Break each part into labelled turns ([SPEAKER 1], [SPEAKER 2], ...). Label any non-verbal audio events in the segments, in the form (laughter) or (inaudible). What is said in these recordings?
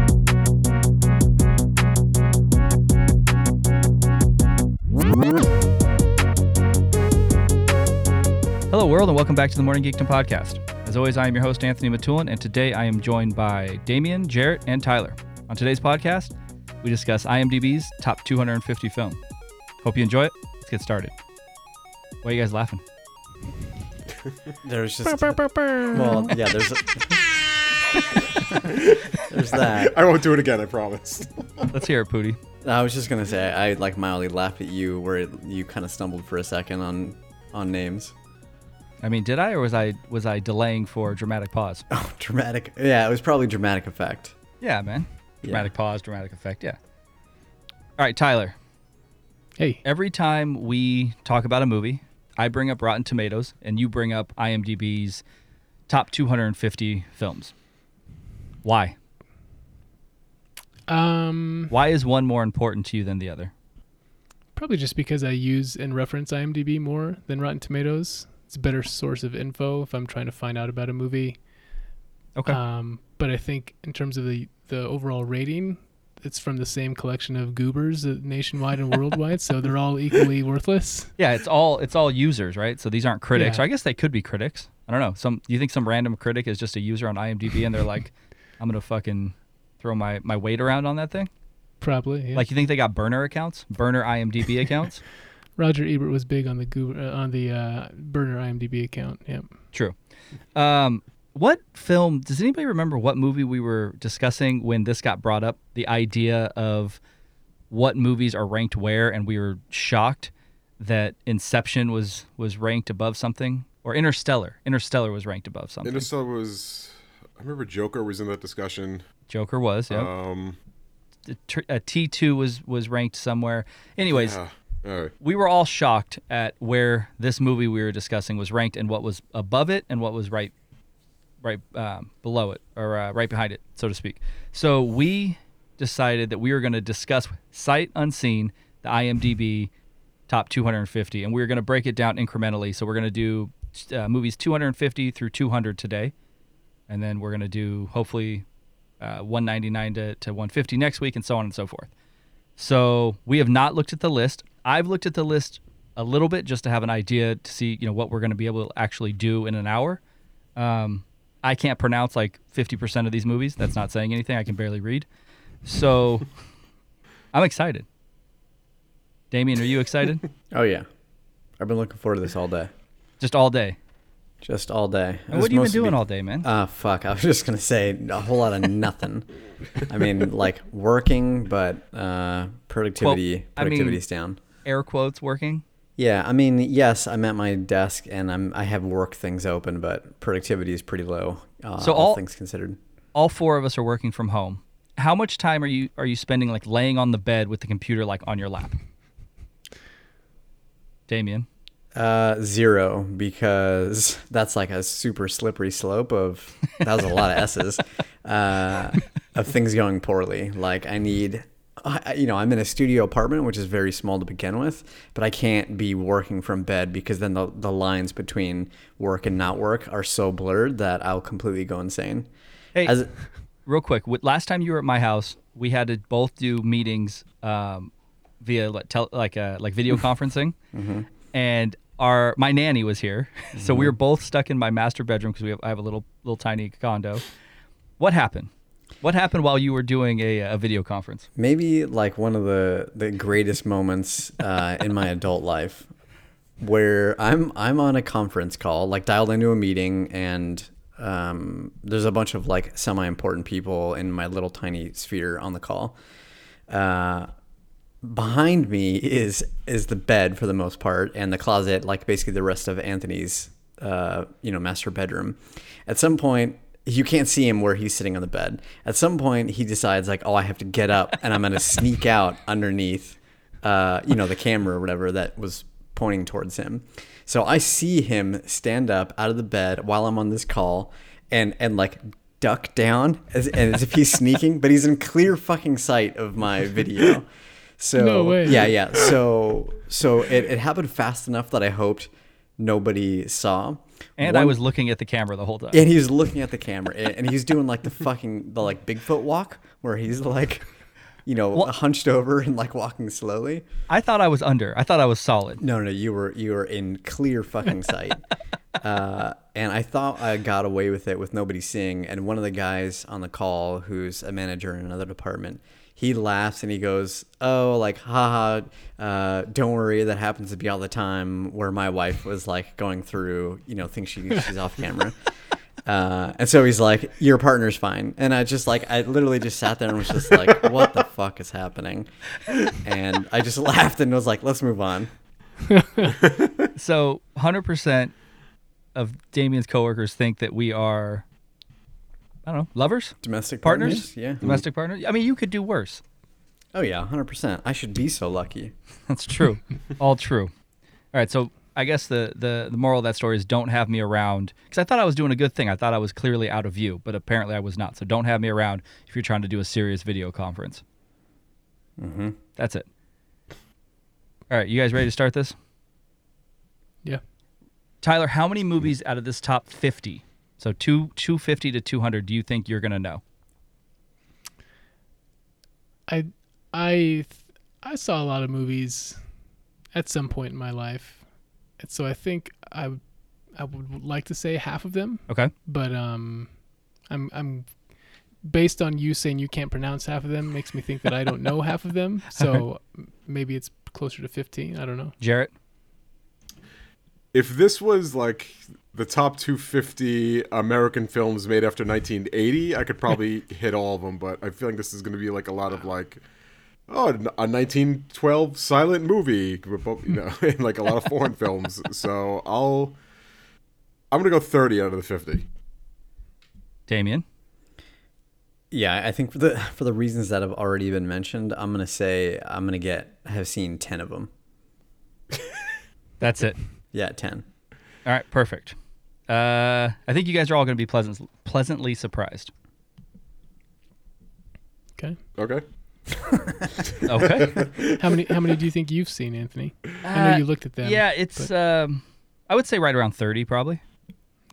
[SPEAKER 1] (laughs)
[SPEAKER 2] Hello, world, and welcome back to the Morning Geekdom podcast. As always, I am your host, Anthony Matulin, and today I am joined by Damien, Jarrett, and Tyler. On today's podcast, we discuss IMDb's top 250 film. Hope you enjoy it. Let's get started. Why are you guys laughing?
[SPEAKER 3] There's just well, yeah. There's (laughs) there's that.
[SPEAKER 1] I won't do it again, I promise.
[SPEAKER 2] Let's hear it, Pootie.
[SPEAKER 3] I was just gonna say I like mildly laughed at you where it, you kind of stumbled for a second on on names. (laughs)
[SPEAKER 2] I mean, did I or was I was I delaying for a dramatic pause?
[SPEAKER 3] Oh, dramatic. Yeah, it was probably dramatic effect.
[SPEAKER 2] Yeah, man. Dramatic pause, dramatic effect. Yeah. All right, Tyler.
[SPEAKER 4] Hey,
[SPEAKER 2] Every time we talk about a movie, I bring up Rotten Tomatoes and you bring up IMDb's top 250 films. Why?
[SPEAKER 4] um,
[SPEAKER 2] Why is one more important to you than the other?
[SPEAKER 4] probably just because I use and reference IMDb more than Rotten Tomatoes. It's a better source of info if I'm trying to find out about a movie.
[SPEAKER 2] Okay.
[SPEAKER 4] Um, but I think in terms of the the overall rating, it's from the same collection of goobers uh, nationwide and worldwide, so they're all equally worthless.
[SPEAKER 2] yeah, it's all it's all users, right? So these aren't critics.
[SPEAKER 4] Yeah.
[SPEAKER 2] Or I guess they could be critics. I don't know. Some you think some random critic is just a user on IMDb and they're like, (laughs) I'm gonna fucking throw my my weight around on that thing.
[SPEAKER 4] Probably. Yeah.
[SPEAKER 2] Like you think they got burner accounts, burner IMDb accounts?
[SPEAKER 4] Roger Ebert was big on the goober, uh, on the uh, burner IMDb account. Yep.
[SPEAKER 2] True. Um, what film does anybody remember? What movie we were discussing when this got brought up? The idea of what movies are ranked where, and we were shocked that Inception was was ranked above something, or Interstellar. Interstellar was ranked above something.
[SPEAKER 1] Interstellar was. I remember Joker was in that discussion.
[SPEAKER 2] Joker was. Yeah.
[SPEAKER 1] Um,
[SPEAKER 2] T two was was ranked somewhere. Anyways,
[SPEAKER 1] yeah. All right.
[SPEAKER 2] we were all shocked at where this movie we were discussing was ranked and what was above it and what was right right um, below it or uh, right behind it so to speak so we decided that we were going to discuss sight unseen the imdb top 250 and we were going to break it down incrementally so we're going to do uh, movies 250 through 200 today and then we're going to do hopefully uh, 199 to, to 150 next week and so on and so forth so we have not looked at the list. I've looked at the list a little bit just to have an idea to see you know what we're going to be able to actually do in an hour. Um, I can't pronounce like 50% of these movies. That's not saying anything. I can barely read. So I'm excited. Damien, are you excited?
[SPEAKER 3] Oh yeah, I've been looking forward to this all day,
[SPEAKER 2] just all day.
[SPEAKER 3] just all day.
[SPEAKER 2] And what have you been doing all day, man?
[SPEAKER 3] Uh, fuck. I was just gonna say a whole lot of nothing. I mean, like working, but uh, productivity
[SPEAKER 2] I mean-
[SPEAKER 3] productivity's down.
[SPEAKER 2] Air quotes working.
[SPEAKER 3] Yeah, I mean, yes, I'm at my desk and I'm I have work things open, but productivity is pretty low. Uh,
[SPEAKER 2] So
[SPEAKER 3] all,
[SPEAKER 2] all-
[SPEAKER 3] things considered,
[SPEAKER 2] All four of us are working from home. How much time are you are you spending like laying on the bed with the computer like on your lap? Damien.
[SPEAKER 3] uh, zero because (laughs) that's like a super slippery slope of that was a lot
[SPEAKER 2] (laughs)
[SPEAKER 3] of s's uh, of things going poorly. Like I need. I, I- you know, I'm in a studio apartment, which is very small to begin with, but I can't be working from bed because then the, the lines between work and not work are so blurred that I'll completely go insane.
[SPEAKER 2] Hey,
[SPEAKER 3] As,
[SPEAKER 2] real quick. With, last time you were at my house, we had to both do meetings um, via like, tel- like uh, like video conferencing, and our my nanny was here, (laughs) so we were both stuck in my master bedroom because we have I have a little little tiny condo. What happened? What happened while you were doing a, a video conference?
[SPEAKER 3] maybe like one of the the greatest moments uh, in my adult life where i'm i'm on a conference call like dialed into a meeting and um, there's a bunch of like semi-important people in my little tiny sphere on the call uh, behind me is is the bed for the most part and the closet like basically the rest of anthony's uh you know master bedroom at some point you can't see him where he's sitting on the bed at some point he decides like oh i have to get up and i'm gonna sneak out underneath uh you know the camera or whatever that was pointing towards him so i see him stand up out of the bed while i'm on this call and and like duck down as, and as if he's sneaking but he's in clear fucking sight of my video so
[SPEAKER 4] No way.
[SPEAKER 3] yeah, yeah.
[SPEAKER 4] (laughs)
[SPEAKER 3] So so it, it happened fast enough that I hoped nobody saw.
[SPEAKER 2] And I
[SPEAKER 3] One-
[SPEAKER 2] was looking at the camera the whole time.
[SPEAKER 3] and he was looking at the camera and and he's doing like the fucking the like Bigfoot walk where he's like you know, hunched over and like walking slowly.
[SPEAKER 2] I thought I was under. I thought I was solid.
[SPEAKER 3] No, no, you were you were in clear fucking sight. uh, and I thought I got away with it with nobody seeing. And one of the guys on the call, who's a manager in another department, he laughs and he goes, "Oh, like haha, uh, don't worry, that happens to be all the time." Where my wife was like going through, you know, things she she's off camera. Uh, and so he's like, "Your partner's fine," and I just like, I literally just sat there and was just like, "What the fuck is happening?" And I just (laughs) laughed and was like, "Let's move on."
[SPEAKER 2] So, 100% of Damien's coworkers think that we are, I don't know, lovers,
[SPEAKER 3] Domestic
[SPEAKER 2] partners,
[SPEAKER 3] yeah.
[SPEAKER 2] domestic partners. I mean, you could do worse.
[SPEAKER 3] Oh yeah, hundred percent. I should be so lucky.
[SPEAKER 2] That's true. (laughs) All true. All right. So I guess the, the, the moral of that story is don't have me around because I thought I was doing a good thing. I thought I was clearly out of view, but apparently I was not. So don't have me around if you're trying to do a serious video conference. Mm-hmm. That's it. All right. You guys ready to start this?
[SPEAKER 4] Yeah.
[SPEAKER 2] Tyler, how many movies out of this top 50? So two, 250 to 200 do you think you're going to know?
[SPEAKER 4] I I th- I saw a lot of movies at some point in my life, and so I think I would- I would like to say half of them,
[SPEAKER 2] Okay.
[SPEAKER 4] but um, I'm I'm based on you saying you can't pronounce half of them makes me think that I don't know half of them. So m- maybe it's closer to 15. I don't know.
[SPEAKER 2] Jarrett?
[SPEAKER 1] If this was like the top 250 American films made after 1980, I could probably (laughs) hit all of them. But I feel like this is going to be like a lot of like, oh, a 1912 silent movie, you know, (laughs) and like a lot of (laughs) foreign films. So I'll, I'm going to go 30 out of the 50.
[SPEAKER 2] Damien?
[SPEAKER 3] Yeah, I think for the for the reasons that have already been mentioned, I'm gonna say I'm gonna get have seen ten of them.
[SPEAKER 2] That's it.
[SPEAKER 3] Yeah, ten.
[SPEAKER 2] All right, perfect. Uh, I think you guys are all going to be pleasant, pleasantly surprised.
[SPEAKER 4] Okay.
[SPEAKER 1] Okay.
[SPEAKER 2] Okay.
[SPEAKER 4] How many how many do you think you've seen, Anthony? I know you looked at them.
[SPEAKER 2] Uh, yeah, it's um, I would say right around thirty, probably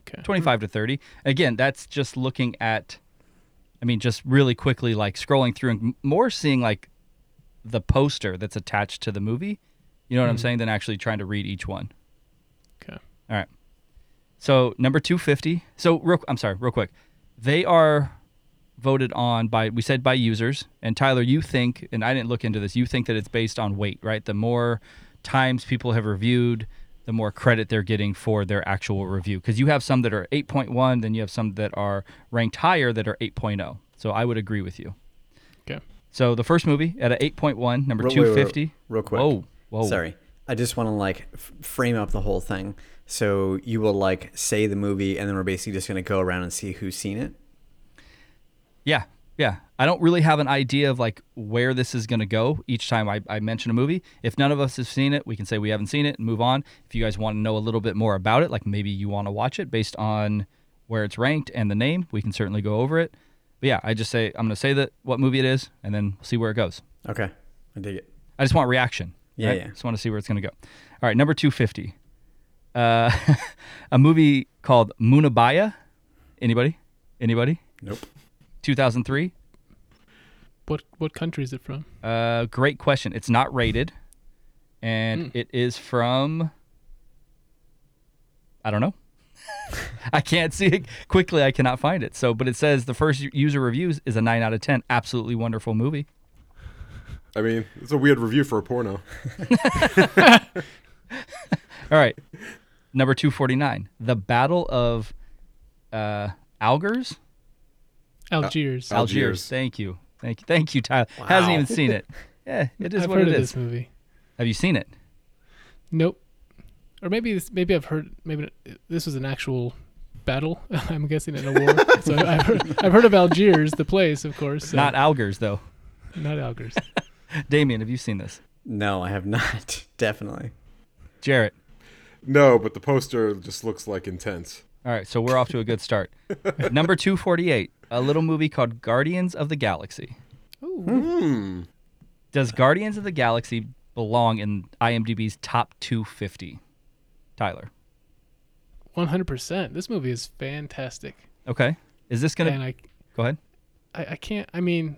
[SPEAKER 4] Okay.
[SPEAKER 2] twenty-five to thirty. Again, that's just looking at, I mean, just really quickly like scrolling through and m- more seeing like the poster that's attached to the movie. You know what I'm saying? Than actually trying to read each one.
[SPEAKER 4] Okay.
[SPEAKER 2] All right. So number two fifty. So real, I'm sorry, real quick. They are voted on by we said by users. And Tyler, you think, and I didn't look into this. You think that it's based on weight, right? The more times people have reviewed, the more credit they're getting for their actual review. Because you have some that are 8.1, then you have some that are ranked higher that are 8.0. So I would agree with you.
[SPEAKER 4] Okay.
[SPEAKER 2] So the first movie at a 8.1, number
[SPEAKER 3] Real- wait, wait, wait,
[SPEAKER 2] 250.
[SPEAKER 3] real quick.
[SPEAKER 2] Whoa, whoa.
[SPEAKER 3] Sorry, I just want to like f- frame up the whole thing. So you will like say the movie, and then we're basically just gonna go around and see who's seen it.
[SPEAKER 2] Yeah, yeah. I don't really have an idea of like where this is gonna go each time I, I mention a movie. If none of us have seen it, we can say we haven't seen it and move on. If you guys want to know a little bit more about it, like maybe you want to watch it based on where it's ranked and the name, we can certainly go over it. But yeah, I just say I'm gonna say that what movie it is, and then see where it goes.
[SPEAKER 3] Okay, I dig it.
[SPEAKER 2] I just want reaction.
[SPEAKER 3] Yeah,
[SPEAKER 2] right?
[SPEAKER 3] yeah.
[SPEAKER 2] Just want to see where it's gonna go. All right, number two fifty, uh, (laughs) a movie called Munabaya. Anybody? Anybody?
[SPEAKER 3] Nope.
[SPEAKER 2] 2003.
[SPEAKER 4] What what country is it from?
[SPEAKER 2] Uh, great question. It's not rated,
[SPEAKER 4] Hmm.
[SPEAKER 2] and it is from. I don't know. (laughs) I can't see it quickly. I cannot find it. So, but it says the first u- user reviews is a nine out of ten. Absolutely wonderful movie.
[SPEAKER 1] I mean, it's a weird review for a porno.
[SPEAKER 2] All
[SPEAKER 4] (laughs)
[SPEAKER 2] right, number two forty nine, the Battle of uh, Algiers.
[SPEAKER 4] Algiers.
[SPEAKER 1] Al-
[SPEAKER 2] Algiers.
[SPEAKER 1] Algiers.
[SPEAKER 2] Thank you, thank you, thank you, Tyler. Hasn't even seen
[SPEAKER 4] (laughs)
[SPEAKER 2] it. Yeah, it is
[SPEAKER 4] I've
[SPEAKER 2] what
[SPEAKER 4] heard
[SPEAKER 2] it
[SPEAKER 4] of
[SPEAKER 2] is.
[SPEAKER 4] this movie.
[SPEAKER 2] Have you seen it?
[SPEAKER 4] Nope. Or maybe this, maybe I've heard maybe this was an actual battle. (laughs) I'm guessing in a war. so I've heard, I've heard of Algiers, the place, of course. so-
[SPEAKER 2] Not Algiers though.
[SPEAKER 4] not Algiers.
[SPEAKER 2] Damien, have you seen this?
[SPEAKER 3] No, I have (laughs) not. Definitely.
[SPEAKER 2] Jarrett.
[SPEAKER 1] No, but the poster just looks like intense.
[SPEAKER 2] All right, so we're off to a good start. Number 248, a little movie called Guardians of the Galaxy.
[SPEAKER 1] Hmm.
[SPEAKER 2] Does Guardians of the Galaxy belong in IMDb's top 250? Tyler.
[SPEAKER 4] 100%. This movie is fantastic.
[SPEAKER 2] Okay. Is this going
[SPEAKER 4] And
[SPEAKER 2] to
[SPEAKER 4] I,
[SPEAKER 2] Go ahead.
[SPEAKER 4] I I can't I mean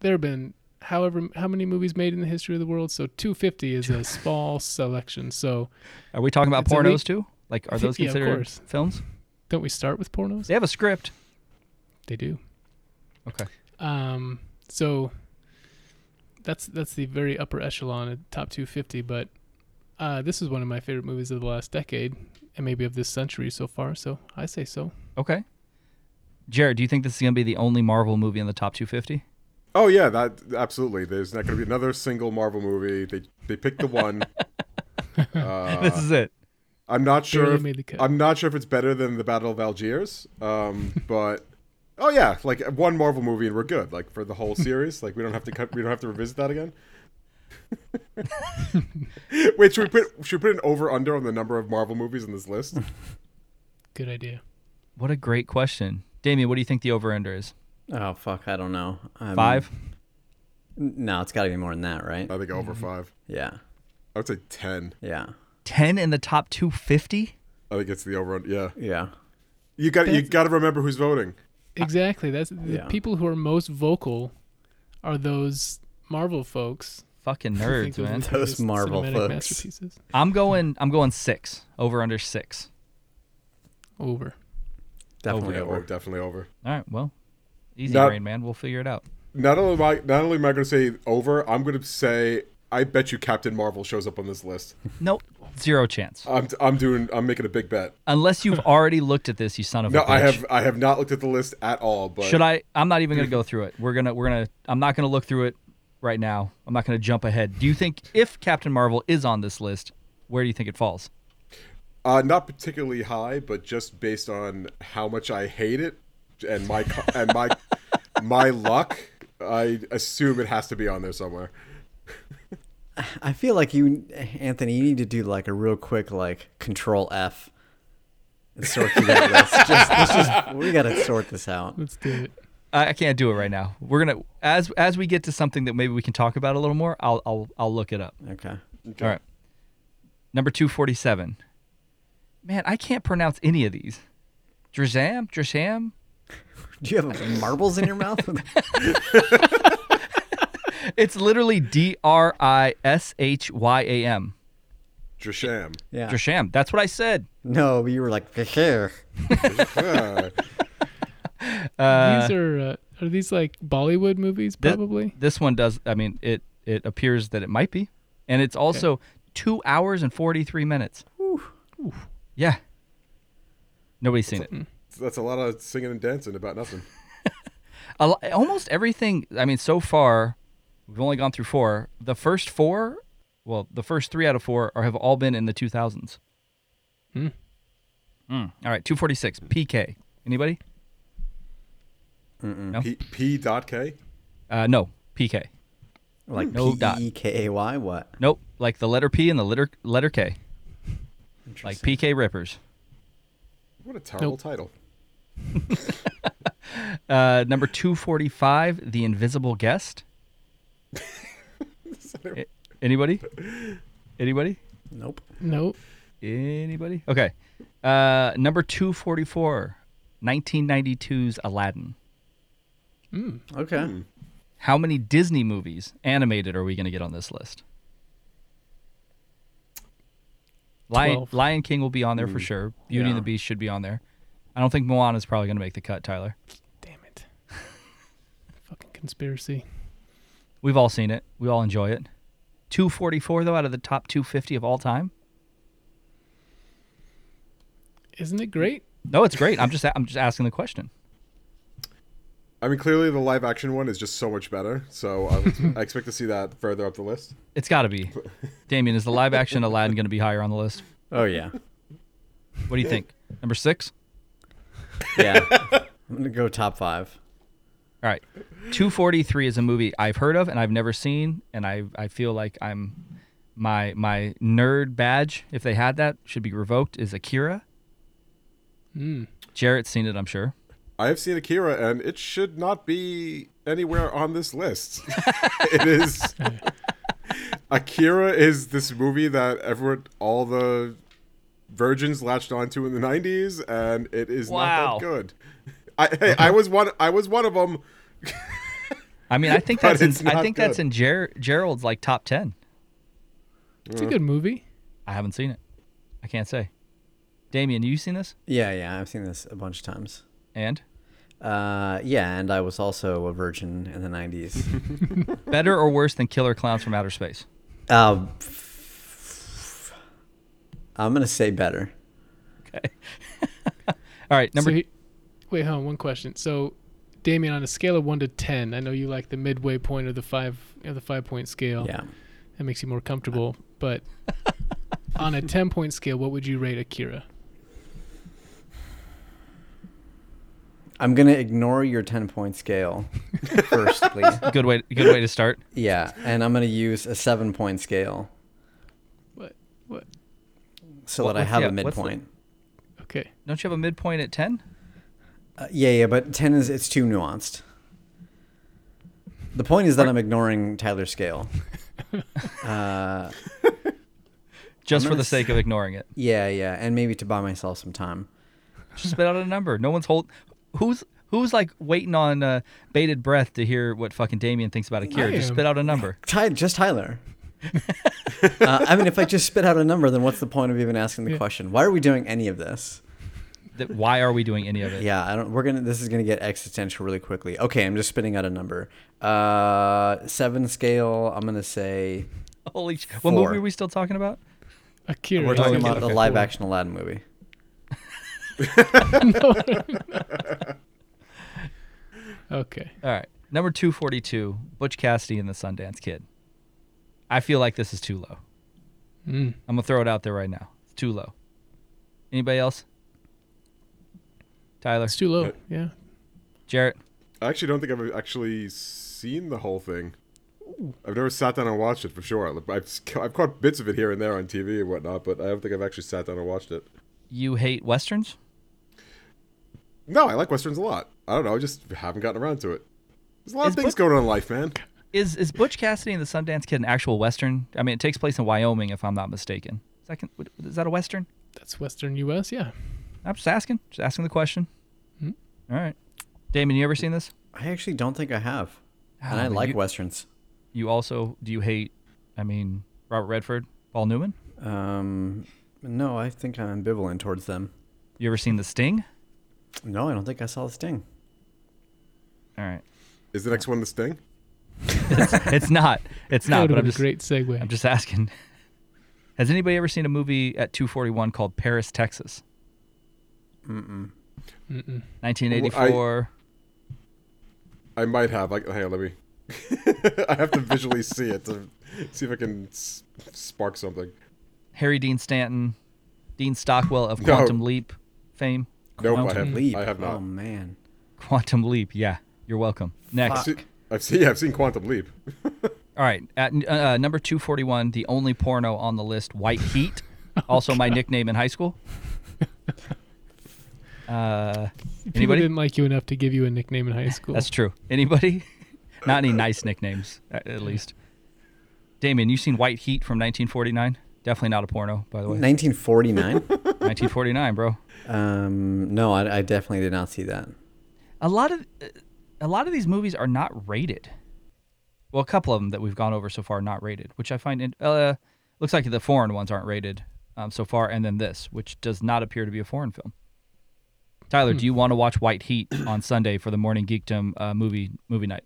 [SPEAKER 4] there have been however how many movies made in the history of the world? So 250 is a small selection. So
[SPEAKER 2] Are we talking about
[SPEAKER 4] It's a
[SPEAKER 2] pornos
[SPEAKER 4] week-
[SPEAKER 2] too? Like,
[SPEAKER 4] (laughs)
[SPEAKER 2] are those
[SPEAKER 4] Yeah, of
[SPEAKER 2] considered
[SPEAKER 4] course.
[SPEAKER 2] films?
[SPEAKER 4] Don't we start with pornos?
[SPEAKER 2] They have a script.
[SPEAKER 4] They do.
[SPEAKER 2] Okay.
[SPEAKER 4] Um, so that's that's the very upper echelon of top 250, but uh, this is one of my favorite movies of the last decade and maybe of this century so far. So I say so.
[SPEAKER 2] Okay. Jared, do you think this is going to be the only Marvel movie in the top 250?
[SPEAKER 1] Oh yeah, that absolutely. There's not going to be another single Marvel movie. They they picked the (laughs) one.
[SPEAKER 2] (laughs) this is it.
[SPEAKER 1] I'm not sure.
[SPEAKER 4] Barely
[SPEAKER 1] if-
[SPEAKER 4] made the cut.
[SPEAKER 1] I'm not sure if it's better than the Battle of Algiers. (laughs) Um, but oh yeah, like one Marvel movie and we're good. Like for the whole series, like we don't have to cut. We don't have to revisit that (laughs) again. Wait, should we put should we put an over under on the number of Marvel movies in this list?
[SPEAKER 4] Good idea.
[SPEAKER 2] What a great question. Damien, what do you think the over under is?
[SPEAKER 3] Oh fuck, I don't know. I'm-
[SPEAKER 2] Five?
[SPEAKER 3] N- No, it's got to be more than that, right?
[SPEAKER 1] I think over five.
[SPEAKER 3] Yeah,
[SPEAKER 1] I would say ten.
[SPEAKER 3] yeah,
[SPEAKER 2] 10 in the top 250?
[SPEAKER 1] I think it's the over under. Yeah,
[SPEAKER 3] yeah.
[SPEAKER 2] Oh,
[SPEAKER 1] you got you
[SPEAKER 4] That's-
[SPEAKER 1] got to remember who's voting.
[SPEAKER 4] Exactly. That's the
[SPEAKER 3] Yeah.
[SPEAKER 4] people who are most vocal are those Marvel folks. (laughs)
[SPEAKER 2] Fucking
[SPEAKER 4] who think
[SPEAKER 2] nerds,
[SPEAKER 4] of
[SPEAKER 2] man.
[SPEAKER 4] these
[SPEAKER 3] Those
[SPEAKER 4] as
[SPEAKER 3] Marvel
[SPEAKER 4] cinematic
[SPEAKER 3] folks.
[SPEAKER 4] masterpieces.
[SPEAKER 2] I'm going I'm going 6. Over under 6.
[SPEAKER 4] Over.
[SPEAKER 3] Definitely
[SPEAKER 1] Yeah,
[SPEAKER 3] over.
[SPEAKER 1] oh, definitely over.
[SPEAKER 2] All right, well. Easy
[SPEAKER 1] Now-
[SPEAKER 2] brain, man. We'll figure it out.
[SPEAKER 1] Not only am I not only am I going to say over, I'm going to say I bet you Captain Marvel shows up on this list.
[SPEAKER 2] Nope. Zero chance.
[SPEAKER 1] I'm I'm doing I'm making a big bet. (laughs)
[SPEAKER 2] Unless you've already looked at this, you son of a
[SPEAKER 1] No,
[SPEAKER 2] bitch.
[SPEAKER 1] I have I have not looked at the list at all. But
[SPEAKER 2] Should I? I'm not even gonna go through it. We're gonna we're gonna. I'm not gonna look through it right now. I'm not gonna jump ahead. Do you think if Captain Marvel is on this list, where do you think it falls?
[SPEAKER 1] Uh, not particularly high, but just based on how much I hate it and my co- and my (laughs) my luck, I assume it has to be on there somewhere.
[SPEAKER 3] I feel like you, Anthony, you need to do like a real quick like Control F. And sort through
[SPEAKER 2] (laughs)
[SPEAKER 3] that list. Just, let's just, we gotta sort this out.
[SPEAKER 4] Let's do it.
[SPEAKER 2] I, I can't do it right now. We're gonna as as we get to something that maybe we can talk about a little more. I'll I'll I'll look it up.
[SPEAKER 3] Okay.
[SPEAKER 2] All right. Number two forty seven. Man, I can't pronounce any of these. Drazam, Drasham.
[SPEAKER 3] Do you have marbles in your mouth?
[SPEAKER 2] (laughs) It's literally D R I S H Y A M.
[SPEAKER 1] Drasham.
[SPEAKER 3] yeah.
[SPEAKER 2] Drasham. That's what I said.
[SPEAKER 3] No, but you were like, "For sure."
[SPEAKER 2] Hmm.
[SPEAKER 1] Ah,
[SPEAKER 4] these are uh, are these like Bollywood movies
[SPEAKER 2] Thi-
[SPEAKER 4] probably?
[SPEAKER 2] This one does. I mean, it it appears that it might be, and it's also two hours and forty three minutes. Yeah. Nobody's seen it.
[SPEAKER 1] that's a lot of singing and dancing about nothing.
[SPEAKER 2] A, lo- almost everything. I mean, so far, we've only gone through four. The first four, well, the first three out of four are have all been in the two thousands. Hmm.
[SPEAKER 4] Hmm.
[SPEAKER 2] All right, two forty six. PK. Anybody?
[SPEAKER 1] P P dot K.
[SPEAKER 2] Uh, no. PK.
[SPEAKER 3] Like
[SPEAKER 2] No
[SPEAKER 3] P
[SPEAKER 2] dot.
[SPEAKER 3] E K A Y. What?
[SPEAKER 2] Nope. Like the letter P and the letter letter K. Like PK Rippers.
[SPEAKER 1] What a terrible
[SPEAKER 4] Nope.
[SPEAKER 1] title.
[SPEAKER 2] Uh, number 245, The Invisible Guest. A- Anybody? Anybody?
[SPEAKER 3] Nope.
[SPEAKER 4] Nope.
[SPEAKER 2] Anybody? Okay. Uh, number 244, 1992's Aladdin.
[SPEAKER 3] Okay.
[SPEAKER 2] Hmm. How many Disney movies animated are we going to get on this list? Lion,
[SPEAKER 4] Twelve.
[SPEAKER 2] Lion King will be on there for sure. Beauty and
[SPEAKER 3] Yeah.
[SPEAKER 2] the Beast should be on there. I don't think Moana's probably going to make the cut, Tyler.
[SPEAKER 4] Damn it. (laughs) Fucking conspiracy.
[SPEAKER 2] We've all seen it. We all enjoy it. 244 though out of the top 250 of all time.
[SPEAKER 4] Isn't it great?
[SPEAKER 2] No, it's great. I'm just I'm just asking the question.
[SPEAKER 1] I mean, clearly the live action one is just so much better. So I, would, I expect to see that further up the list.
[SPEAKER 2] It's got to be. Damien, is the live action Aladdin going to be higher on the list?
[SPEAKER 3] Oh yeah.
[SPEAKER 2] What do you think? Number six.
[SPEAKER 3] Yeah. I'm gonna go top five.
[SPEAKER 2] All right. 243 is a movie I've heard of and I've never seen, and I I feel like I'm my my nerd badge, if they had that, should be revoked. Is Akira?
[SPEAKER 1] Hmm.
[SPEAKER 4] Mm.
[SPEAKER 2] Jarrett's seen it, I'm sure.
[SPEAKER 1] I have seen Akira, and it should not be anywhere on this list. (laughs) it is Akira is this movie that everyone, all the virgins latched onto in the '90s, and it is
[SPEAKER 2] Wow.
[SPEAKER 1] not that good. I, hey, I was one. I was one of them.
[SPEAKER 2] I mean, I
[SPEAKER 1] (laughs)
[SPEAKER 2] think
[SPEAKER 1] But
[SPEAKER 2] that's in,
[SPEAKER 1] it's
[SPEAKER 2] I
[SPEAKER 1] not
[SPEAKER 2] think that's
[SPEAKER 1] good.
[SPEAKER 2] in Jer- Gerald's like top 10.
[SPEAKER 4] It's a good movie.
[SPEAKER 2] I haven't seen it. I can't say. Damien, you seen this?
[SPEAKER 3] Yeah, yeah, I've seen this a bunch of times.
[SPEAKER 2] And
[SPEAKER 3] Uh, yeah, and I was also a virgin in the nineties.
[SPEAKER 2] better or worse than Killer Clowns from Outer Space?
[SPEAKER 3] um, I'm gonna say better.
[SPEAKER 2] (laughs) All right, number
[SPEAKER 4] So he- wait, hold on. One question. So, Damien, on a scale of one to ten, I know you like the midway point of the five of the five point scale.
[SPEAKER 3] Yeah.
[SPEAKER 4] that makes you more
[SPEAKER 2] Uh,
[SPEAKER 4] comfortable.
[SPEAKER 2] (laughs)
[SPEAKER 4] But on a ten point scale, what would you rate Akira?
[SPEAKER 3] I'm gonna ignore your ten
[SPEAKER 2] (laughs)
[SPEAKER 3] point scale first, please.
[SPEAKER 2] good way good way to start.
[SPEAKER 3] Yeah, and I'm gonna use a seven point scale
[SPEAKER 4] What? What?
[SPEAKER 3] so
[SPEAKER 2] What-
[SPEAKER 3] that I
[SPEAKER 2] what's
[SPEAKER 3] have
[SPEAKER 2] the-
[SPEAKER 3] a
[SPEAKER 2] what's the-
[SPEAKER 3] midpoint.
[SPEAKER 4] Okay.
[SPEAKER 2] Don't you have a midpoint at ten?
[SPEAKER 3] Uh, yeah, yeah, but ten is it's too nuanced. The point is that I'm ignoring Tyler's
[SPEAKER 2] (laughs)
[SPEAKER 3] scale. Uh,
[SPEAKER 2] Just for
[SPEAKER 3] gonna
[SPEAKER 2] the sake of ignoring it.
[SPEAKER 3] yeah, yeah, and maybe to buy myself some time.
[SPEAKER 2] Just spit out a number. No one's hold. Who's who's like waiting on uh, bated breath to hear what fucking Damien thinks about Akira? Just
[SPEAKER 4] am.
[SPEAKER 2] spit out a number.
[SPEAKER 3] Ty, just
[SPEAKER 2] (laughs)
[SPEAKER 3] Tyler. uh, I mean, if I just spit out a number, then what's the point of even asking the
[SPEAKER 4] Yeah.
[SPEAKER 3] question? Why are we doing any of this?
[SPEAKER 2] That why are we doing any of
[SPEAKER 3] (laughs)
[SPEAKER 2] it?
[SPEAKER 3] Yeah, I don't. We're gonna. This is gonna get existential really quickly. Okay, I'm just spitting out a number. Uh, seven scale. I'm gonna say
[SPEAKER 2] Holy sh- What
[SPEAKER 3] Four.
[SPEAKER 2] movie are we still talking about?
[SPEAKER 4] Akira.
[SPEAKER 3] we're talking
[SPEAKER 4] Okay,
[SPEAKER 3] about the
[SPEAKER 4] okay.
[SPEAKER 3] live action Aladdin movie.
[SPEAKER 4] Okay.
[SPEAKER 2] All right. Number 242, Butch Cassidy and the Sundance Kid. I feel like this is too low.
[SPEAKER 4] Mm.
[SPEAKER 2] I'm going to throw it out there right now. It's too low. Anybody else? Tyler,
[SPEAKER 4] It's too low. Yeah.
[SPEAKER 2] Jarrett,
[SPEAKER 1] I actually don't think I've actually seen the whole thing. I've never sat down and watched it for sure. I've, I've caught bits of it here and there on TV and whatnot, but I don't think I've actually sat down and watched it.
[SPEAKER 2] you hate westerns?
[SPEAKER 1] No, I like westerns a lot. I don't know. I just haven't gotten around to it. There's a lot
[SPEAKER 2] Is
[SPEAKER 1] of things
[SPEAKER 2] Butch-
[SPEAKER 1] going on in life, man.
[SPEAKER 2] Is is Butch Cassidy and the Sundance Kid an actual western? I mean, it takes place in Wyoming if I'm not mistaken. Is that, con- what- is that a western?
[SPEAKER 4] That's Western U.S. Yeah.
[SPEAKER 2] I'm just asking, just asking the question.
[SPEAKER 4] Hmm.
[SPEAKER 2] All right. Damon, you ever seen this?
[SPEAKER 3] I actually don't think I have, and
[SPEAKER 2] Oh,
[SPEAKER 3] I
[SPEAKER 4] Ah,
[SPEAKER 2] but
[SPEAKER 3] like
[SPEAKER 2] you-
[SPEAKER 3] westerns.
[SPEAKER 2] You also do you hate I mean, Robert Redford, Paul Newman?
[SPEAKER 3] Um, no, I think I'm ambivalent towards them.
[SPEAKER 2] You ever seen The Sting?
[SPEAKER 3] No, I don't think I saw the sting.
[SPEAKER 2] All
[SPEAKER 4] (laughs)
[SPEAKER 2] right.
[SPEAKER 1] Is the next one The Sting?
[SPEAKER 2] It's not. It's
[SPEAKER 4] that
[SPEAKER 2] not. But
[SPEAKER 4] would have
[SPEAKER 2] I'm
[SPEAKER 4] been
[SPEAKER 2] just.
[SPEAKER 4] a great segue.
[SPEAKER 2] I'm just asking. Has anybody ever seen a movie at 241 called Paris, Texas?
[SPEAKER 4] Mm-mm.
[SPEAKER 2] 1984.
[SPEAKER 1] I might have. Like, hang on, let me. (laughs) I have to visually see it to see if I can s- spark something.
[SPEAKER 2] Harry Dean Stanton, Dean Stockwell of
[SPEAKER 1] No.
[SPEAKER 2] Quantum Leap fame.
[SPEAKER 1] Nope, I
[SPEAKER 2] Quantum
[SPEAKER 1] have.
[SPEAKER 3] Leap.
[SPEAKER 1] I have not.
[SPEAKER 3] Oh man.
[SPEAKER 2] Quantum Leap. Yeah. You're welcome. Next.
[SPEAKER 3] Fuck.
[SPEAKER 1] See- I've seen. Yeah, I've seen Quantum Leap.
[SPEAKER 2] All right. At uh, uh, number 241, the only porno on the list, White Heat. also my nickname in high school. Uh,
[SPEAKER 4] People
[SPEAKER 2] anybody?
[SPEAKER 4] didn't like you enough to give you a nickname in high school.
[SPEAKER 2] That's true. Anybody? (laughs) Not any nice nicknames, at, at least. Damien, you seen White Heat from 1949? Definitely not a porno, by the
[SPEAKER 3] (laughs)
[SPEAKER 2] way.
[SPEAKER 3] 1949.
[SPEAKER 2] 1949, bro.
[SPEAKER 3] um, no, I, I definitely did not see that.
[SPEAKER 2] A lot of a lot of these movies are not rated. Well, a couple of them that we've gone over so far are not rated, which I find in, uh looks like the foreign ones aren't rated um, so far, and then this, which does not appear to be a foreign film. Tyler, do you want to watch White Heat on Sunday for the morning geekdom uh, movie movie night?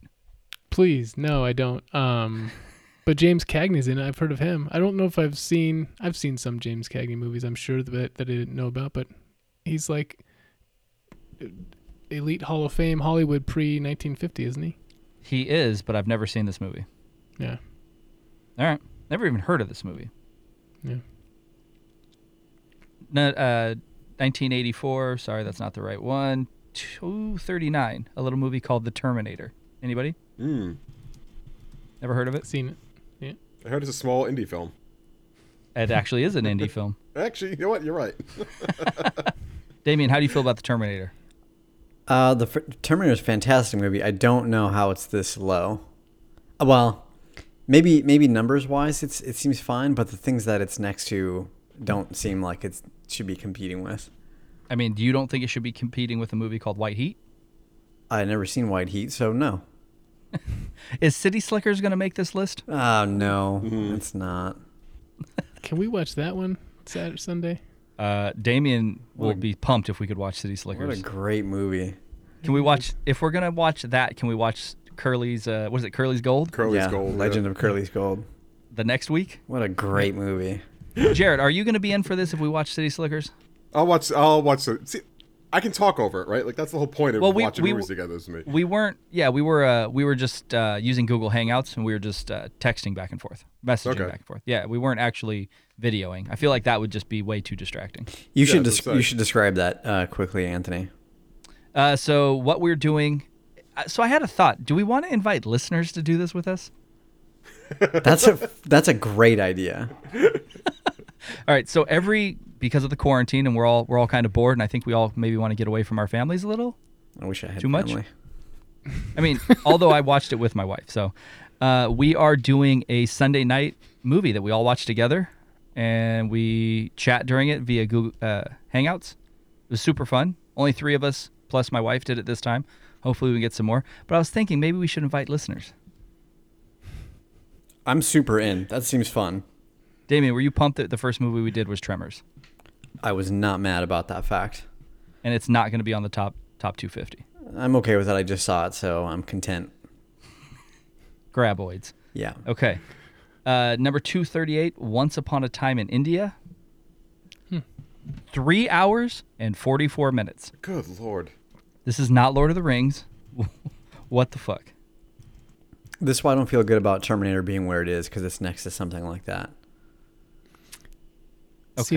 [SPEAKER 4] Please, no, I don't. Um, but James Cagney's in it. I've heard of him. I don't know if I've seen. I've seen some James Cagney movies. I'm sure that that I didn't know about, but he's like uh, elite Hall of Fame Hollywood pre 1950, isn't he?
[SPEAKER 2] He is, but I've never seen this movie.
[SPEAKER 4] Yeah.
[SPEAKER 2] All right. Never even heard of this movie.
[SPEAKER 4] Yeah.
[SPEAKER 2] No, uh, 1984. Sorry, that's not the right one. 239. A little movie called The Terminator. Anybody?
[SPEAKER 1] Hmm.
[SPEAKER 2] Never heard of it?
[SPEAKER 4] Seen it.
[SPEAKER 1] I heard it's a small indie film.
[SPEAKER 2] It actually is an
[SPEAKER 3] (laughs)
[SPEAKER 2] indie film.
[SPEAKER 1] Actually, you know what? You're right.
[SPEAKER 2] Damien, how do you feel about The Terminator?
[SPEAKER 3] Uh, the fir- Terminator is a fantastic movie. I don't know how it's this low. Uh, Well, maybe maybe numbers wise, it's it seems fine, but the things that it's next to don't seem like it should be competing with.
[SPEAKER 2] I mean, you don't think it should be competing with a movie called White Heat?
[SPEAKER 3] I've never seen White Heat, so no.
[SPEAKER 2] Is City Slickers going to make this list?
[SPEAKER 1] Mm-hmm.
[SPEAKER 3] Oh Uh, no, it's not.
[SPEAKER 4] Can we watch that one Saturday Sunday?
[SPEAKER 2] Uh, Damien will
[SPEAKER 3] What a-
[SPEAKER 2] be pumped if we could watch City
[SPEAKER 3] What
[SPEAKER 2] Slickers.
[SPEAKER 3] a great movie.
[SPEAKER 2] Can we watch? If we're gonna watch that, can we watch Curly's? Uh, what is it? Curly's Gold
[SPEAKER 1] Curly's
[SPEAKER 3] yeah,
[SPEAKER 1] gold.
[SPEAKER 3] Legend
[SPEAKER 1] yeah.
[SPEAKER 3] of Curly's Gold.
[SPEAKER 2] the next week.
[SPEAKER 3] What a great movie.
[SPEAKER 2] Jared, are you gonna be in for this if we watch City Slickers?
[SPEAKER 1] I'll watch. I'll watch the. See, I can talk over it, right? Like that's the whole point of
[SPEAKER 2] Well, we-
[SPEAKER 1] watching
[SPEAKER 2] we-
[SPEAKER 1] movies together. Is me.
[SPEAKER 2] We weren't. Yeah, we were. Uh, we were just uh, using Google Hangouts and we were just uh, texting back and forth, messaging
[SPEAKER 1] Okay.
[SPEAKER 2] back and forth. Yeah, we weren't actually videoing. I feel like that would just be way too distracting.
[SPEAKER 3] You
[SPEAKER 1] Yeah,
[SPEAKER 3] should
[SPEAKER 1] that's
[SPEAKER 3] des-
[SPEAKER 1] what I-
[SPEAKER 3] you should describe that uh, quickly,
[SPEAKER 1] (laughs)
[SPEAKER 3] Anthony.
[SPEAKER 2] Uh, so what we're doing. uh, So I had a thought. Do we want to invite listeners to do this with us?
[SPEAKER 3] That's a that's a great idea.
[SPEAKER 2] All right. So every because of the quarantine and we're all we're all kind of bored and I think we all maybe want to get away from our families a little.
[SPEAKER 3] I wish I had
[SPEAKER 2] Too much?
[SPEAKER 3] family.
[SPEAKER 2] I mean, although I watched it with my wife, so uh, we are doing a Sunday night movie that we all watch together, and we chat during it via Google uh, Hangouts. It was super fun. Only three of us plus my wife did it this time. Hopefully, we can get some more. But I was thinking maybe we should invite listeners.
[SPEAKER 3] I'm super in. That seems fun.
[SPEAKER 2] Damien, were you pumped that the first movie we did was Tremors,
[SPEAKER 3] I was not mad about that fact.
[SPEAKER 2] and it's not going to be on the top top 250
[SPEAKER 3] I'm okay with that. I just saw it, so I'm content.
[SPEAKER 2] graboids?
[SPEAKER 3] Yeah.
[SPEAKER 2] Okay. Uh, number 238, Once Upon a Time in India. Three hours and 44 minutes.
[SPEAKER 1] Good lord.
[SPEAKER 2] This is not Lord of the Rings. (laughs) what the fuck?
[SPEAKER 3] This is why I don't feel good about Terminator being where it is because it's next to something like that.
[SPEAKER 4] See,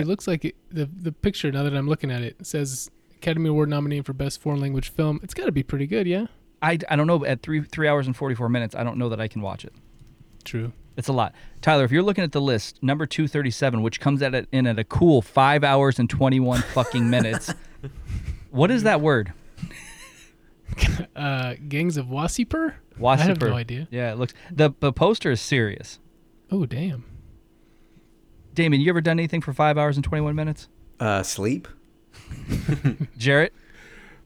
[SPEAKER 2] Okay.
[SPEAKER 4] it looks like it, the the picture now that I'm looking at it, it says Academy Award nominee for Best Foreign Language Film. It's got to be pretty good, yeah.
[SPEAKER 2] I, I don't know. but At three, three hours and 44 minutes, I don't know that I can watch it.
[SPEAKER 4] True.
[SPEAKER 2] It's a lot. Tyler, if you're looking at the list, number 237, which comes at it in at a cool five hours and 21 fucking minutes. What is that word?
[SPEAKER 4] Uh, Gangs of Wassiper.
[SPEAKER 2] Wassiper.
[SPEAKER 4] I have no idea.
[SPEAKER 2] Yeah, it looks. The, the poster is serious.
[SPEAKER 4] Oh damn.
[SPEAKER 2] Damon, you ever done anything for five hours and 21 minutes?
[SPEAKER 3] Uh, sleep?
[SPEAKER 2] Jarrett?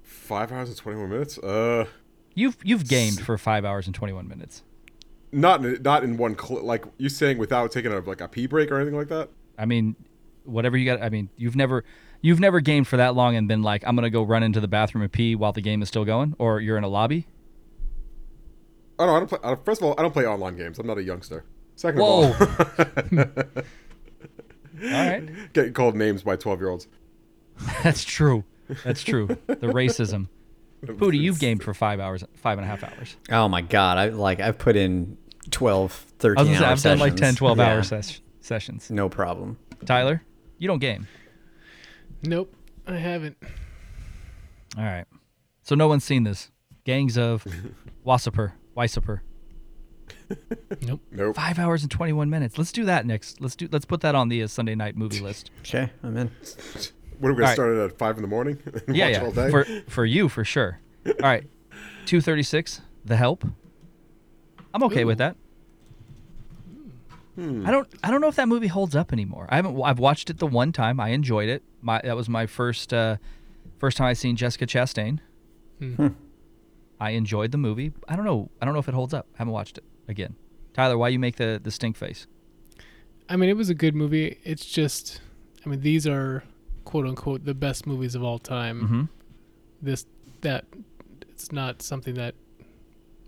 [SPEAKER 1] Five hours and twenty one minutes. Uh,
[SPEAKER 2] You've you've gamed for five hours and twenty one minutes.
[SPEAKER 1] not in, not in one. Cl- like you saying without taking a like a pee break or anything like that.
[SPEAKER 2] I mean, whatever you got. I mean, you've never you've never gamed for that long and been like, I'm gonna go run into the bathroom and pee while the game is still going, or you're in a lobby.
[SPEAKER 1] Oh no, I don't play. I don't, first of all, I don't play online games. I'm not a youngster. Second
[SPEAKER 2] Whoa.
[SPEAKER 1] of all,
[SPEAKER 2] All
[SPEAKER 1] (laughs)
[SPEAKER 2] right, (laughs)
[SPEAKER 1] getting called names by twelve year olds.
[SPEAKER 2] that's true. That's true. The racism. Pooty, you've gamed for five hours, five and a half hours.
[SPEAKER 3] Oh my god! I like I've put in 12, 13
[SPEAKER 2] I was gonna say,
[SPEAKER 3] hour
[SPEAKER 2] I've done like 10,
[SPEAKER 3] sessions.
[SPEAKER 2] 12
[SPEAKER 3] Yeah.
[SPEAKER 2] hour ses- sessions.
[SPEAKER 3] No problem.
[SPEAKER 2] Tyler, you don't game.
[SPEAKER 4] Nope, I haven't.
[SPEAKER 2] All right. So no one's seen this. Gangs of
[SPEAKER 1] (laughs)
[SPEAKER 2] Wassiper, Weisiper.
[SPEAKER 4] Nope.
[SPEAKER 1] Nope.
[SPEAKER 2] Five hours and twenty-one minutes. Let's do that next. Let's do. Let's put that on the uh, Sunday night movie list.
[SPEAKER 3] Okay, I'm in.
[SPEAKER 1] What are we gonna
[SPEAKER 2] All right.
[SPEAKER 1] start it at five in the morning? (laughs) And (laughs) watch
[SPEAKER 2] yeah, yeah.
[SPEAKER 1] All day?
[SPEAKER 2] For for you for sure. All right, two thirty six. The help. I'm okay with
[SPEAKER 4] Ooh.
[SPEAKER 2] that.
[SPEAKER 1] Hmm.
[SPEAKER 2] I don't. I don't know if that movie holds up anymore. I haven't. I've watched it the one time. I enjoyed it. My that was my first uh, first time I seen Jessica Chastain.
[SPEAKER 4] Hmm.
[SPEAKER 2] I enjoyed the movie. I don't know. I don't know if it holds up. I haven't watched it again. Tyler, why you make the the stink face?
[SPEAKER 4] I mean, it was a good movie. It's just, I mean, these are quote unquote the best movies of all time.
[SPEAKER 2] Mm-hmm.
[SPEAKER 4] This that it's not something that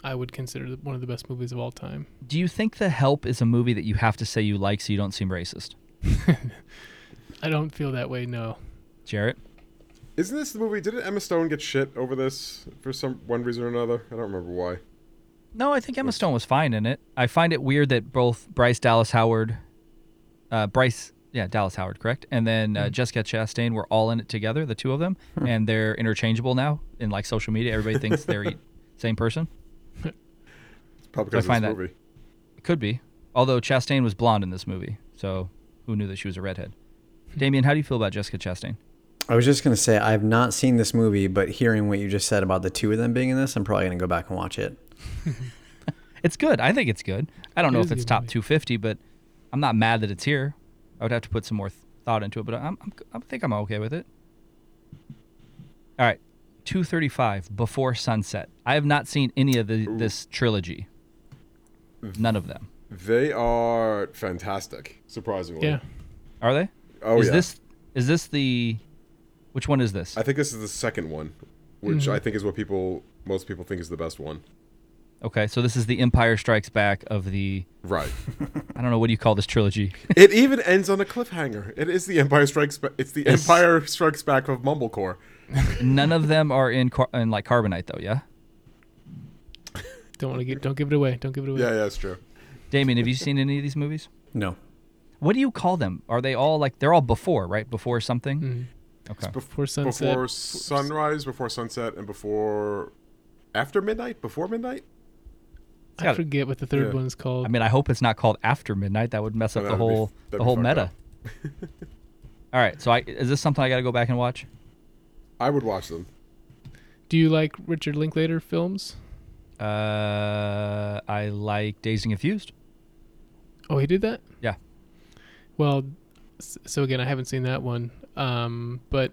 [SPEAKER 4] I would consider one of the best movies of all time.
[SPEAKER 2] Do you think The Help is a movie that you have to say you like so you don't seem racist?
[SPEAKER 4] I don't feel that way. No.
[SPEAKER 2] Jarrett?
[SPEAKER 1] Isn't this the movie? Didn't Emma Stone get shit over this for some one reason or another? I don't remember why.
[SPEAKER 2] No, I think Emma Stone was fine in it. I find it weird that both Bryce Dallas Howard, uh, Bryce, yeah, Dallas Howard, correct, and then uh, Jessica Chastain were all in it together, the two of them, and they're interchangeable now in like social media. Everybody thinks (laughs) they're e- same person.
[SPEAKER 1] It's probably
[SPEAKER 2] So I
[SPEAKER 1] because of
[SPEAKER 2] find
[SPEAKER 1] this
[SPEAKER 2] that-
[SPEAKER 1] movie.
[SPEAKER 2] It could be, although Chastain was blonde in this movie, so who knew that she was a redhead?
[SPEAKER 4] Hmm.
[SPEAKER 2] Damien, how do you feel about Jessica Chastain?
[SPEAKER 3] I was just gonna say I've not seen this movie, but hearing what you just said about the two of them being in this, I'm probably gonna go back and watch it.
[SPEAKER 2] It's good. I think it's good. I don't know
[SPEAKER 4] It is
[SPEAKER 2] if
[SPEAKER 4] a
[SPEAKER 2] it's
[SPEAKER 4] good
[SPEAKER 2] top
[SPEAKER 4] movie.
[SPEAKER 2] 250, but I'm not mad that it's here. I would have to put some more th- thought into it, but I'm, I'm, I think I'm okay with it. All right, 235 before sunset. I have not seen any of the, this trilogy.
[SPEAKER 1] Mm-hmm.
[SPEAKER 2] None of them.
[SPEAKER 1] They are fantastic, surprisingly.
[SPEAKER 4] Yeah.
[SPEAKER 2] Are they?
[SPEAKER 1] Oh
[SPEAKER 2] is
[SPEAKER 1] yeah.
[SPEAKER 2] this Is this the? Which one is this?
[SPEAKER 1] I think this is the second one, which
[SPEAKER 4] Mm-hmm.
[SPEAKER 1] I think is what people most people think is the best one.
[SPEAKER 2] Okay, so this is the Empire Strikes Back of the.
[SPEAKER 1] Right.
[SPEAKER 2] I don't know what do you call this trilogy.
[SPEAKER 1] (laughs) it even ends on a cliffhanger. It is the Empire Strikes Back. It's the
[SPEAKER 2] Yes.
[SPEAKER 1] Empire Strikes Back of Mumblecore.
[SPEAKER 2] None of them are in car- in like carbonite though. Yeah.
[SPEAKER 4] Don't want to get. Don't give it away. Don't give it away.
[SPEAKER 1] Yeah, yeah, it's true.
[SPEAKER 2] Damien, have you seen any of these movies?
[SPEAKER 3] No.
[SPEAKER 2] What do you call them? Are they all like they're all before, right? Before something.
[SPEAKER 1] Mm.
[SPEAKER 4] Mhm.
[SPEAKER 2] Okay.
[SPEAKER 1] Bef-
[SPEAKER 4] Before sunset.
[SPEAKER 1] before sunrise, before sunset, and before after midnight. Before midnight.
[SPEAKER 4] I forget what the third
[SPEAKER 1] Yeah.
[SPEAKER 4] one's called.
[SPEAKER 2] I mean, I hope it's not called After Midnight. That would mess up
[SPEAKER 1] Oh, That
[SPEAKER 2] the
[SPEAKER 1] would be-
[SPEAKER 2] whole
[SPEAKER 1] that'd
[SPEAKER 2] the
[SPEAKER 1] be
[SPEAKER 2] whole
[SPEAKER 1] fucked
[SPEAKER 2] meta.
[SPEAKER 1] up.
[SPEAKER 2] (laughs) all right. So I is this something I got to go back and watch?
[SPEAKER 1] I would watch them.
[SPEAKER 4] Do you like Richard Linklater films?
[SPEAKER 2] Uh, I like Dazed and Confused.
[SPEAKER 4] Oh, he did that.
[SPEAKER 2] Yeah.
[SPEAKER 4] Well, s- so again, I haven't seen that one, um, but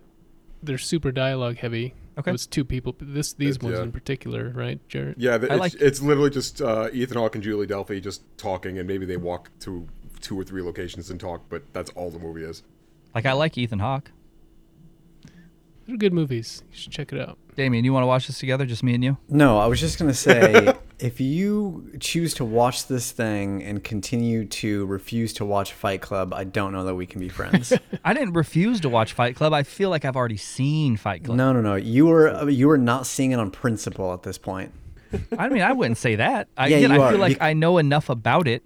[SPEAKER 4] they're super dialogue heavy.
[SPEAKER 2] Okay.
[SPEAKER 4] It's two people. but This these
[SPEAKER 1] It-
[SPEAKER 4] ones
[SPEAKER 1] yeah.
[SPEAKER 4] in particular, right, Jared?
[SPEAKER 1] Yeah, the,
[SPEAKER 2] I
[SPEAKER 1] it's,
[SPEAKER 2] like-
[SPEAKER 1] it's literally just uh, Ethan Hawke and Julie Delphi just talking, and maybe they walk to two or three locations and talk, but that's all the movie is.
[SPEAKER 2] Like I like Ethan Hawke.
[SPEAKER 4] They're good movies. You should check it out.
[SPEAKER 2] Damien, you want to watch this together? Just me and you?
[SPEAKER 3] No, I was just going
[SPEAKER 2] (laughs)
[SPEAKER 3] to say if you choose to watch this thing and continue to refuse to watch Fight Club, I don't know that we can
[SPEAKER 2] (laughs)
[SPEAKER 3] be friends.
[SPEAKER 2] I didn't refuse to watch Fight Club. I feel like I've already seen Fight Club.
[SPEAKER 3] no, no, no. You are you are not seeing it on principle at this point.
[SPEAKER 2] I mean, I wouldn't say that. I,
[SPEAKER 3] Yeah,
[SPEAKER 2] again,
[SPEAKER 3] you
[SPEAKER 2] I feel
[SPEAKER 3] are.
[SPEAKER 2] like
[SPEAKER 3] Bec-
[SPEAKER 2] I know enough about it,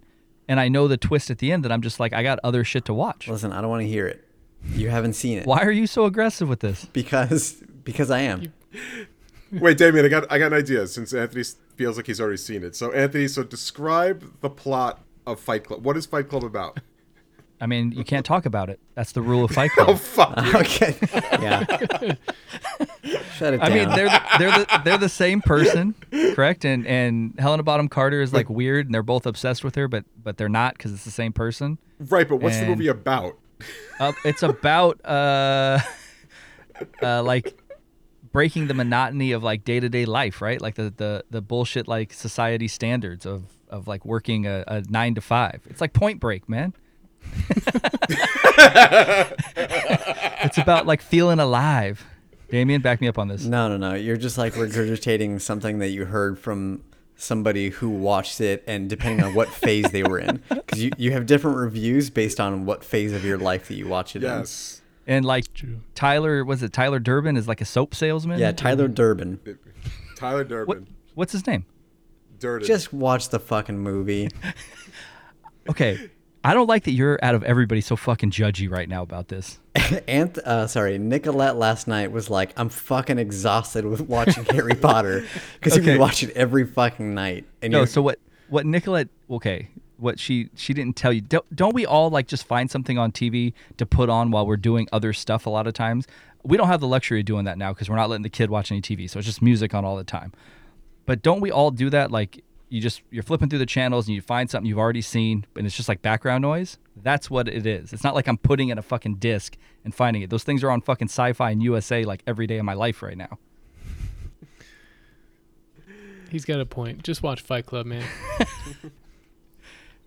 [SPEAKER 2] and I know the twist at the end that I'm just like, I got other shit to watch.
[SPEAKER 3] Listen, I don't want to hear it. You haven't seen it.
[SPEAKER 2] Why are you so aggressive with this?
[SPEAKER 3] Because because I am.
[SPEAKER 1] Wait, Damien, I got I got an idea. Since Anthony s- feels like he's already seen it, so Anthony, so describe the plot of Fight Club. What is Fight Club about?
[SPEAKER 2] I mean, you can't talk about it. That's the rule of
[SPEAKER 3] (laughs)
[SPEAKER 2] Fight Club.
[SPEAKER 1] Oh fuck! you.
[SPEAKER 3] (laughs) okay.
[SPEAKER 2] (laughs)
[SPEAKER 3] Yeah. Shut it down.
[SPEAKER 2] I mean, they're the, they're the, they're the same person, correct? And and Helena Bottom Carter is like weird, and they're both obsessed with her, but but they're not because it's the same person.
[SPEAKER 1] Right, but what's
[SPEAKER 2] And-
[SPEAKER 1] the movie about?
[SPEAKER 2] Uh, it's about uh, (laughs) uh, like breaking the monotony of like day to day life, right? Like the, the the bullshit like society standards of of like working a, a nine to five. It's like Point Break, man. (laughs) it's about like feeling alive. Damien, back me up on this.
[SPEAKER 3] No, no, no. You're just like regurgitating something that you heard from somebody who watched it and depending on what phase they were in. Because you, you have different reviews based on what phase of your life that you watch it
[SPEAKER 1] Yes,
[SPEAKER 2] And like
[SPEAKER 4] True.
[SPEAKER 2] Tyler, was it Tyler Durbin is like a soap salesman?
[SPEAKER 3] in. Yeah, Tyler Durbin.
[SPEAKER 1] Tyler
[SPEAKER 2] What,
[SPEAKER 1] Durbin,
[SPEAKER 2] what's his name?
[SPEAKER 1] Durden.
[SPEAKER 3] Just watch the fucking movie. (laughs)
[SPEAKER 2] Okay. I don't like that you're out of everybody so fucking judgy right now about this.
[SPEAKER 3] Anth- uh, sorry, Nicolette last night was like, I'm fucking exhausted with
[SPEAKER 2] (laughs)
[SPEAKER 3] watching Harry Potter because he
[SPEAKER 2] Okay.
[SPEAKER 3] would watch it every fucking night. And
[SPEAKER 2] No,
[SPEAKER 3] you're-
[SPEAKER 2] so what what Nicolette okay, what she she didn't tell you. Don't don't we all like just find something on TV to put on while we're doing other stuff a lot of times? We don't have the luxury of doing that now because we're not letting the kid watch any TV. So it's just music on all the time. But don't we all do that like you just you're flipping through the channels and you find something you've already seen and it's just like background noise? That's what it is. It's not like I'm putting in a fucking disc and finding it. Those things are on fucking sci-fi and USA like every day of my life right now.
[SPEAKER 4] He's got a point. Just watch Fight Club, man.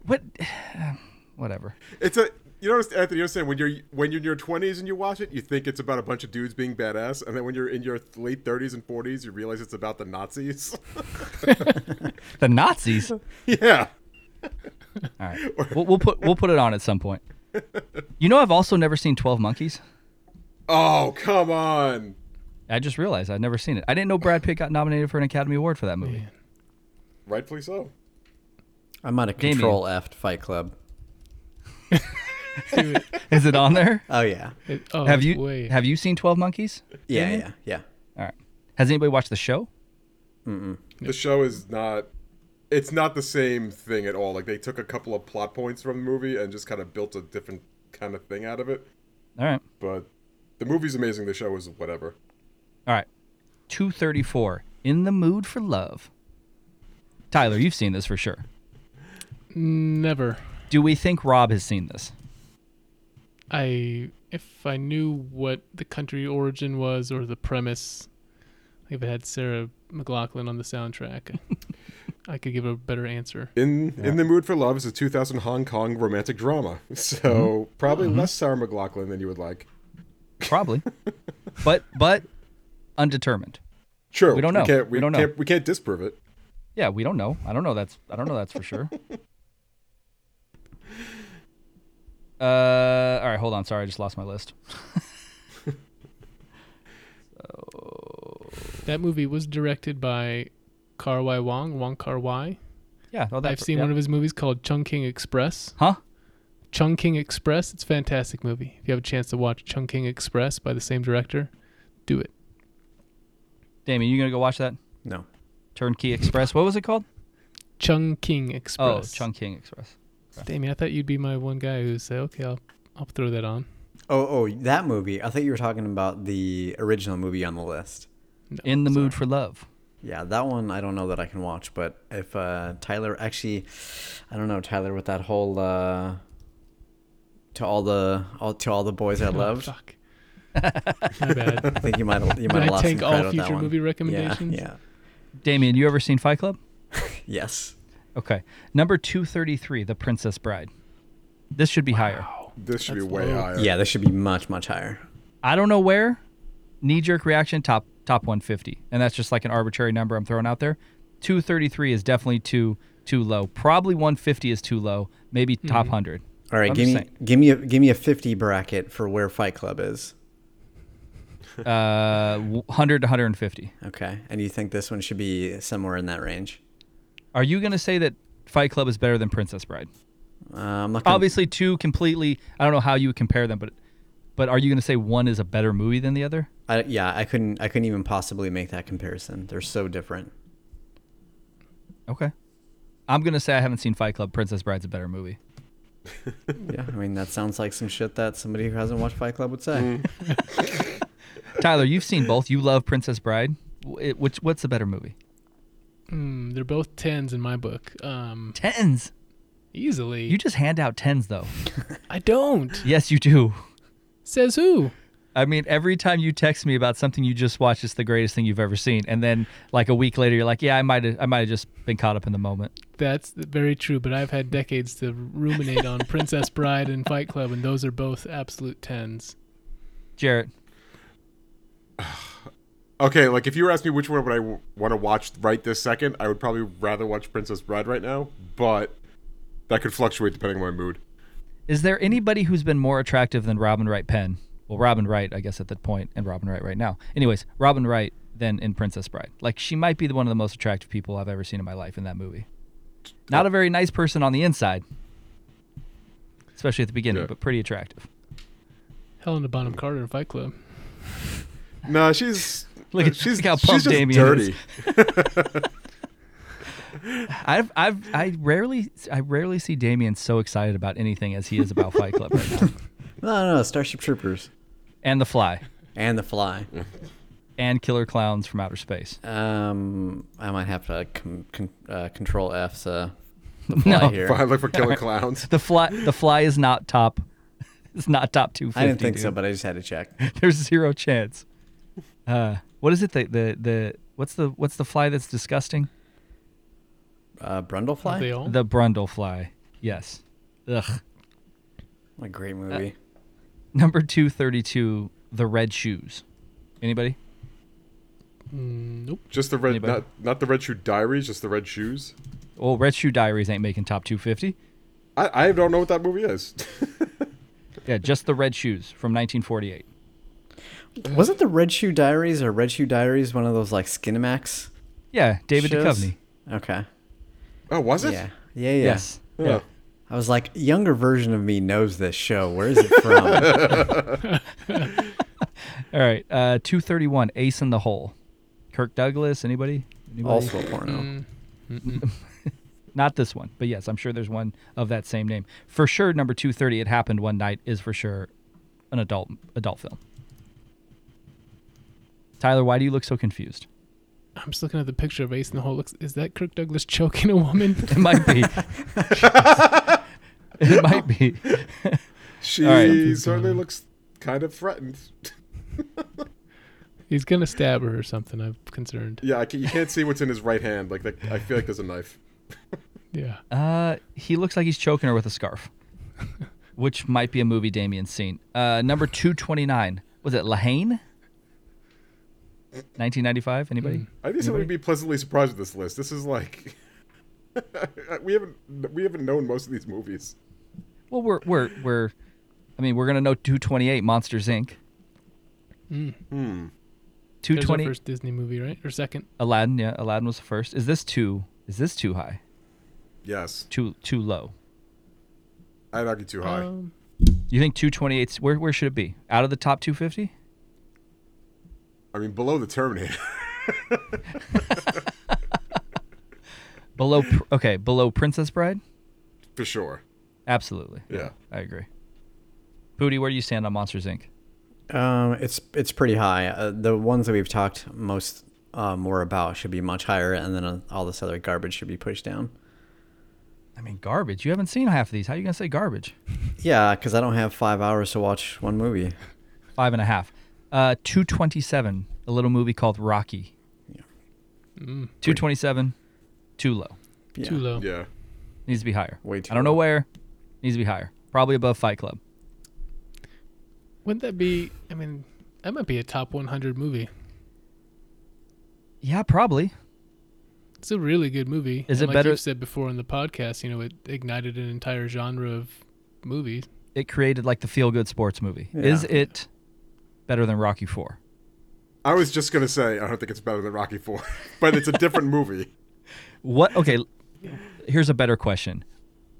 [SPEAKER 2] What (sighs) whatever.
[SPEAKER 1] It's a you know Anthony, you understand when you're when you're in your twenties and you watch it, you think it's about a bunch of dudes being badass, and then when you're in your late thirties and forties, you realize it's about the Nazis. (laughs)
[SPEAKER 2] The Nazis.
[SPEAKER 1] yeah,
[SPEAKER 2] All
[SPEAKER 4] (laughs)
[SPEAKER 2] right. We'll, we'll put we'll put it on at some point. You know, I've also never seen Twelve Monkeys.
[SPEAKER 1] Oh, come on.
[SPEAKER 2] I just realized I'd never seen it. I didn't know Brad Pitt got nominated for an Academy Award for that movie.
[SPEAKER 1] Rightfully so.
[SPEAKER 3] I might have
[SPEAKER 2] Damien.
[SPEAKER 3] control F Fight Club.
[SPEAKER 4] Dude,
[SPEAKER 2] (laughs) Is it on there?
[SPEAKER 3] Oh, yeah.
[SPEAKER 4] it- oh,
[SPEAKER 2] have you
[SPEAKER 4] Way.
[SPEAKER 2] have you seen Twelve Monkeys?
[SPEAKER 3] Yeah,
[SPEAKER 2] Damien?
[SPEAKER 3] yeah, yeah.
[SPEAKER 2] All right. Has anybody watched the show?
[SPEAKER 1] The show is not it's not the same thing at all. Like they took a couple of plot points from the movie and just kind of built a different kind of thing out of it.
[SPEAKER 2] All right.
[SPEAKER 1] But the movie's amazing, the show is whatever.
[SPEAKER 2] All right. Two thirty four. In the mood for love. Tyler, you've seen this for sure.
[SPEAKER 4] Never.
[SPEAKER 2] Do we think Rob has seen this?
[SPEAKER 4] I if I knew what the country origin was or the premise, if it had Sarah McLaughlin on the soundtrack, I could give a better answer.
[SPEAKER 1] In In the Mood for Love (laughs)
[SPEAKER 2] Mm-hmm.
[SPEAKER 1] is a 2000 Hong Kong romantic drama. So probably less Sarah McLaughlin than you would like.
[SPEAKER 4] (laughs)
[SPEAKER 2] Probably. but but undetermined.
[SPEAKER 1] Sure.
[SPEAKER 2] We don't know.
[SPEAKER 1] We can't,
[SPEAKER 2] We don't know.
[SPEAKER 1] can't, We can't disprove it.
[SPEAKER 2] Yeah, we don't know. I don't know that's I don't know that's for sure. Uh all right, hold on. Sorry, I just lost my list.
[SPEAKER 4] That movie was directed by Kar Wai Wong, Wong Kar Wai.
[SPEAKER 2] Yeah, well,
[SPEAKER 4] I've seen one of his movies called Chungking Express.
[SPEAKER 2] Huh?
[SPEAKER 4] Chungking Express, it's a fantastic movie. If you have a chance to watch Chungking Express by the same director, do it.
[SPEAKER 2] Damien, you going to go watch that?
[SPEAKER 3] No.
[SPEAKER 2] Turnkey Express. What was it called?
[SPEAKER 4] Chungking Express.
[SPEAKER 2] Oh, Chung King Express.
[SPEAKER 4] Damien, I thought you'd be my one guy who say, okay, I'll, I'll throw that on.
[SPEAKER 3] Oh, oh, that movie. I thought you were talking about the original movie on the list.
[SPEAKER 4] No,
[SPEAKER 2] In the
[SPEAKER 4] sorry.
[SPEAKER 2] mood for love.
[SPEAKER 3] Yeah, that one I don't know that I can watch, but if uh, Tyler actually, I don't know Tyler with that whole uh, to all the all to all the boys I
[SPEAKER 4] (laughs) Oh,
[SPEAKER 2] (laughs)
[SPEAKER 3] loved.
[SPEAKER 4] fuck. My bad.
[SPEAKER 3] I think you might have- you
[SPEAKER 4] (laughs)
[SPEAKER 3] might have
[SPEAKER 4] Did I
[SPEAKER 3] lost some
[SPEAKER 4] take
[SPEAKER 3] credit
[SPEAKER 4] all
[SPEAKER 3] with that
[SPEAKER 4] future
[SPEAKER 3] one.
[SPEAKER 4] movie
[SPEAKER 3] Yeah,
[SPEAKER 4] recommendations?
[SPEAKER 3] yeah,
[SPEAKER 2] Damien, you ever seen Fight Club?
[SPEAKER 3] yes.
[SPEAKER 2] Okay. Number 233, The Princess Bride. This should be higher.
[SPEAKER 1] This should
[SPEAKER 4] That's
[SPEAKER 1] be way
[SPEAKER 4] low.
[SPEAKER 1] higher.
[SPEAKER 3] Yeah, this should be much much higher.
[SPEAKER 2] I don't know where. Knee jerk reaction top top 150, and that's just like an arbitrary number I'm throwing out there. 233 is definitely too too low. Probably 150 is too low. Maybe top 100.
[SPEAKER 3] All right,
[SPEAKER 2] I'm
[SPEAKER 3] give me
[SPEAKER 2] just
[SPEAKER 3] give me a give me a fifty bracket for where Fight Club is.
[SPEAKER 2] Uh, w- 100 to 150.
[SPEAKER 3] Okay, and you think this one should be somewhere in that range?
[SPEAKER 2] Are you gonna say that Fight Club is better than Princess Bride?
[SPEAKER 3] Uh, I'm not gonna,
[SPEAKER 2] Obviously, two completely. I don't know how you would compare them, but but are you gonna say one is a better movie than the other?
[SPEAKER 3] I, yeah, I couldn't I couldn't even possibly make that comparison. They're so different.
[SPEAKER 2] Okay. I'm gonna say I haven't seen Fight Club. Princess Bride's a better movie.
[SPEAKER 3] Yeah, I mean that sounds like some shit that somebody who hasn't watched Fight Club would say.
[SPEAKER 1] Mm.
[SPEAKER 2] Tyler, you've seen both. You love Princess Bride. Wh- it- Which what's the better movie?
[SPEAKER 4] Mm, they're both tens in my book. Um,
[SPEAKER 2] Tens.
[SPEAKER 4] easily.
[SPEAKER 2] You just hand out tens, though.
[SPEAKER 4] I don't.
[SPEAKER 2] yes, you do.
[SPEAKER 4] Says who?
[SPEAKER 2] I mean, every time you text me about something you just watched, it's the greatest thing you've ever seen, and then like a week later, you're like, "Yeah, I might have, I might have just been caught up in the moment."
[SPEAKER 4] That's very true, but I've had decades to ruminate on Princess Bride and Fight Club, and those are both absolute tens.
[SPEAKER 2] Jarrett,
[SPEAKER 1] Okay, like if you were asking me which one would I w- want to watch right this second, I would probably rather watch Princess Bride right now, but that could fluctuate depending on my mood.
[SPEAKER 2] is there anybody who's been more attractive than Robin Wright Penn? Well, Robin Wright, I guess at that point, and Robin Wright right now. Anyways, Robin Wright than in Princess Bride. Like she might be the one of the most attractive people I've ever seen in my life in that movie. Not a very nice person on the inside, especially at the beginning,
[SPEAKER 1] Yeah.
[SPEAKER 2] but pretty attractive.
[SPEAKER 4] Helena Bonham Carter in Fight Club.
[SPEAKER 1] No, she's
[SPEAKER 2] Look at-
[SPEAKER 1] she's
[SPEAKER 2] look how
[SPEAKER 1] she's
[SPEAKER 2] pumped
[SPEAKER 1] just
[SPEAKER 2] Damien is.
[SPEAKER 1] dirty.
[SPEAKER 2] I've, I've, I rarely, I rarely see Damien so excited about anything as he is about Fight Club right
[SPEAKER 3] (laughs)
[SPEAKER 2] now.
[SPEAKER 3] No, no, Starship Troopers
[SPEAKER 2] and The Fly,
[SPEAKER 3] and The Fly.
[SPEAKER 2] and Killer Clowns from Outer Space.
[SPEAKER 3] Um, I might have to con- con- uh, Control F so The Fly
[SPEAKER 2] (laughs) No.
[SPEAKER 3] here.
[SPEAKER 1] I look for killer clowns.
[SPEAKER 2] The Fly, The Fly is not top. (laughs) It's not top two fifty.
[SPEAKER 3] I didn't think so, but I just had to check.
[SPEAKER 2] there's zero chance. Uh, what is it? The, the the what's the what's the fly that's disgusting?
[SPEAKER 3] Uh, Brundle
[SPEAKER 4] Aren't
[SPEAKER 3] Fly,
[SPEAKER 4] They all?
[SPEAKER 2] The Brundle Fly. Yes. Ugh.
[SPEAKER 3] what a great movie.
[SPEAKER 2] Number two thirty two. The Red Shoes. Anybody?
[SPEAKER 4] Mm, nope.
[SPEAKER 1] (laughs) Just the red,
[SPEAKER 2] Anybody?
[SPEAKER 1] not, not the red shoe diaries, just the red shoes.
[SPEAKER 2] Well, Red Shoe Diaries ain't making top two fifty.
[SPEAKER 1] I, I don't know what that movie is.
[SPEAKER 2] Yeah, just the Red Shoes from nineteen forty eight.
[SPEAKER 1] Uh,
[SPEAKER 3] Wasn't the Red Shoe Diaries or Red Shoe Diaries one of those like Skinamax?
[SPEAKER 2] Yeah, David
[SPEAKER 3] shows?
[SPEAKER 2] Duchovny.
[SPEAKER 3] Okay.
[SPEAKER 1] oh, was it?
[SPEAKER 3] Yeah. Yeah. Yeah.
[SPEAKER 2] Yes.
[SPEAKER 1] Huh.
[SPEAKER 2] Yeah.
[SPEAKER 3] I was like, younger version of me knows this show. Where is it
[SPEAKER 1] (laughs)
[SPEAKER 3] from?
[SPEAKER 2] All right. Uh, two thirty one. Ace in the Hole. Kirk Douglas. Anybody? Anybody?
[SPEAKER 3] also a porno.
[SPEAKER 4] Mm,
[SPEAKER 2] Not this one, but yes, I'm sure there's one of that same name. For sure, number 230, It Happened One Night, is for sure an adult adult film. Tyler, why do you look so confused?
[SPEAKER 4] I'm just looking at the picture of Ace in the Hole. Looks, is that Kirk Douglas (laughs) choking a woman?
[SPEAKER 2] It might
[SPEAKER 3] (laughs)
[SPEAKER 2] be. (laughs) it might be.
[SPEAKER 1] She
[SPEAKER 2] All right.
[SPEAKER 1] certainly looks kind of threatened. (laughs)
[SPEAKER 4] He's gonna stab her or something. I'm concerned.
[SPEAKER 1] Yeah, I can, you can't see what's in his right hand. Like, that, I feel like there's a knife.
[SPEAKER 4] Yeah.
[SPEAKER 2] Uh, he looks like he's choking her with a scarf, which might be a movie Damien's seen. Uh, number 229, was it Lahane? 1995. Anybody?
[SPEAKER 1] I think somebody would be pleasantly surprised with this list. This is like (laughs) we haven't we haven't known most of these movies.
[SPEAKER 2] Well, we're we're we're. I mean, we're gonna know 228 Monsters Inc.
[SPEAKER 1] Hmm.
[SPEAKER 4] Mm. There's our
[SPEAKER 2] 220
[SPEAKER 4] first Disney movie, right? Or second?
[SPEAKER 2] Aladdin. Yeah, Aladdin was the first. Is this too? Is this too high?
[SPEAKER 1] Yes,
[SPEAKER 2] Too too low?
[SPEAKER 1] I'd argue too high.
[SPEAKER 2] Oh.
[SPEAKER 4] Um,
[SPEAKER 2] You think 228? Where where should it be? Out of the top 250?
[SPEAKER 1] I mean, below the Terminator. (laughs)
[SPEAKER 2] Below. Pr- Okay, below Princess Bride.
[SPEAKER 1] For sure.
[SPEAKER 2] Absolutely.
[SPEAKER 1] Yeah.
[SPEAKER 2] I agree. Pooty, where do you stand on Monsters Inc?
[SPEAKER 3] Um, it's it's pretty high. Uh, the ones that we've talked most uh, more about should be much higher, and then uh, all this other garbage should be pushed down.
[SPEAKER 2] I mean, garbage. You haven't seen half of these. How are you gonna say garbage?
[SPEAKER 3] Yeah, because I don't have five hours to watch one movie.
[SPEAKER 2] Five and a half. Uh, 227. A little movie called Rocky.
[SPEAKER 4] mm,
[SPEAKER 2] 227. Too low.
[SPEAKER 3] Yeah.
[SPEAKER 4] Too
[SPEAKER 2] Oh.
[SPEAKER 4] low.
[SPEAKER 1] Yeah.
[SPEAKER 2] Needs to be higher.
[SPEAKER 3] Way too
[SPEAKER 2] I don't know
[SPEAKER 3] low.
[SPEAKER 2] where. Needs to be higher. Probably above Fight Club.
[SPEAKER 4] Wouldn't that be? I mean, that might be a top 100 movie.
[SPEAKER 2] Yeah, probably.
[SPEAKER 4] It's a really good movie.
[SPEAKER 2] Is
[SPEAKER 4] And
[SPEAKER 2] it
[SPEAKER 4] like
[SPEAKER 2] better-
[SPEAKER 4] You've said before on the podcast, you know, it ignited an entire genre of movies.
[SPEAKER 2] It created like the feel good sports movie. Is it better than Rocky 4?
[SPEAKER 1] I was just gonna say I don't think it's better than Rocky Four, (laughs) but it's a
[SPEAKER 2] (laughs)
[SPEAKER 1] different movie.
[SPEAKER 2] What? Okay. l- Here's a better question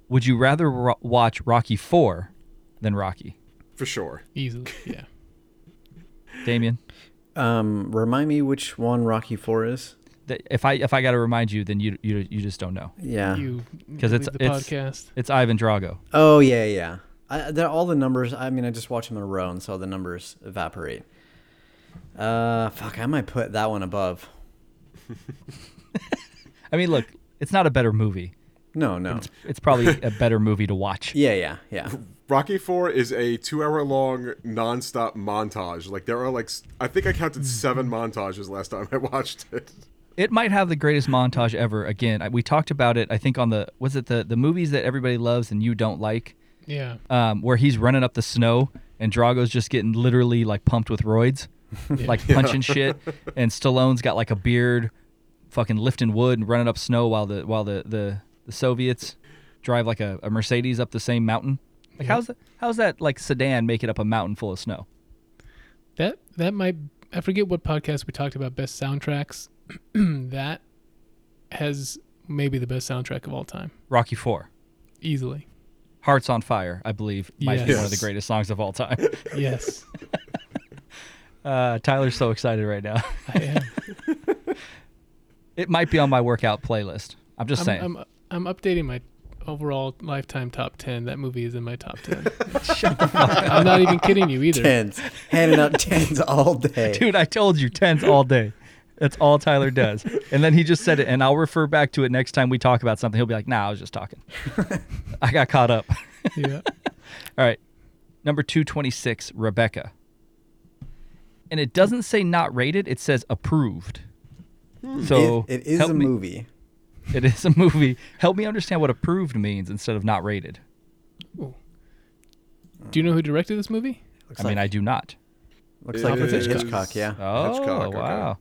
[SPEAKER 2] Would you rather ro- watch Rocky 4 than Rocky?
[SPEAKER 1] For sure.
[SPEAKER 2] (laughs)
[SPEAKER 4] Easily, yeah.
[SPEAKER 2] Damien?
[SPEAKER 3] Um, remind me which one Rocky Four is.
[SPEAKER 2] Th- If I if I got to remind you, then you you you just don't know.
[SPEAKER 3] Yeah.
[SPEAKER 4] You
[SPEAKER 2] 'Cause it's-
[SPEAKER 4] leave the
[SPEAKER 2] it's-
[SPEAKER 4] podcast.
[SPEAKER 2] It's Ivan Drago.
[SPEAKER 3] Oh yeah, yeah. I, they're all the numbers. I mean, I just watched them in a row, and saw the numbers evaporate. Uh, fuck. I might put that one above.
[SPEAKER 2] I mean, look, it's not a better movie.
[SPEAKER 3] No, no.
[SPEAKER 2] It's probably a better movie to watch.
[SPEAKER 3] Yeah, yeah,
[SPEAKER 2] (laughs)
[SPEAKER 3] yeah.
[SPEAKER 1] Rocky Four is a two-hour-long non-stop montage. Like there are like s- I think I
[SPEAKER 2] Mm-hmm.
[SPEAKER 1] counted seven montages last time I (laughs) watched it.
[SPEAKER 2] It might have the greatest montage ever. Again, I- we talked about it. I think on the was it the the movies that everybody loves and you don't like,
[SPEAKER 4] Yeah,
[SPEAKER 2] um, where he's running up the snow and Drago's just getting literally like pumped with roids, (laughs) like punching shit, and Stallone's got like a beard, fucking lifting wood and running up snow while the while the the, the Soviets drive like a, a Mercedes up the same mountain. Like how's that, how's that like sedan make it up a mountain full of snow?
[SPEAKER 4] that that might. I forget what podcast we talked about best soundtracks. (clears throat) that has maybe the best soundtrack of all time,
[SPEAKER 2] Rocky Four.
[SPEAKER 4] easily.
[SPEAKER 2] Hearts on Fire, I believe, might be one of the
[SPEAKER 4] Yes.
[SPEAKER 2] greatest songs of all time. (laughs)
[SPEAKER 4] Yes,
[SPEAKER 2] Uh, Tyler's so excited right now. (laughs)
[SPEAKER 4] I am.
[SPEAKER 2] It might be on my workout playlist. I'm just
[SPEAKER 4] I'm,
[SPEAKER 2] saying.
[SPEAKER 4] I'm I'm updating my overall lifetime top ten. That movie is in my top ten.
[SPEAKER 2] (laughs) Shut the fuck up.
[SPEAKER 4] I'm not even kidding you either.
[SPEAKER 3] Tens, handing out tens all day.
[SPEAKER 2] (laughs) Dude, I told you tens all day. That's all Tyler
[SPEAKER 4] (laughs)
[SPEAKER 2] does. And then he just said it, and I'll refer back to it next time we talk about something. He'll be like, nah, I was just
[SPEAKER 4] (laughs)
[SPEAKER 2] talking. I got caught up. (laughs)
[SPEAKER 4] Yeah.
[SPEAKER 2] All right. Number 226, Rebecca. And it doesn't say not rated, it says approved. So
[SPEAKER 3] Hmm. it, it is
[SPEAKER 2] help
[SPEAKER 3] a
[SPEAKER 2] me-
[SPEAKER 3] movie.
[SPEAKER 2] (laughs) It is a movie. Help me understand what approved means instead of not rated.
[SPEAKER 4] Do you know who directed this movie?
[SPEAKER 3] Looks
[SPEAKER 2] I mean, I do not.
[SPEAKER 3] looks like it's
[SPEAKER 4] is-
[SPEAKER 3] Hitchcock. Yeah.
[SPEAKER 2] Oh
[SPEAKER 1] Hitchcock, okay.
[SPEAKER 2] wow!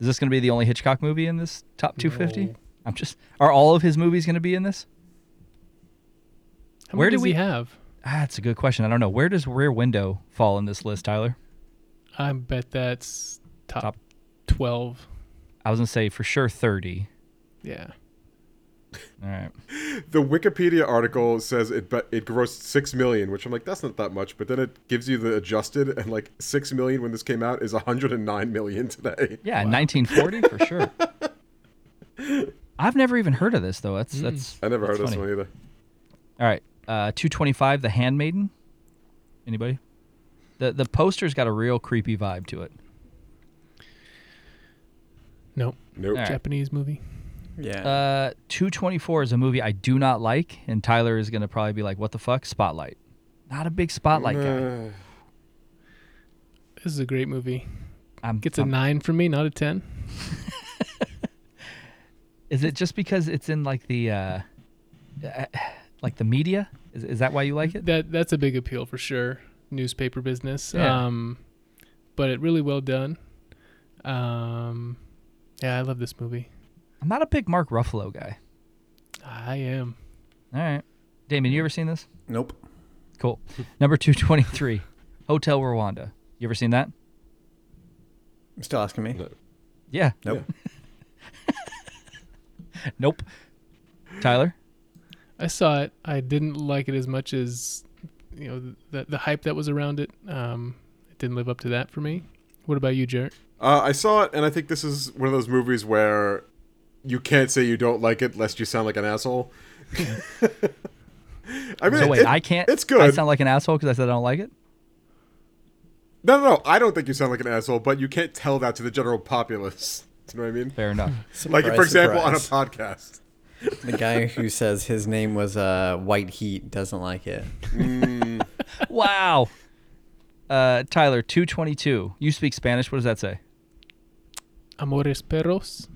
[SPEAKER 2] Is this going to be the only Hitchcock movie in this top 250? I'm just. Are all of his movies going to be in this?
[SPEAKER 4] How
[SPEAKER 2] Where
[SPEAKER 4] many
[SPEAKER 2] do
[SPEAKER 4] does
[SPEAKER 2] we-
[SPEAKER 4] he have?
[SPEAKER 2] Ah, that's a good question. I don't know. Where does Rear Window fall in this list, Tyler?
[SPEAKER 4] I bet that's top,
[SPEAKER 2] Top.
[SPEAKER 4] twelve.
[SPEAKER 2] I was going to say for sure 30.
[SPEAKER 4] Yeah.
[SPEAKER 2] All right.
[SPEAKER 1] The Wikipedia article says it be- it grossed six million, which I'm like that's not that much, but then it gives you the adjusted and like six million when this came out is 109 million (laughs) today.
[SPEAKER 2] Yeah, 1940 for
[SPEAKER 1] (laughs)
[SPEAKER 2] sure. I've never even heard of this though. That's
[SPEAKER 1] Hmm.
[SPEAKER 2] that's.
[SPEAKER 1] I never
[SPEAKER 2] that's
[SPEAKER 1] heard of this
[SPEAKER 2] funny.
[SPEAKER 1] one either.
[SPEAKER 2] All right, uh, 225, The Handmaiden. Anybody? The the poster's got a real creepy vibe to it.
[SPEAKER 4] Nope.
[SPEAKER 1] Nope.
[SPEAKER 2] All right.
[SPEAKER 4] Japanese movie.
[SPEAKER 3] Yeah.
[SPEAKER 2] Uh, 224 is a movie I do not like, and Tyler is going to probably be like, what the fuck? Spotlight. Not a big spotlight guy.
[SPEAKER 1] Nah.
[SPEAKER 4] This is a great movie.
[SPEAKER 2] I'm,
[SPEAKER 4] Gets a
[SPEAKER 2] I'm-
[SPEAKER 4] nine from me, not a ten.
[SPEAKER 2] is it just because it's in like the, uh, (sighs) uh, like the media? Is, is that why you like it?
[SPEAKER 4] That that's a big appeal for sure. Newspaper business.
[SPEAKER 2] Yeah.
[SPEAKER 4] Um but it really well done. Um, yeah, I love this movie.
[SPEAKER 2] I'm not a big Mark Ruffalo guy.
[SPEAKER 4] I am.
[SPEAKER 2] All right. Damon, you ever seen this?
[SPEAKER 3] Nope.
[SPEAKER 1] (laughs)
[SPEAKER 2] Cool. Number 223, Hotel Rwanda. You ever seen that?
[SPEAKER 3] You're still asking me?
[SPEAKER 1] No.
[SPEAKER 2] Yeah.
[SPEAKER 3] Nope.
[SPEAKER 2] Nope. Tyler?
[SPEAKER 4] I saw it. I didn't like it as much as you know the the hype that was around it. Um, it didn't live up to that for me. What about you, Jarrett?
[SPEAKER 1] Uh, I saw it, and I think this is one of those movies where you can't say you don't like it lest you sound like an asshole. (laughs) I mean,
[SPEAKER 2] so wait,
[SPEAKER 1] it-
[SPEAKER 2] I can't.
[SPEAKER 1] It's good.
[SPEAKER 2] I sound like an asshole because I said I don't like it.
[SPEAKER 1] no, no, no. I don't think you sound like an asshole, but you can't tell that to the general populace. (laughs) Do you know what I mean?
[SPEAKER 2] Fair enough.
[SPEAKER 1] (laughs) like, for example,
[SPEAKER 3] surprise.
[SPEAKER 1] on a podcast.
[SPEAKER 3] the guy who says his name was uh, White Heat doesn't like
[SPEAKER 2] (laughs)
[SPEAKER 3] it.
[SPEAKER 2] wow. Uh, Tyler, 222. You speak Spanish. What does that say?
[SPEAKER 4] Amores perros.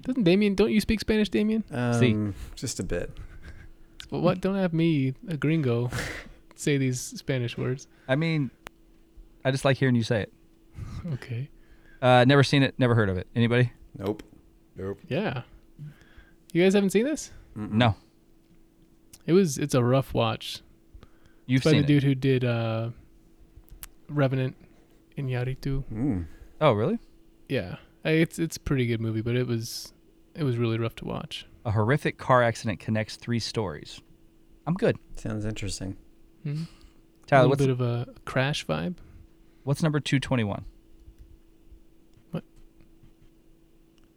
[SPEAKER 4] Doesn't Damien? Don't you speak Spanish, Damien?
[SPEAKER 3] Um, just a bit.
[SPEAKER 4] Well, (laughs) what? Don't have me, a (laughs) gringo, say these Spanish words.
[SPEAKER 2] I mean, I just like hearing you say it.
[SPEAKER 4] Okay.
[SPEAKER 2] Uh, never seen it. Never heard of it. Anybody?
[SPEAKER 3] Nope.
[SPEAKER 1] Nope.
[SPEAKER 4] Yeah. You guys haven't seen this?
[SPEAKER 2] No.
[SPEAKER 4] It was. It's a rough watch.
[SPEAKER 2] You've
[SPEAKER 4] By
[SPEAKER 2] seen
[SPEAKER 4] the
[SPEAKER 2] it.
[SPEAKER 4] dude who did uh, Revenant, Iñárritu.
[SPEAKER 3] Mm.
[SPEAKER 2] Oh, really?
[SPEAKER 4] Yeah, I- it's it's a pretty good movie, but it was it was really rough to watch.
[SPEAKER 2] A horrific car accident connects three stories. I'm good.
[SPEAKER 3] Sounds interesting.
[SPEAKER 4] Hmm? A
[SPEAKER 2] Tyler,
[SPEAKER 4] little
[SPEAKER 2] what's,
[SPEAKER 4] bit of a crash vibe.
[SPEAKER 2] what's number 221?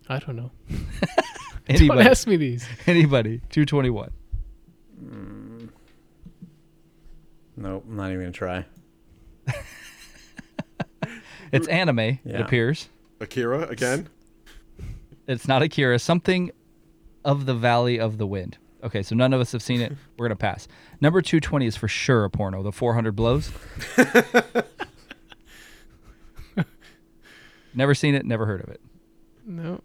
[SPEAKER 4] I don't know. (laughs)
[SPEAKER 2] Anybody?
[SPEAKER 4] Don't ask me these.
[SPEAKER 2] Anybody? 221.
[SPEAKER 3] Nope. I'm not even gonna try.
[SPEAKER 2] It's anime, it
[SPEAKER 3] Yeah.
[SPEAKER 2] appears.
[SPEAKER 1] Akira again.
[SPEAKER 2] It's not Akira. Something of the Valley of the Wind. Okay, so none of us have seen it. We're gonna pass. Number two twenty is for sure a porno. The four hundred blows. never seen it. Never heard of it.
[SPEAKER 4] No.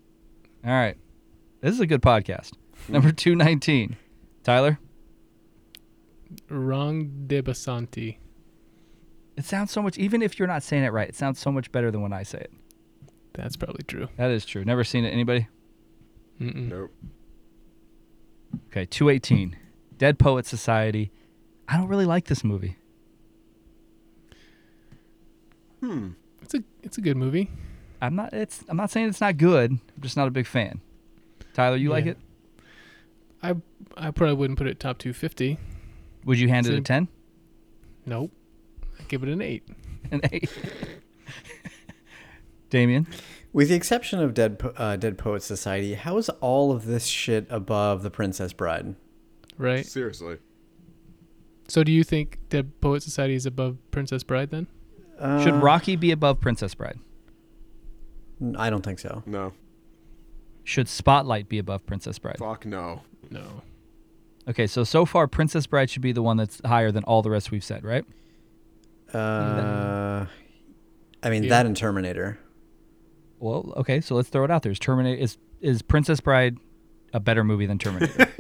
[SPEAKER 2] All right, this is a good podcast. Number two nineteen, Tyler.
[SPEAKER 4] Wrong de Basanti.
[SPEAKER 2] It sounds so much. Even if you're not saying it right, it sounds so much better than when I say it.
[SPEAKER 4] That's probably true.
[SPEAKER 2] That is true. Never seen it. Anybody? Hmm.
[SPEAKER 4] Mm-mm.
[SPEAKER 1] Nope.
[SPEAKER 2] Okay, two eighteen, Dead Poet Society. I don't really like this movie.
[SPEAKER 4] It's a it's a good movie.
[SPEAKER 2] I'm not. It's. I'm not saying it's not good. I'm just not a big fan. Tyler, you like
[SPEAKER 4] Yeah.
[SPEAKER 2] it?
[SPEAKER 4] I I probably wouldn't put it top 250.
[SPEAKER 2] Would you hand it a
[SPEAKER 4] Same.
[SPEAKER 2] ten?
[SPEAKER 4] Nope. I give it an eight.
[SPEAKER 2] An eight. Damien,
[SPEAKER 3] With the exception of Dead po- uh, Dead Poets Society, how is all of this shit above The Princess Bride?
[SPEAKER 4] Right.
[SPEAKER 1] Seriously.
[SPEAKER 4] So do you think Dead Poet Society is above Princess Bride then?
[SPEAKER 3] Uh,
[SPEAKER 2] should Rocky be above Princess Bride?
[SPEAKER 3] N- I don't think so.
[SPEAKER 1] No.
[SPEAKER 2] Should Spotlight be above Princess Bride?
[SPEAKER 1] Fuck no. (laughs)
[SPEAKER 4] No.
[SPEAKER 2] Okay, so so far Princess Bride should be the one that's higher than all the rest we've said, right? Mm.
[SPEAKER 3] Uh, I mean
[SPEAKER 4] Yeah.
[SPEAKER 3] that and Terminator.
[SPEAKER 2] Well, okay, so let's throw it out there. Is Terminator is is Princess Bride a better movie than Terminator?